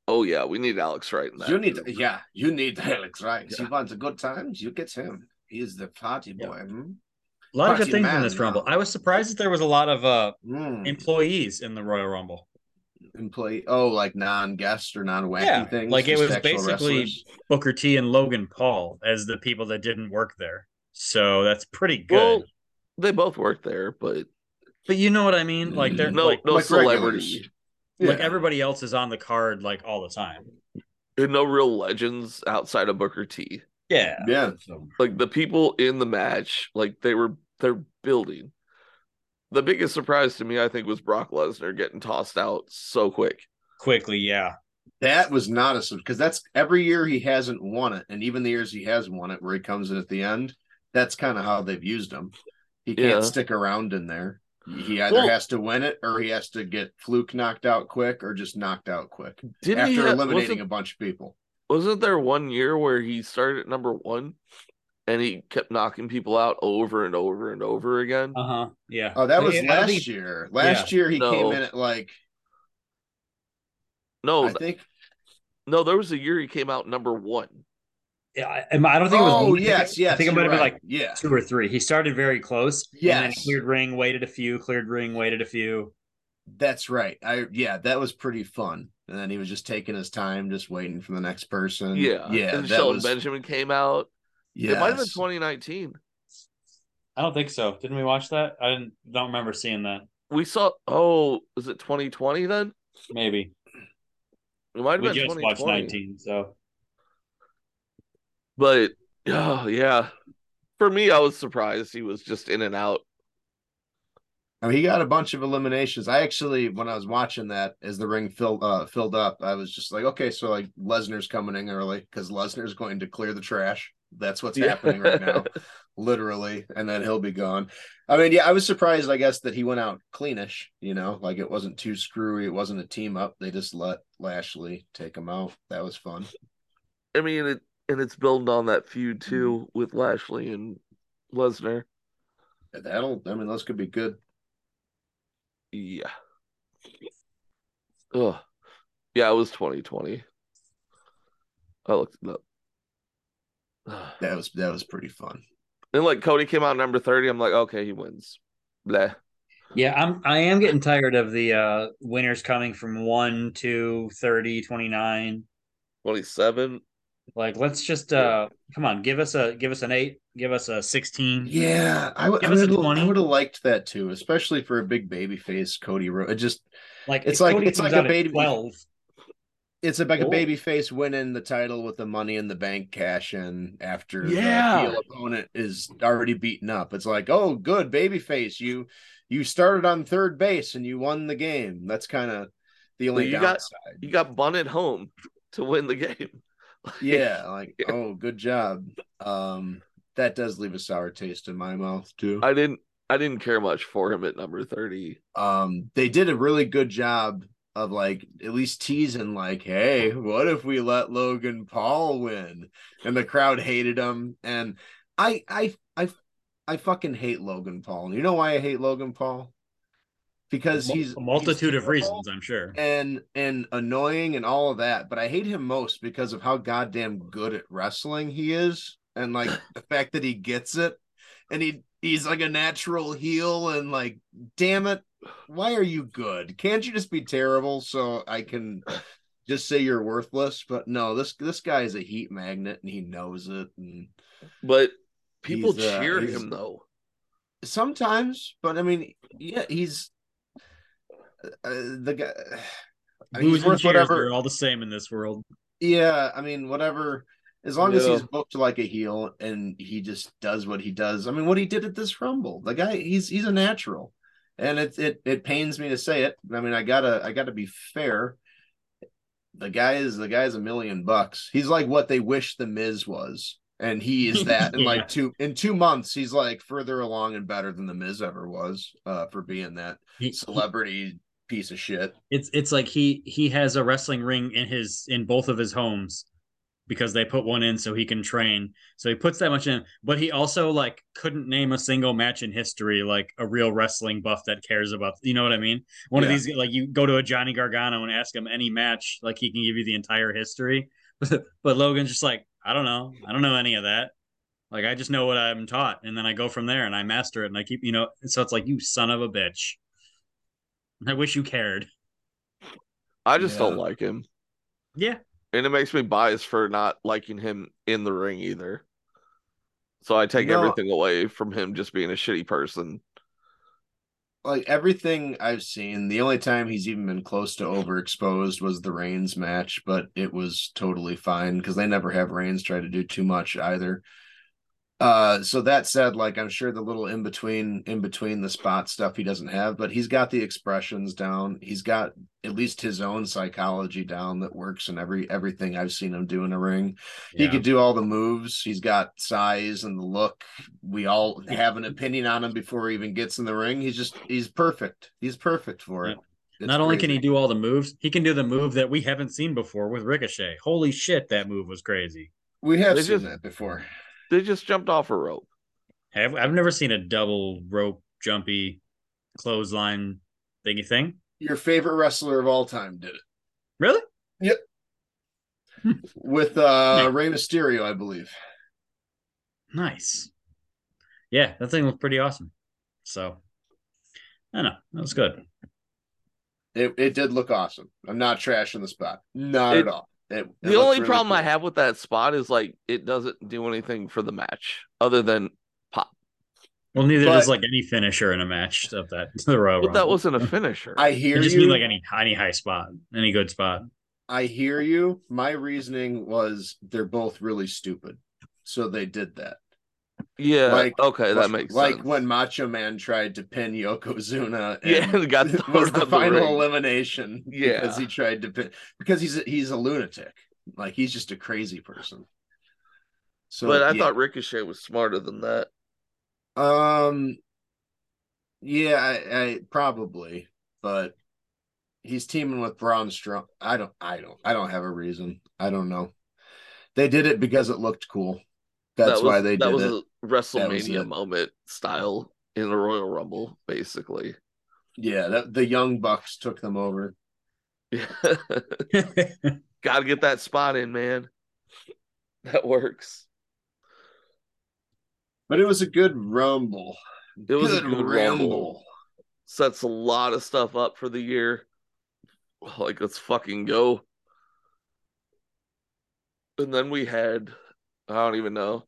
[SPEAKER 2] Oh yeah, we need Alex Wright. In that
[SPEAKER 1] you need, group. yeah, you need Alex Wright. Yeah. You want a good time, you get him. He's the party boy. Yeah. Hmm?
[SPEAKER 3] A lot of
[SPEAKER 1] Fuck
[SPEAKER 3] good
[SPEAKER 1] you,
[SPEAKER 3] things in
[SPEAKER 1] man,
[SPEAKER 3] this rumble.
[SPEAKER 1] man.
[SPEAKER 3] I was surprised that there was a lot of uh
[SPEAKER 1] Mm.
[SPEAKER 3] employees in the Royal Rumble.
[SPEAKER 1] employee oh like non-guest or non-wacky
[SPEAKER 3] Yeah,
[SPEAKER 1] things
[SPEAKER 3] like it
[SPEAKER 1] just
[SPEAKER 3] was
[SPEAKER 1] actual
[SPEAKER 3] basically-
[SPEAKER 1] wrestlers.
[SPEAKER 3] Booker T and Logan Paul as the people that didn't work there. So that's pretty good.
[SPEAKER 2] Well, they both work there, but
[SPEAKER 3] but you know what I mean? Like they're
[SPEAKER 2] no,
[SPEAKER 3] like,
[SPEAKER 2] no
[SPEAKER 1] like
[SPEAKER 2] celebrity
[SPEAKER 1] regulars.
[SPEAKER 3] like
[SPEAKER 1] Yeah.
[SPEAKER 3] everybody else is on the card like all the time.
[SPEAKER 2] and no real legends outside of Booker T.
[SPEAKER 3] Yeah.
[SPEAKER 1] yeah
[SPEAKER 2] Like the people in the match, like they were they're building. The biggest surprise to me, I think, was Brock Lesnar getting tossed out so quick.
[SPEAKER 3] Quickly, yeah.
[SPEAKER 1] that was not a because that's every year he hasn't won it and even the years he has won it where he comes in at the end that's kind of how they've used him he can't
[SPEAKER 2] Yeah.
[SPEAKER 1] stick around in there he either
[SPEAKER 2] Well-
[SPEAKER 1] has to win it or he has to get fluke knocked out quick or just knocked out quick
[SPEAKER 2] Didn't he?
[SPEAKER 1] after
[SPEAKER 2] ha-
[SPEAKER 1] eliminating
[SPEAKER 2] wasn't-
[SPEAKER 1] a bunch of people
[SPEAKER 2] wasn't there one year where he started at number one and he kept knocking people out over and over and over again?
[SPEAKER 3] Uh huh. Yeah.
[SPEAKER 1] oh that was
[SPEAKER 3] Yeah, I
[SPEAKER 1] last
[SPEAKER 3] think-
[SPEAKER 1] year last year he
[SPEAKER 2] No. Oh,
[SPEAKER 1] came in at like
[SPEAKER 2] no,
[SPEAKER 1] i
[SPEAKER 2] th-
[SPEAKER 1] think
[SPEAKER 2] no, there was a year he came out number one.
[SPEAKER 3] Yeah, I, I don't think it was.
[SPEAKER 1] oh
[SPEAKER 3] one. I think it-
[SPEAKER 1] yes yes
[SPEAKER 3] I think it
[SPEAKER 1] you're
[SPEAKER 3] might have been
[SPEAKER 1] right.
[SPEAKER 3] like
[SPEAKER 1] yeah
[SPEAKER 3] two or three. He started very close. And then
[SPEAKER 1] Yes.
[SPEAKER 3] cleared ring, waited a few, cleared ring, waited a few.
[SPEAKER 1] That's right. I yeah, that was pretty fun. And then he was just taking his time, just waiting for the next person.
[SPEAKER 2] Yeah,
[SPEAKER 1] Mm, yeah,
[SPEAKER 2] And
[SPEAKER 1] that
[SPEAKER 2] Shelton
[SPEAKER 1] was
[SPEAKER 2] Benjamin came out. It might have been
[SPEAKER 1] yes.
[SPEAKER 2] 2019.
[SPEAKER 3] I don't think so. Didn't we watch that? I didn't don't remember seeing that.
[SPEAKER 2] We saw. Oh, is it 2020 then?
[SPEAKER 3] Maybe.
[SPEAKER 2] It might have
[SPEAKER 3] We
[SPEAKER 2] been
[SPEAKER 3] just watched
[SPEAKER 2] 2020.
[SPEAKER 3] 19, so
[SPEAKER 2] But oh yeah, for me, I was surprised he was just in and out.
[SPEAKER 1] I mean, he got a bunch of eliminations. I actually, when I was watching that, as the ring filled uh, filled up, I was just like, okay, so like Lesnar's coming in early because Lesnar's going to clear the trash. That's what's
[SPEAKER 2] Yeah.
[SPEAKER 1] happening right now, literally, and then he'll be gone. I mean, yeah, I was surprised, I guess, that he went out cleanish. You know, like it wasn't too screwy. It wasn't a team up. They just let Lashley take him out. That was fun.
[SPEAKER 2] I mean, it and it's building on that feud too
[SPEAKER 1] Mm-hmm.
[SPEAKER 2] with Lashley and Lesnar.
[SPEAKER 1] That'll, I mean, those could be good.
[SPEAKER 2] Yeah. Oh, yeah. It was 2020. I looked it up.
[SPEAKER 1] That was that was pretty fun.
[SPEAKER 2] And like Cody came out number 30. I'm like, okay, he wins. Blah.
[SPEAKER 3] yeah, I'm I am getting tired of the uh winners coming from 1 to 30, 29.
[SPEAKER 2] 27.
[SPEAKER 3] Like let's just uh come on, give us a give us an 8, give us a 16.
[SPEAKER 1] Yeah, I would.
[SPEAKER 3] Mm-hmm. Give
[SPEAKER 1] I
[SPEAKER 3] us a
[SPEAKER 1] would, I
[SPEAKER 3] 20.
[SPEAKER 1] would have liked that too, especially for a big baby face Cody Rhodes. It just
[SPEAKER 3] Like
[SPEAKER 1] It's
[SPEAKER 3] if
[SPEAKER 1] like-
[SPEAKER 3] Cody
[SPEAKER 1] it's
[SPEAKER 3] comes
[SPEAKER 1] like a
[SPEAKER 3] out at
[SPEAKER 1] baby-
[SPEAKER 3] 12.
[SPEAKER 1] it's a, like a
[SPEAKER 3] Oh.
[SPEAKER 1] baby face winning the title with the money in the bank cash in after
[SPEAKER 2] Yeah.
[SPEAKER 1] the heel opponent is already beaten up. It's like, oh, good baby face, you you started on third base and you won the game. That's kind of the only
[SPEAKER 2] you got-
[SPEAKER 1] downside.
[SPEAKER 2] You got bunted home to win the game. Like,
[SPEAKER 1] yeah, like oh, good job. Um, that does leave a sour taste in my mouth too.
[SPEAKER 2] I didn't. I didn't care much for him at number 30.
[SPEAKER 1] um they did a really good job of like at least teasing like hey what if we let logan paul win and the crowd hated him and i i i, I fucking hate logan paul and you know why i hate logan paul because
[SPEAKER 3] Mul-
[SPEAKER 1] he's
[SPEAKER 3] a multitude of
[SPEAKER 1] he's terrible
[SPEAKER 3] reasons, I'm sure.
[SPEAKER 1] and and annoying and all of that but i hate him most because of how goddamn good at wrestling he is and like the fact that he gets it and he he's like a natural heel and like damn it why are you good can't you just be terrible so i can just say you're worthless but no this this guy is a heat magnet and he knows it and
[SPEAKER 2] But people
[SPEAKER 1] He's, uh,
[SPEAKER 2] cheer
[SPEAKER 1] he's-
[SPEAKER 2] him though.
[SPEAKER 1] sometimes but i mean yeah he's uh, the guy I mean,
[SPEAKER 3] Booze
[SPEAKER 1] he's
[SPEAKER 3] and
[SPEAKER 1] worth
[SPEAKER 3] cheers,
[SPEAKER 1] whatever-
[SPEAKER 3] they're all the same in this world.
[SPEAKER 1] Yeah, I mean, whatever. As long as
[SPEAKER 2] Yeah.
[SPEAKER 1] he's booked like a heel and he just does what he does. I mean, what he did at this Rumble, the guy, he's he's a natural, and it it it pains me to say it. I mean, I gotta I gotta be fair. The guy is the guy's a million bucks. He's like what they wish the Miz was, and he is that. In
[SPEAKER 3] Yeah.
[SPEAKER 1] like two in two months, he's like further along and better than the Miz ever was uh, for being that
[SPEAKER 3] He- he-
[SPEAKER 1] celebrity piece of shit.
[SPEAKER 3] it's it's like he he has a wrestling ring in his in both of his homes because they put one in so he can train. So he puts that much in, but he also like couldn't name a single match in history like a real wrestling buff that cares about. You know what I mean? One of
[SPEAKER 1] Yeah.
[SPEAKER 3] these like you go to a Johnny Gargano and ask him any match, like he can give you the entire history. but Logan's just like, I don't know, I don't know any of that. Like I just know what I'm taught, and then I go from there, and I master it, and I keep, you know. So it's like you son of a bitch. I wish you cared.
[SPEAKER 2] I just don't
[SPEAKER 1] Yeah.
[SPEAKER 2] like him.
[SPEAKER 3] Yeah.
[SPEAKER 2] And it makes me biased for not liking him in the ring either. So I take
[SPEAKER 1] No.
[SPEAKER 2] everything away from him just being a shitty person.
[SPEAKER 1] like everything I've seen, the only time he's even been close to overexposed was the Reigns match, but it was totally fine because they never have Reigns try to do too much either. Uh, so that said, like I'm sure the little in between, in between the spot stuff he doesn't have, but he's got the expressions down. He's got at least his own psychology down that works in every everything I've seen him do in a ring. He
[SPEAKER 3] Yeah.
[SPEAKER 1] could do all the moves. He's got size and the look we all have an opinion on him before he even gets in the ring. He's just he's perfect. He's perfect for it. It's
[SPEAKER 3] Not only can he
[SPEAKER 1] crazy.
[SPEAKER 3] do all the moves, he can do the move that we haven't seen before with Ricochet. Holy shit, that move was crazy.
[SPEAKER 1] we have
[SPEAKER 2] They
[SPEAKER 1] seen
[SPEAKER 2] just-
[SPEAKER 1] that before.
[SPEAKER 2] They just jumped off a rope.
[SPEAKER 3] Have, I've never seen a double rope jumpy clothesline thingy thing.
[SPEAKER 1] Your favorite wrestler of all time did it
[SPEAKER 3] Really?
[SPEAKER 1] with uh Rey Mysterio, I believe.
[SPEAKER 3] Nice. Yeah, that thing looked pretty awesome. So, I don't know. That was good.
[SPEAKER 1] It it did look awesome. I'm not trashing the spot, not
[SPEAKER 2] It-
[SPEAKER 1] at all. It, it
[SPEAKER 2] The
[SPEAKER 1] looked
[SPEAKER 2] only
[SPEAKER 1] really
[SPEAKER 2] problem I
[SPEAKER 1] cool.
[SPEAKER 2] have with that spot is like it doesn't do anything for the match other than
[SPEAKER 3] Well, neither does
[SPEAKER 1] But-
[SPEAKER 3] like any finisher in a match of that the Royal
[SPEAKER 2] but that
[SPEAKER 3] Rumble.
[SPEAKER 2] wasn't a finisher.
[SPEAKER 1] I
[SPEAKER 3] Oh, I
[SPEAKER 1] hear
[SPEAKER 3] just
[SPEAKER 1] you.
[SPEAKER 3] mean like any any high spot, any good spot.
[SPEAKER 1] I hear you. My reasoning was they're both really stupid, so they did that.
[SPEAKER 2] yeah.
[SPEAKER 1] like-
[SPEAKER 2] okay, that
[SPEAKER 1] Like-
[SPEAKER 2] makes
[SPEAKER 1] like
[SPEAKER 2] sense.
[SPEAKER 1] when Macho Man tried to pin Yokozuna. And
[SPEAKER 2] yeah, it got
[SPEAKER 1] It
[SPEAKER 2] thrown
[SPEAKER 1] was
[SPEAKER 2] out
[SPEAKER 1] the
[SPEAKER 2] of
[SPEAKER 1] final
[SPEAKER 2] ring.
[SPEAKER 1] elimination. because
[SPEAKER 2] Yeah.
[SPEAKER 1] he tried to pin because he's a, he's a lunatic. Like he's just a crazy person. So,
[SPEAKER 2] but I
[SPEAKER 1] yeah.
[SPEAKER 2] thought Ricochet was smarter than that.
[SPEAKER 1] um, yeah, I, I probably, but he's teaming with Braun Strowman. I don't, I don't, I don't have a reason. I don't know. They did it because it looked cool. That's
[SPEAKER 2] that was,
[SPEAKER 1] why they
[SPEAKER 2] that
[SPEAKER 1] did
[SPEAKER 2] was
[SPEAKER 1] it.
[SPEAKER 2] a WrestleMania
[SPEAKER 1] it.
[SPEAKER 2] moment style in the Royal Rumble, basically.
[SPEAKER 1] yeah, that, the Young Bucks took them over.
[SPEAKER 2] Gotta get that spot in, man. That works.
[SPEAKER 1] But it was a good rumble.
[SPEAKER 2] It was a good rumble. Sets a lot of stuff up for the year. Like, let's fucking go. And then we had, I don't even know.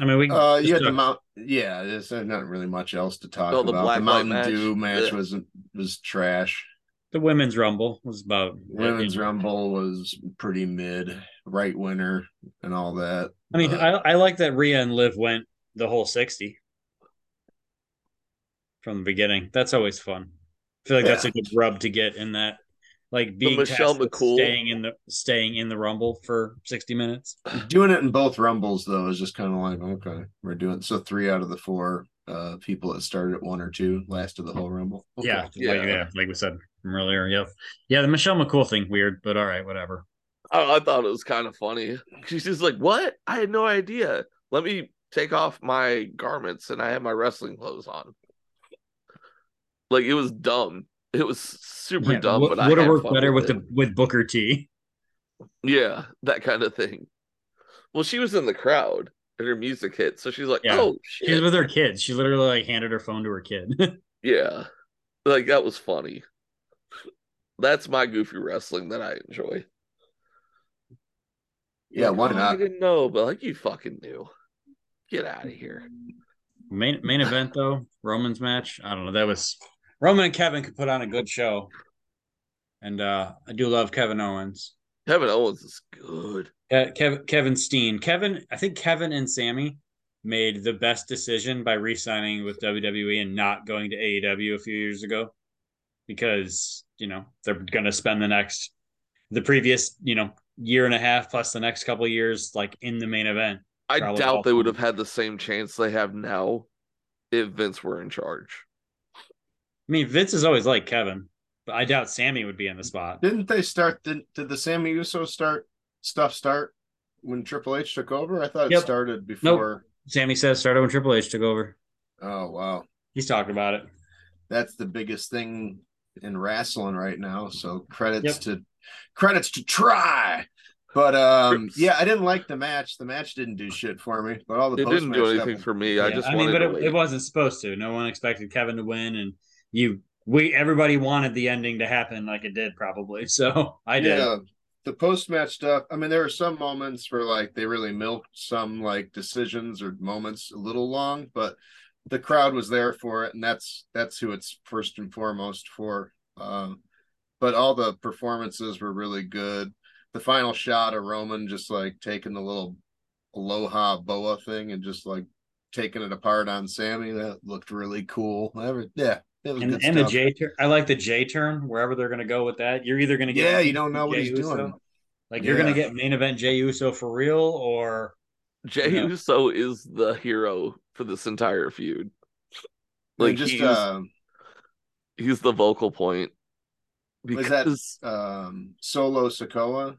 [SPEAKER 3] I mean, we can
[SPEAKER 1] Uh,
[SPEAKER 3] just
[SPEAKER 1] you had the
[SPEAKER 3] talk-
[SPEAKER 1] mount. Yeah, there's not really much else to talk
[SPEAKER 2] Oh, the
[SPEAKER 1] about.
[SPEAKER 2] black
[SPEAKER 1] the
[SPEAKER 2] light
[SPEAKER 1] Mountain
[SPEAKER 2] match.
[SPEAKER 1] Dew match
[SPEAKER 2] Yeah.
[SPEAKER 1] was was trash.
[SPEAKER 3] the women's rumble was about
[SPEAKER 1] Women's Rumble was pretty mid, right winner, and all that.
[SPEAKER 3] I mean,
[SPEAKER 1] but-
[SPEAKER 3] I I like that Rhea and Liv went the whole sixty from the beginning. That's always fun. I feel like that's a good rub to get in that, like being
[SPEAKER 2] Michelle
[SPEAKER 3] tasked with
[SPEAKER 2] McCool.
[SPEAKER 3] staying in the staying in the rumble for sixty minutes.
[SPEAKER 1] Doing it in both rumbles though is just kind of like okay, we're doing so three out of the four uh people that started at one or two lasted the whole rumble. Okay.
[SPEAKER 3] Yeah, like-
[SPEAKER 2] Yeah.
[SPEAKER 3] yeah, like we said from earlier. Yep, yeah, the Michelle McCool thing weird, but all right, whatever.
[SPEAKER 2] I, I thought it was kind of funny. She's just like, "What? I had no idea. Let me take off my garments and I have my wrestling clothes on." Like it was dumb. It was super
[SPEAKER 3] Yeah,
[SPEAKER 2] dumb.
[SPEAKER 3] would
[SPEAKER 2] but I
[SPEAKER 3] have
[SPEAKER 2] had
[SPEAKER 3] worked
[SPEAKER 2] fun
[SPEAKER 3] better
[SPEAKER 2] with
[SPEAKER 3] with the
[SPEAKER 2] it.
[SPEAKER 3] with Booker T.
[SPEAKER 2] yeah, that kind of thing. Well, she was in the crowd and her music hit, so she's like,
[SPEAKER 3] Yeah.
[SPEAKER 2] "Oh
[SPEAKER 3] She was
[SPEAKER 2] shit,
[SPEAKER 3] with her kids. She literally like handed her phone to her kid.
[SPEAKER 2] yeah." Like that was funny. That's my goofy wrestling that I enjoy.
[SPEAKER 1] yeah.
[SPEAKER 2] Like,
[SPEAKER 1] Why
[SPEAKER 2] "Oh, I
[SPEAKER 1] not?
[SPEAKER 2] didn't know, but like you fucking knew. Get out of here.
[SPEAKER 3] Main main event though, Roman's match. I don't know. That was Roman and Kevin could put on a good show. And uh I do love Kevin Owens.
[SPEAKER 2] Kevin Owens is good.
[SPEAKER 3] Kevin Kevin Steen. Kevin, I think Kevin and Sammy made the best decision by re-signing with WWE and not going to AEW a few years ago. Because, you know, they're gonna spend the next the previous, you know, year and a half plus the next couple of years like in the main event.
[SPEAKER 2] I
[SPEAKER 3] Probably
[SPEAKER 2] doubt
[SPEAKER 3] all
[SPEAKER 2] they would have
[SPEAKER 3] time.
[SPEAKER 2] had the same chance they have now if Vince were in charge.
[SPEAKER 3] I mean, Vince is always like Kevin, but I doubt Sammy would be in the spot.
[SPEAKER 1] Didn't they start? Did, did the Sammy Uso start stuff start when Triple H took over? I thought it
[SPEAKER 3] Yep.
[SPEAKER 1] started before.
[SPEAKER 3] Sammy says started when Triple H took over.
[SPEAKER 1] Oh wow.
[SPEAKER 3] He's talking about it.
[SPEAKER 1] that's the biggest thing in wrestling right now. So credits
[SPEAKER 3] Yep.
[SPEAKER 1] to credits to try. But um,
[SPEAKER 2] Oops.
[SPEAKER 1] yeah, I didn't like the match. The match didn't do shit for me. But all the
[SPEAKER 2] It didn't do
[SPEAKER 1] post-match stuff-
[SPEAKER 2] anything for me. I
[SPEAKER 3] Yeah,
[SPEAKER 2] just
[SPEAKER 3] I mean,
[SPEAKER 2] wanted
[SPEAKER 3] but
[SPEAKER 2] to
[SPEAKER 3] it,
[SPEAKER 2] wait.
[SPEAKER 3] it wasn't supposed to. No one expected Kevin to win, and you, we, everybody wanted the ending to happen like it did, probably. So I did.
[SPEAKER 1] Yeah, the post match stuff. I mean, there were some moments where like they really milked some like decisions or moments a little long, but the crowd was there for it, and that's that's who it's first and foremost for. Um, but all the performances were really good. The final shot of Roman just like taking the little aloha boa thing and just like taking it apart on Sammy that looked really cool. Every- yeah, it was
[SPEAKER 3] And,
[SPEAKER 1] good
[SPEAKER 3] and the
[SPEAKER 1] stuff.
[SPEAKER 3] J turn, I like the J turn. Wherever they're going to go with that, you're either going to get
[SPEAKER 1] yeah, you don't know what
[SPEAKER 3] Jey
[SPEAKER 1] he's
[SPEAKER 3] Uso.
[SPEAKER 1] doing.
[SPEAKER 3] Like you're going
[SPEAKER 1] Yeah.
[SPEAKER 3] to get main event Jey Uso for real, or
[SPEAKER 2] Jey
[SPEAKER 3] Yeah.
[SPEAKER 2] Uso is the hero for this entire feud.
[SPEAKER 1] Like
[SPEAKER 2] Like
[SPEAKER 1] just
[SPEAKER 2] he's,
[SPEAKER 1] um
[SPEAKER 2] he's the vocal point.
[SPEAKER 1] Was that-
[SPEAKER 2] Because
[SPEAKER 1] um Solo Sokoa.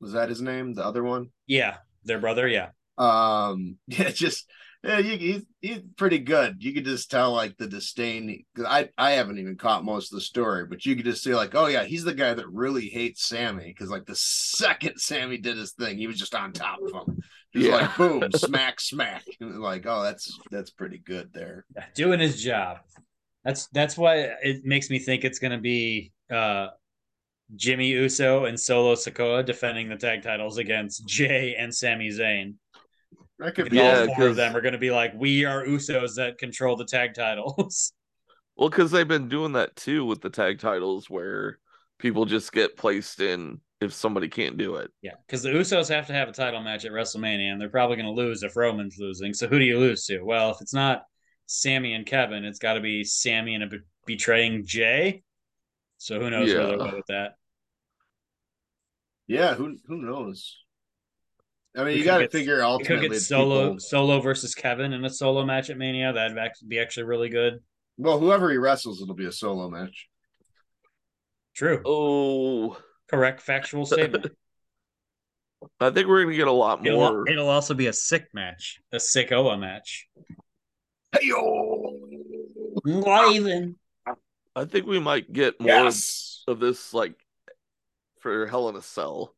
[SPEAKER 1] Was that his name? The other one?
[SPEAKER 3] yeah, their brother, yeah.
[SPEAKER 1] Um yeah, just yeah, you, he's he's pretty good. You could just tell like the disdain. 'cause I I haven't even caught most of the story, but you could just see like, oh yeah, he's the guy that really hates Sammy because like the second Sammy did his thing, he was just on top of him. Just
[SPEAKER 2] Yeah.
[SPEAKER 1] like boom, smack, smack, and like oh that's that's pretty good there.
[SPEAKER 3] doing his job. That's that's why it makes me think it's going to be uh, Jimmy Uso and Solo Sokoa defending the tag titles against Jay and Sami Zayn.
[SPEAKER 1] That could
[SPEAKER 3] And
[SPEAKER 1] be
[SPEAKER 2] Yeah,
[SPEAKER 3] all four of
[SPEAKER 2] 'cause-
[SPEAKER 3] them are going to be like, "We are Usos that control the tag titles."
[SPEAKER 2] well, because they've been doing that too with the tag titles, where people just get placed in if somebody can't do it.
[SPEAKER 3] yeah, because the Usos have to have a title match at WrestleMania, and they're probably going to lose if Roman's losing. So who do you lose to? Well, if it's not Sammy and Kevin, it's got to be Sammy and a be- betraying Jay. So who knows where they'll
[SPEAKER 2] Yeah.
[SPEAKER 3] go with that?
[SPEAKER 1] yeah. Who who knows? I mean,
[SPEAKER 3] We
[SPEAKER 1] you
[SPEAKER 3] could
[SPEAKER 1] got to
[SPEAKER 3] get-
[SPEAKER 1] figure
[SPEAKER 3] It
[SPEAKER 1] ultimately
[SPEAKER 3] could get
[SPEAKER 1] it's
[SPEAKER 3] solo
[SPEAKER 1] people-
[SPEAKER 3] solo versus Kevin in a solo match at Mania. That'd act- be actually really good.
[SPEAKER 1] Well, whoever he wrestles, it'll be a solo match.
[SPEAKER 3] True.
[SPEAKER 2] Oh,
[SPEAKER 3] Correct factual statement.
[SPEAKER 2] I think we're gonna get a lot
[SPEAKER 3] It'll,
[SPEAKER 2] more.
[SPEAKER 3] it'll also be a sick match, a sick Oa match.
[SPEAKER 1] Hey yo!
[SPEAKER 3] Living.
[SPEAKER 2] I think we might get more
[SPEAKER 1] Yes.
[SPEAKER 2] of this, like for Hell in a Cell.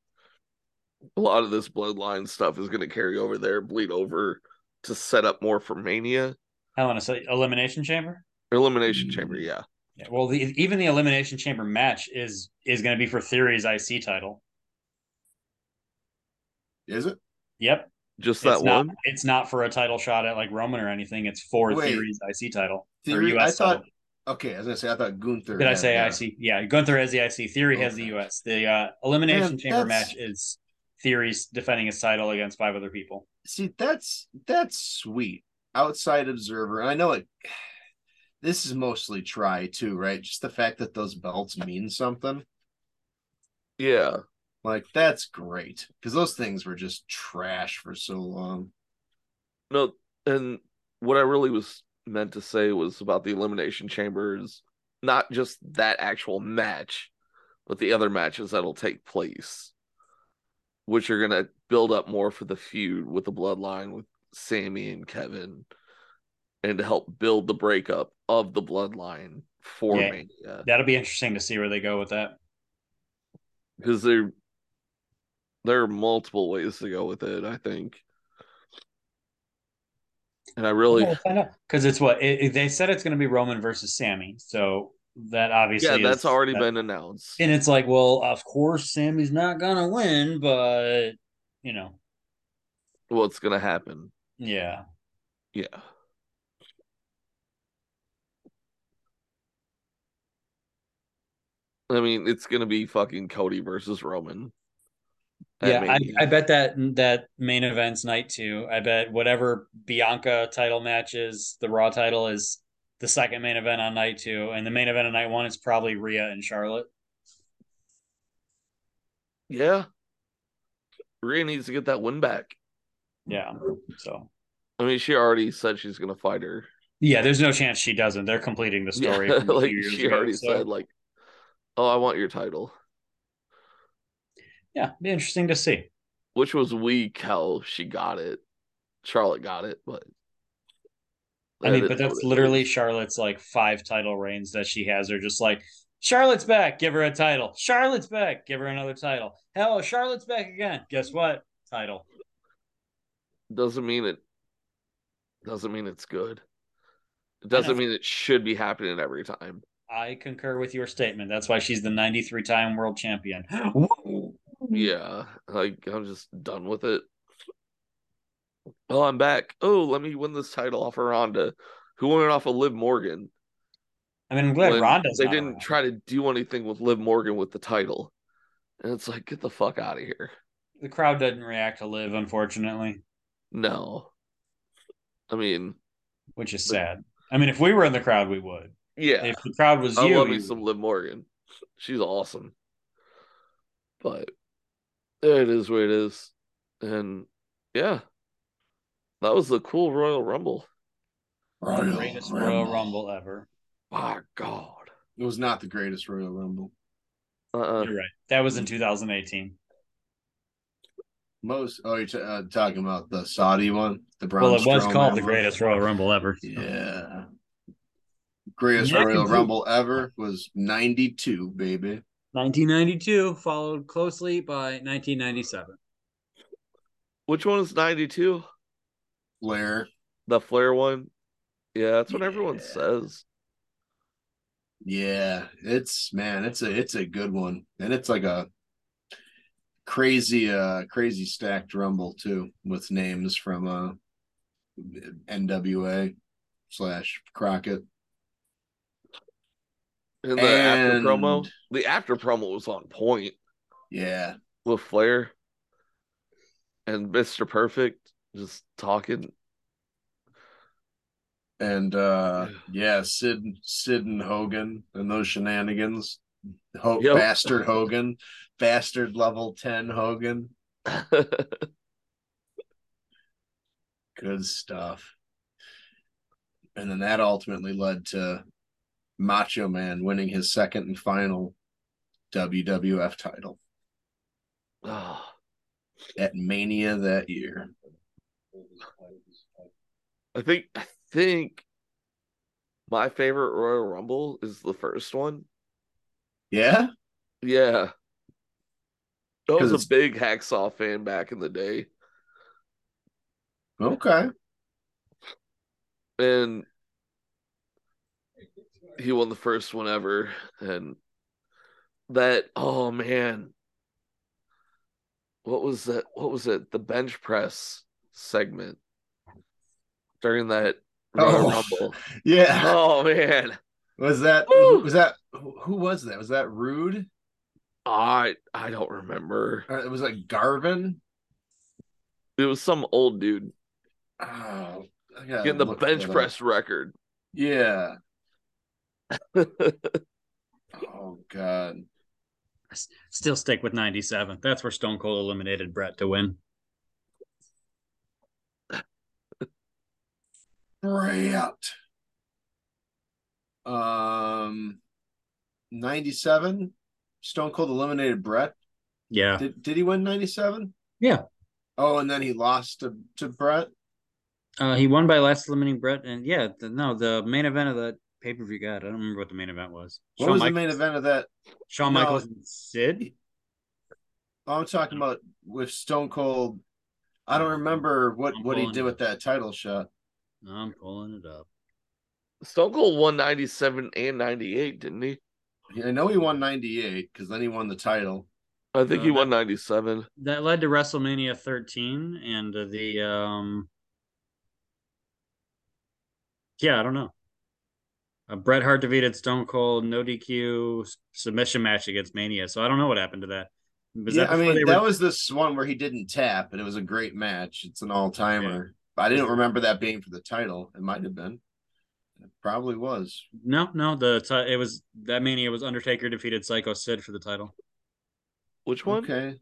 [SPEAKER 2] A lot of this bloodline stuff is gonna carry over there, bleed over to set up more for Mania
[SPEAKER 3] Hell in a Cell- elimination chamber.
[SPEAKER 2] Elimination Chamber.
[SPEAKER 8] Mm.
[SPEAKER 2] Yeah,
[SPEAKER 3] Yeah, well, the, even the elimination chamber match is is going to be for Theory's IC title.
[SPEAKER 1] Is it?
[SPEAKER 3] Yep,
[SPEAKER 2] just
[SPEAKER 3] it's
[SPEAKER 2] that
[SPEAKER 3] not.
[SPEAKER 2] one.
[SPEAKER 3] It's not for a title shot at like Roman or anything. It's for
[SPEAKER 1] Wait.
[SPEAKER 3] Theory's IC title. or
[SPEAKER 1] Theory. I
[SPEAKER 3] US
[SPEAKER 1] thought.
[SPEAKER 3] title.
[SPEAKER 1] Okay, I was gonna say I thought Gunther.
[SPEAKER 3] Did I
[SPEAKER 1] had uh,
[SPEAKER 3] say
[SPEAKER 1] that.
[SPEAKER 3] IC? Yeah, Gunther has the IC. Theory has the
[SPEAKER 1] Okay.
[SPEAKER 3] US. The uh, elimination
[SPEAKER 1] Man,
[SPEAKER 3] chamber match
[SPEAKER 1] that's-
[SPEAKER 3] is Theory's defending his title against five other people.
[SPEAKER 1] See, that's that's sweet. Outside observer. I know it. This is mostly try too, right? Just the fact that those belts mean something.
[SPEAKER 2] Yeah,
[SPEAKER 1] Like that's great because those things were just trash for so long.
[SPEAKER 2] no, and what I really was meant to say was about the Elimination Chamber is not just that actual match, but the other matches that'll take place, which are gonna build up more for the feud with the Bloodline with Sammy and Kevin, and to help build the breakup of the Bloodline for
[SPEAKER 3] Yeah.
[SPEAKER 2] Mania
[SPEAKER 3] That'll be interesting to see where they go with that.
[SPEAKER 2] because there there are multiple ways to go with it. I think. And I really,
[SPEAKER 3] Because it's what it, it- they said it's going to be Roman versus Sammy. So that obviously
[SPEAKER 2] yeah,
[SPEAKER 3] is-
[SPEAKER 2] that's already
[SPEAKER 3] that-
[SPEAKER 2] been announced.
[SPEAKER 3] And it's like, well, of course Sammy's not going to win, but you know,
[SPEAKER 2] What's gonna happen?
[SPEAKER 3] yeah.
[SPEAKER 2] Yeah, I mean, it's gonna be fucking Cody versus Roman. at
[SPEAKER 3] Yeah, I,
[SPEAKER 2] Mania.
[SPEAKER 3] I bet that that main event's night two. I bet whatever Bianca title match is, the Raw title is the second main event on night two, and the main event on night one is probably Rhea and Charlotte.
[SPEAKER 2] yeah. Rhea needs to get that win back.
[SPEAKER 3] Yeah, so
[SPEAKER 2] I mean, she already said she's gonna fight her.
[SPEAKER 3] yeah, there's no chance she doesn't. They're completing the story.
[SPEAKER 2] Yeah,
[SPEAKER 3] from a few
[SPEAKER 2] like
[SPEAKER 3] years
[SPEAKER 2] she
[SPEAKER 3] ago,
[SPEAKER 2] already
[SPEAKER 3] so-
[SPEAKER 2] said, like, "Oh, I want your title,"
[SPEAKER 3] yeah, be interesting to see.
[SPEAKER 2] which was weak. How she got it, Charlotte got it, but
[SPEAKER 3] I
[SPEAKER 2] that
[SPEAKER 3] mean,
[SPEAKER 2] is
[SPEAKER 3] but
[SPEAKER 2] what
[SPEAKER 3] that's
[SPEAKER 2] it
[SPEAKER 3] literally
[SPEAKER 2] is.
[SPEAKER 3] Charlotte's like five title reigns that she has, are just like Charlotte's back. Give her a title. Charlotte's back. Give her another title. Hell, Charlotte's back again. Guess what? Title.
[SPEAKER 2] Doesn't mean it doesn't mean it's good. It doesn't mean it should be happening every time.
[SPEAKER 3] I concur with your statement. That's why she's the 93 time world champion. Whoa.
[SPEAKER 2] Yeah. Like I'm just done with it. Oh, I'm back. Oh, let me win this title off of Ronda. Who won it off of Liv Morgan?
[SPEAKER 3] I mean, I'm glad
[SPEAKER 2] when
[SPEAKER 3] Ronda's.
[SPEAKER 2] they
[SPEAKER 3] not
[SPEAKER 2] didn't
[SPEAKER 3] around.
[SPEAKER 2] try to do anything with Liv Morgan with the title. And it's like, get the fuck out of here.
[SPEAKER 3] The crowd doesn't react to live, unfortunately,
[SPEAKER 2] No. I mean,
[SPEAKER 3] which is sad. I mean, if we were in the crowd, we would.
[SPEAKER 2] yeah. Oh,
[SPEAKER 3] If the crowd was
[SPEAKER 2] I
[SPEAKER 3] you,
[SPEAKER 2] love
[SPEAKER 3] you
[SPEAKER 2] me some Liv Morgan. She's awesome. But it is what it is. And yeah. That was the cool Royal Rumble.
[SPEAKER 3] would. the greatest Royal Rumble ever.
[SPEAKER 2] My God.
[SPEAKER 1] It was not the greatest Royal Rumble.
[SPEAKER 2] Uh-uh.
[SPEAKER 3] You're right. That was in 2018.
[SPEAKER 1] Most. Oh, you're t- uh, talking about the Saudi one, the Braun
[SPEAKER 3] well, it was
[SPEAKER 1] Strowman
[SPEAKER 3] called the
[SPEAKER 1] one?
[SPEAKER 3] greatest Royal Rumble ever.
[SPEAKER 1] Yeah. Greatest
[SPEAKER 3] Yeah, I
[SPEAKER 1] Royal
[SPEAKER 3] can do-
[SPEAKER 1] Rumble ever was 92, baby.
[SPEAKER 3] 1992, followed closely by 1997.
[SPEAKER 2] Which one is 92?
[SPEAKER 1] Blair.
[SPEAKER 2] The Flair one? Yeah, that's what everyone
[SPEAKER 1] Yeah.
[SPEAKER 2] says.
[SPEAKER 1] Yeah, it's man, it's a it's a good one. And it's like a crazy uh crazy stacked rumble too with names from uh NWA slash Crockett.
[SPEAKER 2] And the after
[SPEAKER 1] And-
[SPEAKER 2] promo, the after promo was on point
[SPEAKER 1] Yeah.
[SPEAKER 2] with Flair and Mr. Perfect just talking.
[SPEAKER 1] And uh yeah, Sid Sid and Hogan and those shenanigans. Ho-
[SPEAKER 2] Yep.
[SPEAKER 1] bastard Hogan, bastard level 10 Hogan. Good stuff. And then that ultimately led to Macho Man winning his second and final WWF title
[SPEAKER 2] Ah,
[SPEAKER 1] at Mania that year.
[SPEAKER 2] I think I think my favorite Royal Rumble is the first one.
[SPEAKER 1] Yeah.
[SPEAKER 2] Yeah. I
[SPEAKER 1] 'Cause it's-
[SPEAKER 2] was a big hacksaw fan back in the day.
[SPEAKER 1] Okay.
[SPEAKER 2] And he won the first one ever. And that oh man. What was that? What was it? The bench press segment during that Royal
[SPEAKER 1] Oh.
[SPEAKER 2] Rumble.
[SPEAKER 1] Yeah.
[SPEAKER 2] Oh man.
[SPEAKER 1] Was that
[SPEAKER 2] Woo.
[SPEAKER 1] was that who who was that? Was that Rude?
[SPEAKER 2] I I don't remember.
[SPEAKER 1] Or was that Garvin?
[SPEAKER 2] It was some old dude
[SPEAKER 1] Oh, I gotta
[SPEAKER 2] getting the
[SPEAKER 1] look
[SPEAKER 2] bench
[SPEAKER 1] that up.
[SPEAKER 2] press record.
[SPEAKER 1] Yeah. Oh god.
[SPEAKER 3] S- Still stick with 97. That's where Stone Cold eliminated Brett to win.
[SPEAKER 1] Brat. Um, ninety-seven. Stone Cold eliminated Brett.
[SPEAKER 3] Yeah.
[SPEAKER 1] Did did he win ninety-seven?
[SPEAKER 3] Yeah.
[SPEAKER 1] Oh, and then he lost to to Brett.
[SPEAKER 3] Uh, he won by last eliminating Brett, and yeah, the, no, the main event of that pay per view. God, I don't remember what the main event was.
[SPEAKER 1] What was the main event of that?
[SPEAKER 3] Shawn
[SPEAKER 1] No.
[SPEAKER 3] Michaels and Sid.
[SPEAKER 1] Oh, I'm talking about with Stone Cold. I don't remember what what he did with that title shot.
[SPEAKER 3] No, I'm pulling it up.
[SPEAKER 2] Stone Cold won ninety seven and ninety eight, didn't he?
[SPEAKER 1] I know he won ninety-eight because then he won the title.
[SPEAKER 2] I think
[SPEAKER 3] Uh,
[SPEAKER 2] he
[SPEAKER 3] that-
[SPEAKER 2] won ninety seven.
[SPEAKER 3] That led to WrestleMania 13 and uh, the um. Yeah, I don't know. Uh, Bret Hart defeated Stone Cold no DQ s- submission match against Mania, so I don't know what happened to that. Was
[SPEAKER 1] yeah,
[SPEAKER 3] that
[SPEAKER 1] I
[SPEAKER 3] before
[SPEAKER 1] mean
[SPEAKER 3] they
[SPEAKER 1] that
[SPEAKER 3] were-
[SPEAKER 1] was this one where he didn't tap, and it was a great match. It's an all timer. I didn't remember that being for the title. It might have been. It probably was.
[SPEAKER 3] no, no. The ti- it was that Mania was Undertaker defeated Psycho Sid for the title.
[SPEAKER 2] Which one?
[SPEAKER 1] Okay.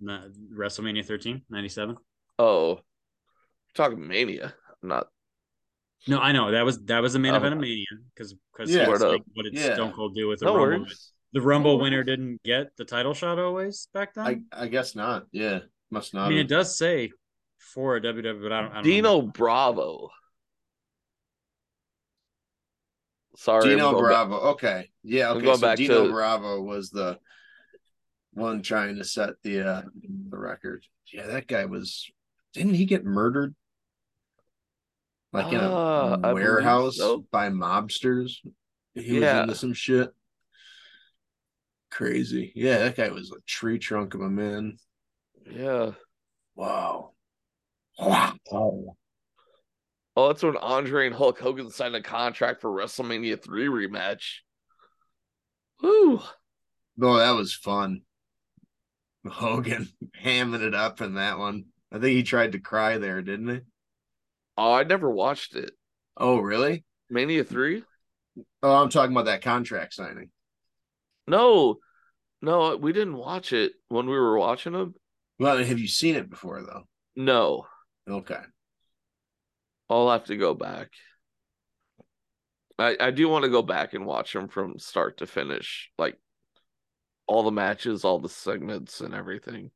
[SPEAKER 3] Not, WrestleMania 13, 97.
[SPEAKER 2] Oh. talking mania. Not
[SPEAKER 3] No, I know that was that was the main
[SPEAKER 2] Oh.
[SPEAKER 3] event of Mania because because
[SPEAKER 1] Yeah.
[SPEAKER 3] what
[SPEAKER 2] Word up.
[SPEAKER 3] did
[SPEAKER 1] Yeah.
[SPEAKER 3] Stone Cold do with the
[SPEAKER 2] no
[SPEAKER 3] Rumble?
[SPEAKER 2] worries.
[SPEAKER 3] The Rumble winner didn't get the title shot always back then.
[SPEAKER 1] I, um,
[SPEAKER 3] I,
[SPEAKER 1] I guess not. Yeah. Must not.
[SPEAKER 3] mean, it
[SPEAKER 1] have.
[SPEAKER 3] does say for WWE, but I don't. I don't
[SPEAKER 2] Dino Bravo Sorry, I'm
[SPEAKER 1] Dino
[SPEAKER 2] going back-
[SPEAKER 1] Bravo. Okay. Yeah.
[SPEAKER 2] I'm
[SPEAKER 1] Okay.
[SPEAKER 2] going
[SPEAKER 1] so
[SPEAKER 2] back
[SPEAKER 1] Dino
[SPEAKER 2] to-
[SPEAKER 1] Bravo was the one trying to set the uh the record. Yeah, that guy was didn't he get murdered? Like in a
[SPEAKER 2] Ah, I believe
[SPEAKER 1] warehouse
[SPEAKER 2] so.
[SPEAKER 1] by mobsters. He
[SPEAKER 2] Yeah.
[SPEAKER 1] was into some shit. Crazy. Yeah, that guy was a tree trunk of a man.
[SPEAKER 2] Yeah.
[SPEAKER 1] Wow. Wow.
[SPEAKER 2] Oh, that's when Andre and Hulk Hogan signed a contract for WrestleMania 3 rematch. Woo!
[SPEAKER 1] No, that was fun. Hogan hamming it up in that one. I think he tried to cry there, didn't he?
[SPEAKER 2] Oh, I never watched it.
[SPEAKER 1] Oh, really?
[SPEAKER 2] Mania 3?
[SPEAKER 1] Oh, I'm talking about that contract signing.
[SPEAKER 2] No. No, we didn't watch it when we were watching them.
[SPEAKER 1] Well, have you seen it before though?
[SPEAKER 2] No.
[SPEAKER 1] Okay.
[SPEAKER 2] I'll have to go back. I, I do want to go back and watch them from start to finish. Like all the matches, all the segments and everything.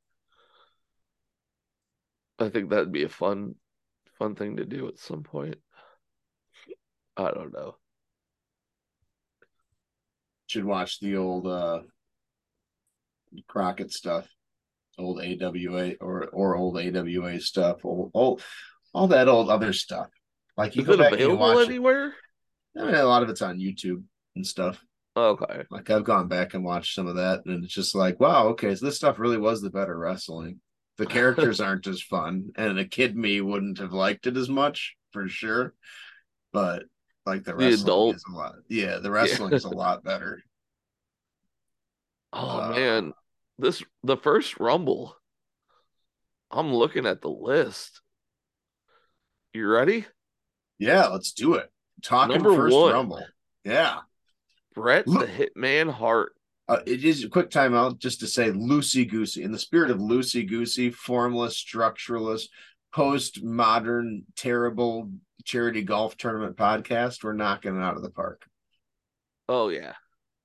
[SPEAKER 2] I think that'd be a fun fun thing to do at some point. I don't know.
[SPEAKER 1] Should watch the old uh Crockett stuff, old AWA or or old AWA stuff, old, old all that old other stuff. Like you
[SPEAKER 2] Is
[SPEAKER 1] go
[SPEAKER 2] it
[SPEAKER 1] back and you
[SPEAKER 2] available
[SPEAKER 1] watch it.
[SPEAKER 2] anywhere?
[SPEAKER 1] I mean, a lot of it's on YouTube and stuff.
[SPEAKER 2] Okay.
[SPEAKER 1] Like I've gone back and watched some of that, and it's just like, wow, okay, so this stuff really was the better wrestling. The characters aren't as fun, and a kid me wouldn't have liked it as much for sure. But like the
[SPEAKER 2] The
[SPEAKER 1] wrestling
[SPEAKER 2] adult.
[SPEAKER 1] is a lot, yeah, the wrestling is a lot better.
[SPEAKER 2] Oh
[SPEAKER 1] Uh,
[SPEAKER 2] man, this the first Rumble. I'm looking at the list. You ready?
[SPEAKER 1] Yeah, let's do it. Talking
[SPEAKER 2] Number
[SPEAKER 1] first
[SPEAKER 2] one.
[SPEAKER 1] rumble. Yeah,
[SPEAKER 2] Brett the
[SPEAKER 1] Look-
[SPEAKER 2] Hitman Hart.
[SPEAKER 1] uh, it is a quick timeout just to say loosey goosey in the spirit of loosey goosey, formless, structureless, post-modern, terrible charity golf tournament podcast. We're knocking it out of the park.
[SPEAKER 2] Oh yeah,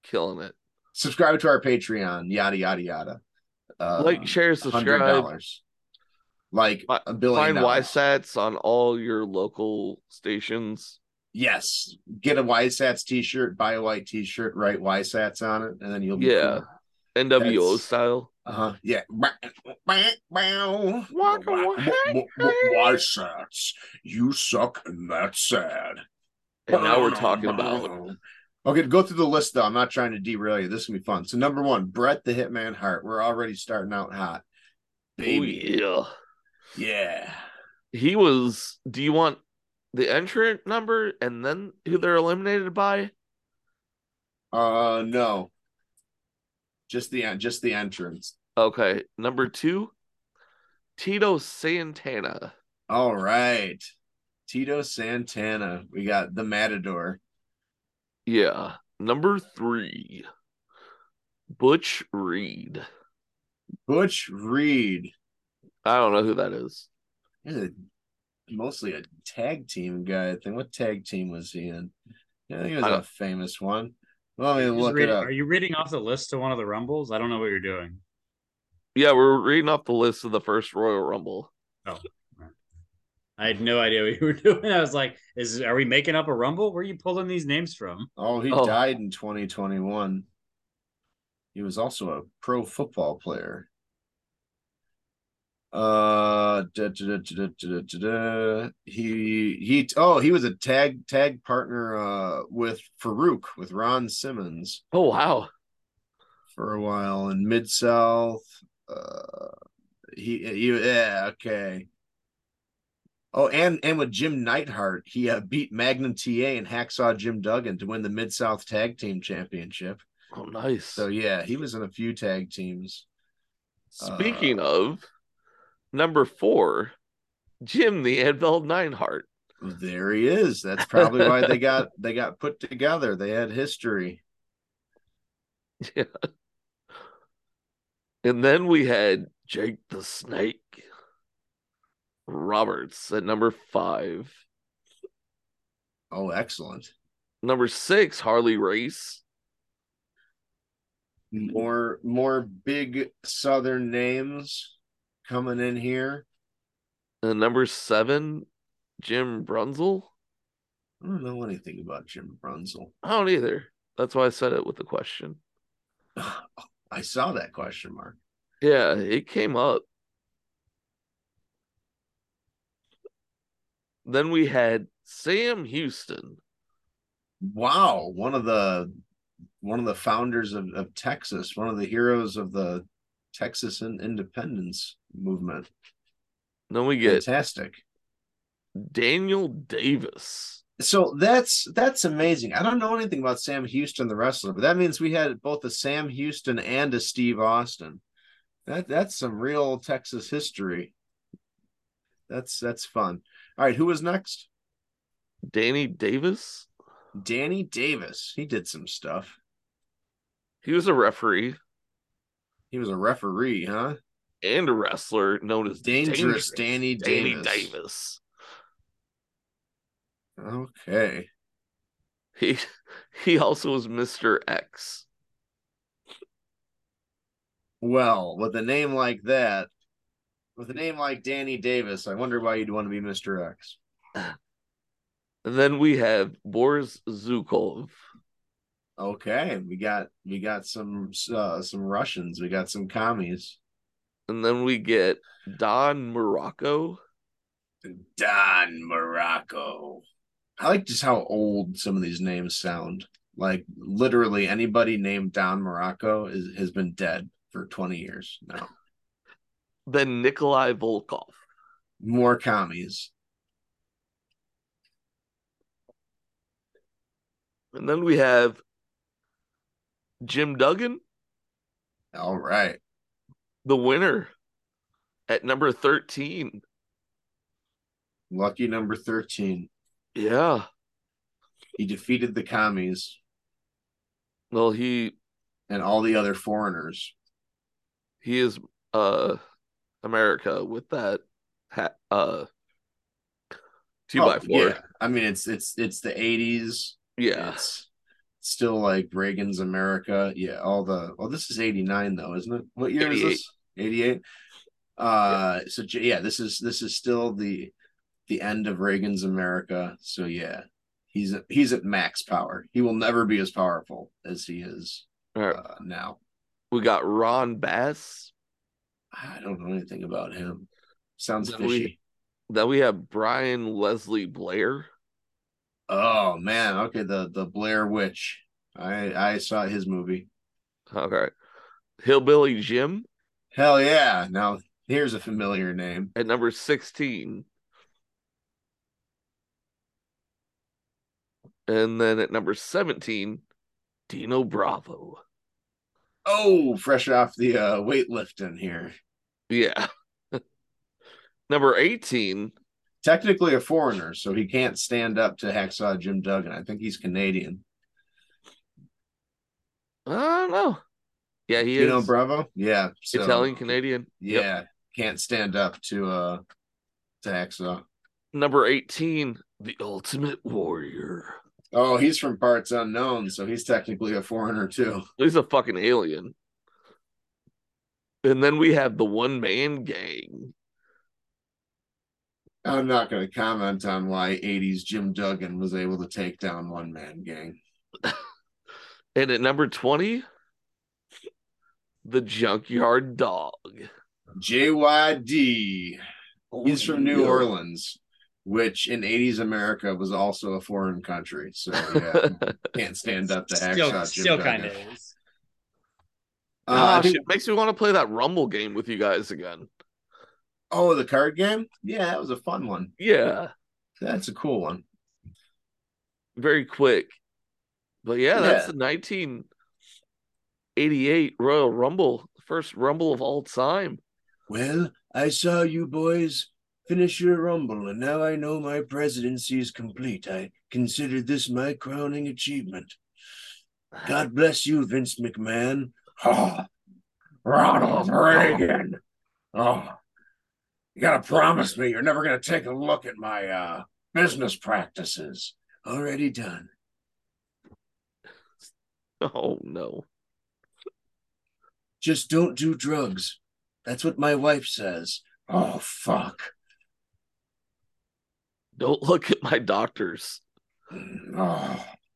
[SPEAKER 2] killing it.
[SPEAKER 1] subscribe to our Patreon, yada yada yada. Uh,
[SPEAKER 2] like, share,
[SPEAKER 1] hundred
[SPEAKER 2] subscribe,
[SPEAKER 1] dollars, like
[SPEAKER 2] Fi-
[SPEAKER 1] a billion
[SPEAKER 2] find
[SPEAKER 1] dollars.
[SPEAKER 2] YSats on all your local stations.
[SPEAKER 1] Yes, get a YSATS t-shirt, buy a white t-shirt, write YSATS on it, and then you'll be
[SPEAKER 2] Yeah.
[SPEAKER 1] cool.
[SPEAKER 2] NWO
[SPEAKER 1] That's-
[SPEAKER 2] style.
[SPEAKER 1] Uh huh. Yeah.
[SPEAKER 2] Walk away.
[SPEAKER 1] YSATS, you suck, and that's sad.
[SPEAKER 2] And now we're talking about
[SPEAKER 1] Okay, go through the list though. I'm not trying to derail you. This can be fun. So number one, Brett the Hitman Hart. We're already starting out hot,
[SPEAKER 2] oh,
[SPEAKER 1] baby.
[SPEAKER 2] yeah.
[SPEAKER 1] yeah.
[SPEAKER 2] He was do you want the entrant number and then who they're eliminated by?
[SPEAKER 1] Uh, no. Just the en- just the entrance.
[SPEAKER 2] Okay. Number two, Tito Santana.
[SPEAKER 1] All right, Tito Santana. We got the Matador.
[SPEAKER 2] Yeah. Number three, Butch Reed.
[SPEAKER 1] Butch Reed.
[SPEAKER 2] I don't know who that is.
[SPEAKER 1] He's a, mostly a tag team guy. I think. What tag team was he in? I think he was
[SPEAKER 2] I
[SPEAKER 1] a
[SPEAKER 2] don't-
[SPEAKER 1] famous one. Let me
[SPEAKER 3] Just
[SPEAKER 1] look
[SPEAKER 3] read-
[SPEAKER 1] it up.
[SPEAKER 3] Are you reading off the list to one of the rumbles? I don't know what you're doing.
[SPEAKER 2] Yeah, we're reading off the list of the first Royal Rumble.
[SPEAKER 3] I had no idea what you were doing. I was like, "Is are we making up a rumble? Where are you pulling these names from?"
[SPEAKER 1] Oh, he
[SPEAKER 2] Oh.
[SPEAKER 1] died in 2021. He was also a pro football player. Uh, da, da, da, da, da, da, da, da. he he. Oh, he was a tag tag partner uh with Farouk with Ron Simmons
[SPEAKER 2] Oh wow.
[SPEAKER 1] for a while in Mid South. Uh, he he. Yeah, okay. Oh, and and with Jim Neidhart, he uh, beat Magnum TA and Hacksaw Jim Duggan to win the Mid South Tag Team Championship.
[SPEAKER 2] Oh nice.
[SPEAKER 1] So yeah, he was in a few tag teams.
[SPEAKER 2] Speaking of number four, Jim the Anvil Neinhart.
[SPEAKER 1] There he is. That's probably why they got they got put together. They had history.
[SPEAKER 2] And then we had Jake the Snake Roberts at number five.
[SPEAKER 1] Oh, excellent.
[SPEAKER 2] Number six, Harley Race.
[SPEAKER 1] More more big southern names coming in here.
[SPEAKER 2] And number seven, Jim Brunzel.
[SPEAKER 1] I don't know anything about Jim Brunzel.
[SPEAKER 2] I don't either. That's why I said it with the question.
[SPEAKER 1] I saw that question mark.
[SPEAKER 2] Yeah, it came up. Then we had Sam Houston.
[SPEAKER 1] Wow, one of the one of the founders of, of Texas, one of the heroes of the Texas in- independence movement.
[SPEAKER 2] Then we get
[SPEAKER 1] Fantastic.
[SPEAKER 2] Daniel Davis.
[SPEAKER 1] So that's that's amazing. I don't know anything about Sam Houston, the wrestler, but that means we had both a Sam Houston and a Steve Austin. That that's some real Texas history. That's that's fun. All right, who was next?
[SPEAKER 2] Danny Davis.
[SPEAKER 1] Danny Davis. He did some stuff.
[SPEAKER 2] He was a referee
[SPEAKER 1] He was a referee, huh?
[SPEAKER 2] and a wrestler known as
[SPEAKER 1] Dangerous Danny
[SPEAKER 2] Danny
[SPEAKER 1] Davis.
[SPEAKER 2] Davis.
[SPEAKER 1] Okay.
[SPEAKER 2] He he also was Mr. X.
[SPEAKER 1] Well, with a name like that, with a name like Danny Davis, I wonder why you'd want to be Mr. X.
[SPEAKER 2] And then we have Boris Zukov.
[SPEAKER 1] Okay, we got we got some uh, some Russians, we got some commies.
[SPEAKER 2] And then we get Don Morocco.
[SPEAKER 1] Don Morocco. I like just how old some of these names sound. Like literally anybody named Don Morocco is, has been dead for 20 years now.
[SPEAKER 2] Then Nikolai Volkov.
[SPEAKER 1] More commies.
[SPEAKER 2] And then we have Jim Duggan,
[SPEAKER 1] All right.
[SPEAKER 2] the winner at number 13.
[SPEAKER 1] Lucky number 13.
[SPEAKER 2] Yeah.
[SPEAKER 1] He defeated the commies
[SPEAKER 2] Well, he
[SPEAKER 1] and all the other foreigners.
[SPEAKER 2] he is uh America with that hat uh two
[SPEAKER 1] Oh,
[SPEAKER 2] by four.
[SPEAKER 1] Yeah. I mean it's it's it's the 80s.
[SPEAKER 2] yeah.
[SPEAKER 1] It's still like Reagan's America. Yeah, all the well, this is eighty nine though, isn't it? What year is this? Eighty eight. Uh, so j- yeah, this is this is still the the end of Reagan's America. So yeah, he's at, he's at max power. He will never be as powerful as he is
[SPEAKER 2] All right.
[SPEAKER 1] uh, now.
[SPEAKER 2] We got Ron Bass.
[SPEAKER 1] I don't know anything about him. Sounds
[SPEAKER 2] Then we-
[SPEAKER 1] fishy.
[SPEAKER 2] Then we have Brian Leslie Blair.
[SPEAKER 1] Oh man, okay, the the Blair Witch. I I saw his movie.
[SPEAKER 2] All right. Hillbilly Jim
[SPEAKER 1] Hell yeah! Now here's a familiar name.
[SPEAKER 2] at number 16. And then at number 17, Dino Bravo.
[SPEAKER 1] Oh, fresh off the uh, weightlifting here.
[SPEAKER 2] Yeah. number 18,
[SPEAKER 1] Technically a foreigner, so he can't stand up to Hacksaw Jim Duggan. I think he's Canadian.
[SPEAKER 2] I don't know. Yeah, he
[SPEAKER 1] you know,
[SPEAKER 2] is
[SPEAKER 1] Bravo. Yeah, so-
[SPEAKER 2] Italian Canadian. Yep.
[SPEAKER 1] Yeah, can't stand up to uh to Hacksaw.
[SPEAKER 2] Number 18, The Ultimate Warrior.
[SPEAKER 1] Oh, he's from parts unknown, so he's technically a foreigner too.
[SPEAKER 2] He's a fucking alien. And then we have the one man gang.
[SPEAKER 1] I'm not going to comment on why '80s Jim Duggan was able to take down one man gang.
[SPEAKER 2] And at number 20, the Junkyard Dog.
[SPEAKER 1] Uh, JYD. He's from New
[SPEAKER 2] Yeah.
[SPEAKER 1] Orleans, which in 80s America was also a foreign country. So yeah, can't stand up to
[SPEAKER 3] Still,
[SPEAKER 1] Hacksaw Jim
[SPEAKER 3] still
[SPEAKER 1] Duggan.
[SPEAKER 3] kind of is.
[SPEAKER 1] Uh, I
[SPEAKER 2] Gosh,
[SPEAKER 1] think-
[SPEAKER 2] it Ah, makes me want to play that Rumble game with you guys again.
[SPEAKER 1] oh, the card game? Yeah, that was a fun one.
[SPEAKER 2] Yeah,
[SPEAKER 1] That's a cool one.
[SPEAKER 2] very quick. But yeah, that's
[SPEAKER 1] Yeah.
[SPEAKER 2] the 1988 Royal Rumble, first Rumble of all time.
[SPEAKER 1] Well, I saw you boys finish your rumble, and now I know my presidency is complete. I consider this my crowning achievement. God bless you, Vince McMahon. Oh, Ronald Reagan. Oh, you gotta promise me you're never gonna take a look at my uh, business practices. Already done.
[SPEAKER 2] Oh no.
[SPEAKER 1] Just don't do drugs. That's what my wife says. Oh, fuck.
[SPEAKER 2] Don't look at my doctors.
[SPEAKER 1] Oh,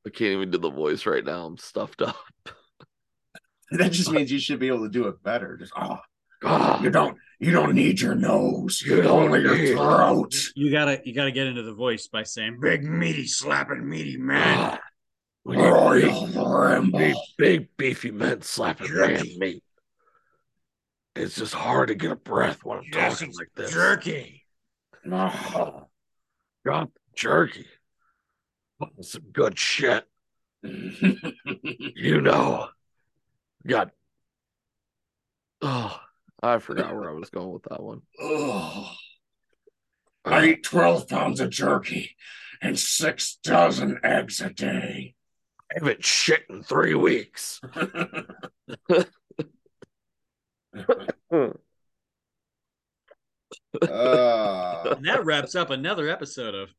[SPEAKER 2] I can't even do the voice right now. I'm stuffed up.
[SPEAKER 1] that just means you should be able to do it better. Just oh,
[SPEAKER 2] Ah,
[SPEAKER 1] you don't you don't need your nose.
[SPEAKER 2] You don't
[SPEAKER 1] only
[SPEAKER 2] need-
[SPEAKER 1] your throat.
[SPEAKER 3] You gotta you gotta get into the voice by saying
[SPEAKER 7] Big meaty slapping meaty man.
[SPEAKER 2] ah. We need
[SPEAKER 1] Royal
[SPEAKER 2] big,
[SPEAKER 1] Rumble.
[SPEAKER 2] big, big beefy men slapping
[SPEAKER 7] Jerky.
[SPEAKER 2] man meat. It's just hard to get a breath when I'm
[SPEAKER 7] Yes,
[SPEAKER 2] talking
[SPEAKER 7] it's
[SPEAKER 2] like this.
[SPEAKER 7] jerky.
[SPEAKER 1] Oh,
[SPEAKER 2] Drop jerky. Oh, Some good shit. you know, got. Oh, I forgot where I was going with that one.
[SPEAKER 1] Ugh. I eat 12 pounds of jerky and six dozen eggs a day.
[SPEAKER 2] I haven't shit in three weeks.
[SPEAKER 1] Uh,
[SPEAKER 3] and that wraps up another episode of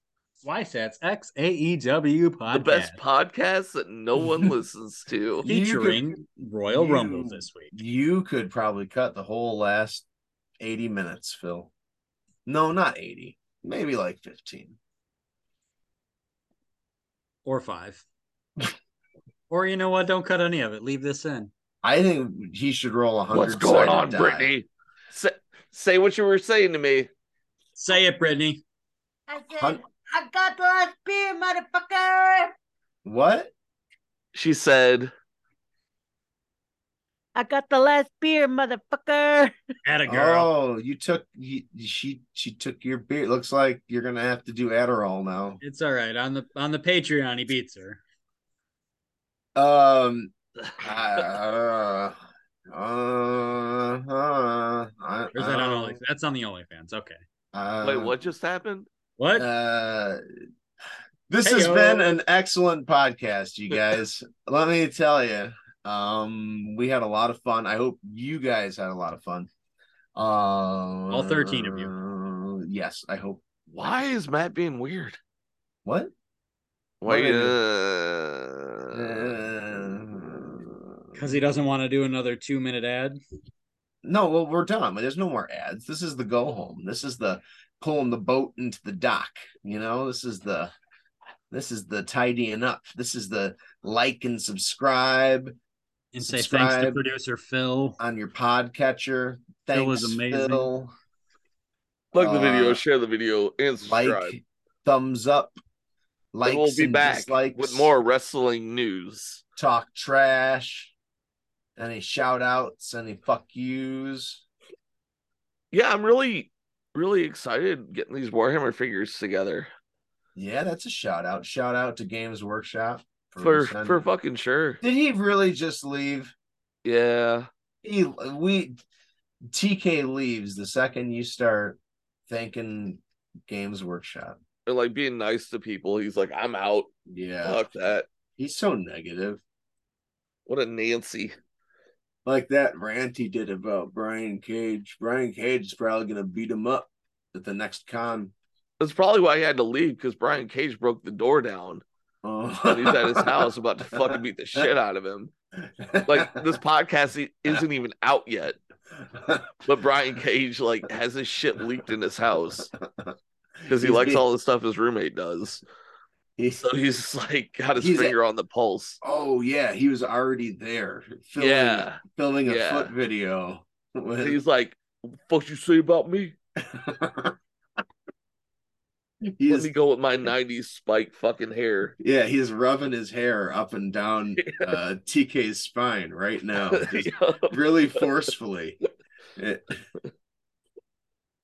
[SPEAKER 3] YSATS X A E W podcast.
[SPEAKER 2] The best podcast that no one listens to.
[SPEAKER 1] You could-
[SPEAKER 3] featuring Royal
[SPEAKER 1] you-
[SPEAKER 3] Rumble this week.
[SPEAKER 1] you could probably cut the whole last 80 minutes, Phil. No, not 80. Maybe like 15.
[SPEAKER 3] Or five. or you know what? Don't cut any of it. Leave this in.
[SPEAKER 1] I think he should roll 100.
[SPEAKER 2] What's going
[SPEAKER 1] sided
[SPEAKER 2] on,
[SPEAKER 1] die.
[SPEAKER 2] Brittany? Say, say what you were saying to me.
[SPEAKER 3] Say it, Brittany.
[SPEAKER 9] I said,
[SPEAKER 1] Hun-
[SPEAKER 9] I got the last beer, motherfucker.
[SPEAKER 1] What?
[SPEAKER 2] She said,
[SPEAKER 9] I got the last beer, motherfucker.
[SPEAKER 3] At a girl.
[SPEAKER 1] Oh, you took you, she she took your beer. Looks like you're gonna have to do Adderall now.
[SPEAKER 3] It's all right. On the on the Patreon, he beats her.
[SPEAKER 1] Um, uh, uh, uh, uh,
[SPEAKER 3] Or is that on
[SPEAKER 1] um,
[SPEAKER 3] Only- That's on the OnlyFans. Okay.
[SPEAKER 1] uh,
[SPEAKER 2] "Wait, what just happened?"
[SPEAKER 3] What?
[SPEAKER 1] Uh, this has
[SPEAKER 3] Heyo.
[SPEAKER 1] been an excellent podcast, you guys. Let me tell you, um, we had a lot of fun. I hope you guys had a lot of fun. Uh, All
[SPEAKER 3] 13 of
[SPEAKER 1] you. Uh, Yes, I hope.
[SPEAKER 2] Why is Matt being weird?
[SPEAKER 1] What? What
[SPEAKER 2] Why?
[SPEAKER 1] did I do?
[SPEAKER 2] Uh...
[SPEAKER 1] Uh,
[SPEAKER 3] Because he doesn't want to do another two minute ad.
[SPEAKER 1] No, well, we're done. There's no more ads. This is the go home. This is the pulling the boat into the dock. You know, this is the this is the tidying up. This is the like and subscribe
[SPEAKER 3] And say thanks to
[SPEAKER 1] Subscribe.
[SPEAKER 3] producer Phil.
[SPEAKER 1] on your podcatcher. Thanks,
[SPEAKER 3] Phil is amazing.
[SPEAKER 1] Phil.
[SPEAKER 2] Like the video,
[SPEAKER 1] Uh,
[SPEAKER 2] share the video, and subscribe.
[SPEAKER 1] Like, thumbs up,
[SPEAKER 2] And
[SPEAKER 1] likes
[SPEAKER 2] we'll be
[SPEAKER 1] and
[SPEAKER 2] back
[SPEAKER 1] dislikes,
[SPEAKER 2] with more wrestling news.
[SPEAKER 1] talk trash, any shout outs, any fuck yous.
[SPEAKER 2] Yeah, I'm really, really excited getting these Warhammer figures together
[SPEAKER 1] Yeah, that's a shout out. Shout out to Games Workshop
[SPEAKER 2] for
[SPEAKER 1] sending-
[SPEAKER 2] for fucking sure.
[SPEAKER 1] Did he really just leave?
[SPEAKER 2] Yeah,
[SPEAKER 1] He we TK leaves the second you start thanking Games Workshop.
[SPEAKER 2] and like being nice to people. He's like, "I'm out.
[SPEAKER 1] Yeah,
[SPEAKER 2] Fuck that."
[SPEAKER 1] he's so negative.
[SPEAKER 2] What a Nancy.
[SPEAKER 1] Like that rant he did about Brian Cage. Brian Cage is probably gonna beat him up at the next con.
[SPEAKER 2] That's probably why he had to leave because Brian Cage broke the door down
[SPEAKER 1] Oh.
[SPEAKER 2] and he's at his house about to fucking beat the shit out of him. Like this podcast i- isn't even out yet, but Brian Cage like has his shit leaked in his house because he
[SPEAKER 1] He's
[SPEAKER 2] likes
[SPEAKER 1] being-
[SPEAKER 2] all the stuff his roommate does.
[SPEAKER 1] He's,
[SPEAKER 2] So he's just, like got his
[SPEAKER 1] He's a-
[SPEAKER 2] finger on the pulse.
[SPEAKER 1] oh yeah, he was already there filming,
[SPEAKER 2] Yeah,
[SPEAKER 1] filming a
[SPEAKER 2] yeah.
[SPEAKER 1] foot video.
[SPEAKER 2] And
[SPEAKER 1] with-
[SPEAKER 2] he's like, "What the fuck you say about me?
[SPEAKER 1] He
[SPEAKER 2] Let
[SPEAKER 1] is
[SPEAKER 2] me go with my '90s spike fucking hair."
[SPEAKER 1] Yeah, he's rubbing his hair up and down uh, TK's spine right now, just really forcefully. It-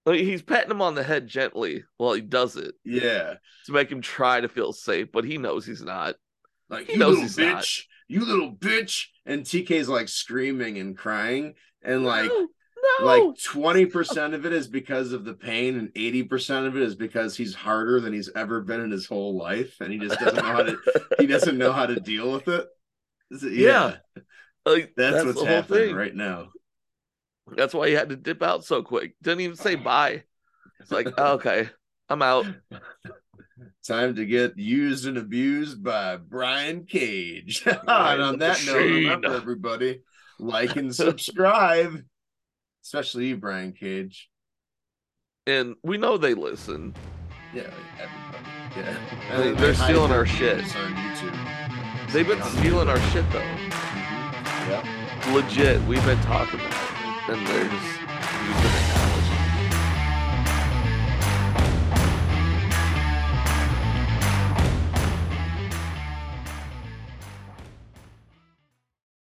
[SPEAKER 2] Like, he's patting him on the head gently while he does it
[SPEAKER 1] yeah,
[SPEAKER 2] to make him try to feel safe, but he knows he's not.
[SPEAKER 1] like
[SPEAKER 2] He
[SPEAKER 1] you
[SPEAKER 2] knows
[SPEAKER 1] little
[SPEAKER 2] he's
[SPEAKER 1] bitch,
[SPEAKER 2] not.
[SPEAKER 1] you little bitch, and TK's like screaming and crying, and like
[SPEAKER 2] no, no.
[SPEAKER 1] like twenty percent of it is because of the pain, and eighty percent of it is because he's harder than he's ever been in his whole life, and he just doesn't know how to he doesn't know how to deal with it. Is it-
[SPEAKER 2] Yeah, Like,
[SPEAKER 1] that's,
[SPEAKER 2] that's,
[SPEAKER 1] what's
[SPEAKER 2] the whole
[SPEAKER 1] happening
[SPEAKER 2] thing.
[SPEAKER 1] right now.
[SPEAKER 2] That's why he had to dip out so quick. Didn't even say bye. It's like, "Oh, okay, I'm out.
[SPEAKER 1] Time to get used and abused by Brian Cage. and on that note,
[SPEAKER 2] Machine.
[SPEAKER 1] remember everybody, like and subscribe, especially you, Brian Cage.
[SPEAKER 2] And we know they listen.
[SPEAKER 1] Yeah, like everybody. Yeah.
[SPEAKER 2] They-
[SPEAKER 1] And
[SPEAKER 2] they're
[SPEAKER 1] they hide
[SPEAKER 2] stealing
[SPEAKER 1] their
[SPEAKER 2] our shit.
[SPEAKER 1] videos On YouTube.
[SPEAKER 2] They've been stealing our shit though.
[SPEAKER 1] Yep. Mm-hmm.
[SPEAKER 2] Legit, we've been talking about it, and they're just using it.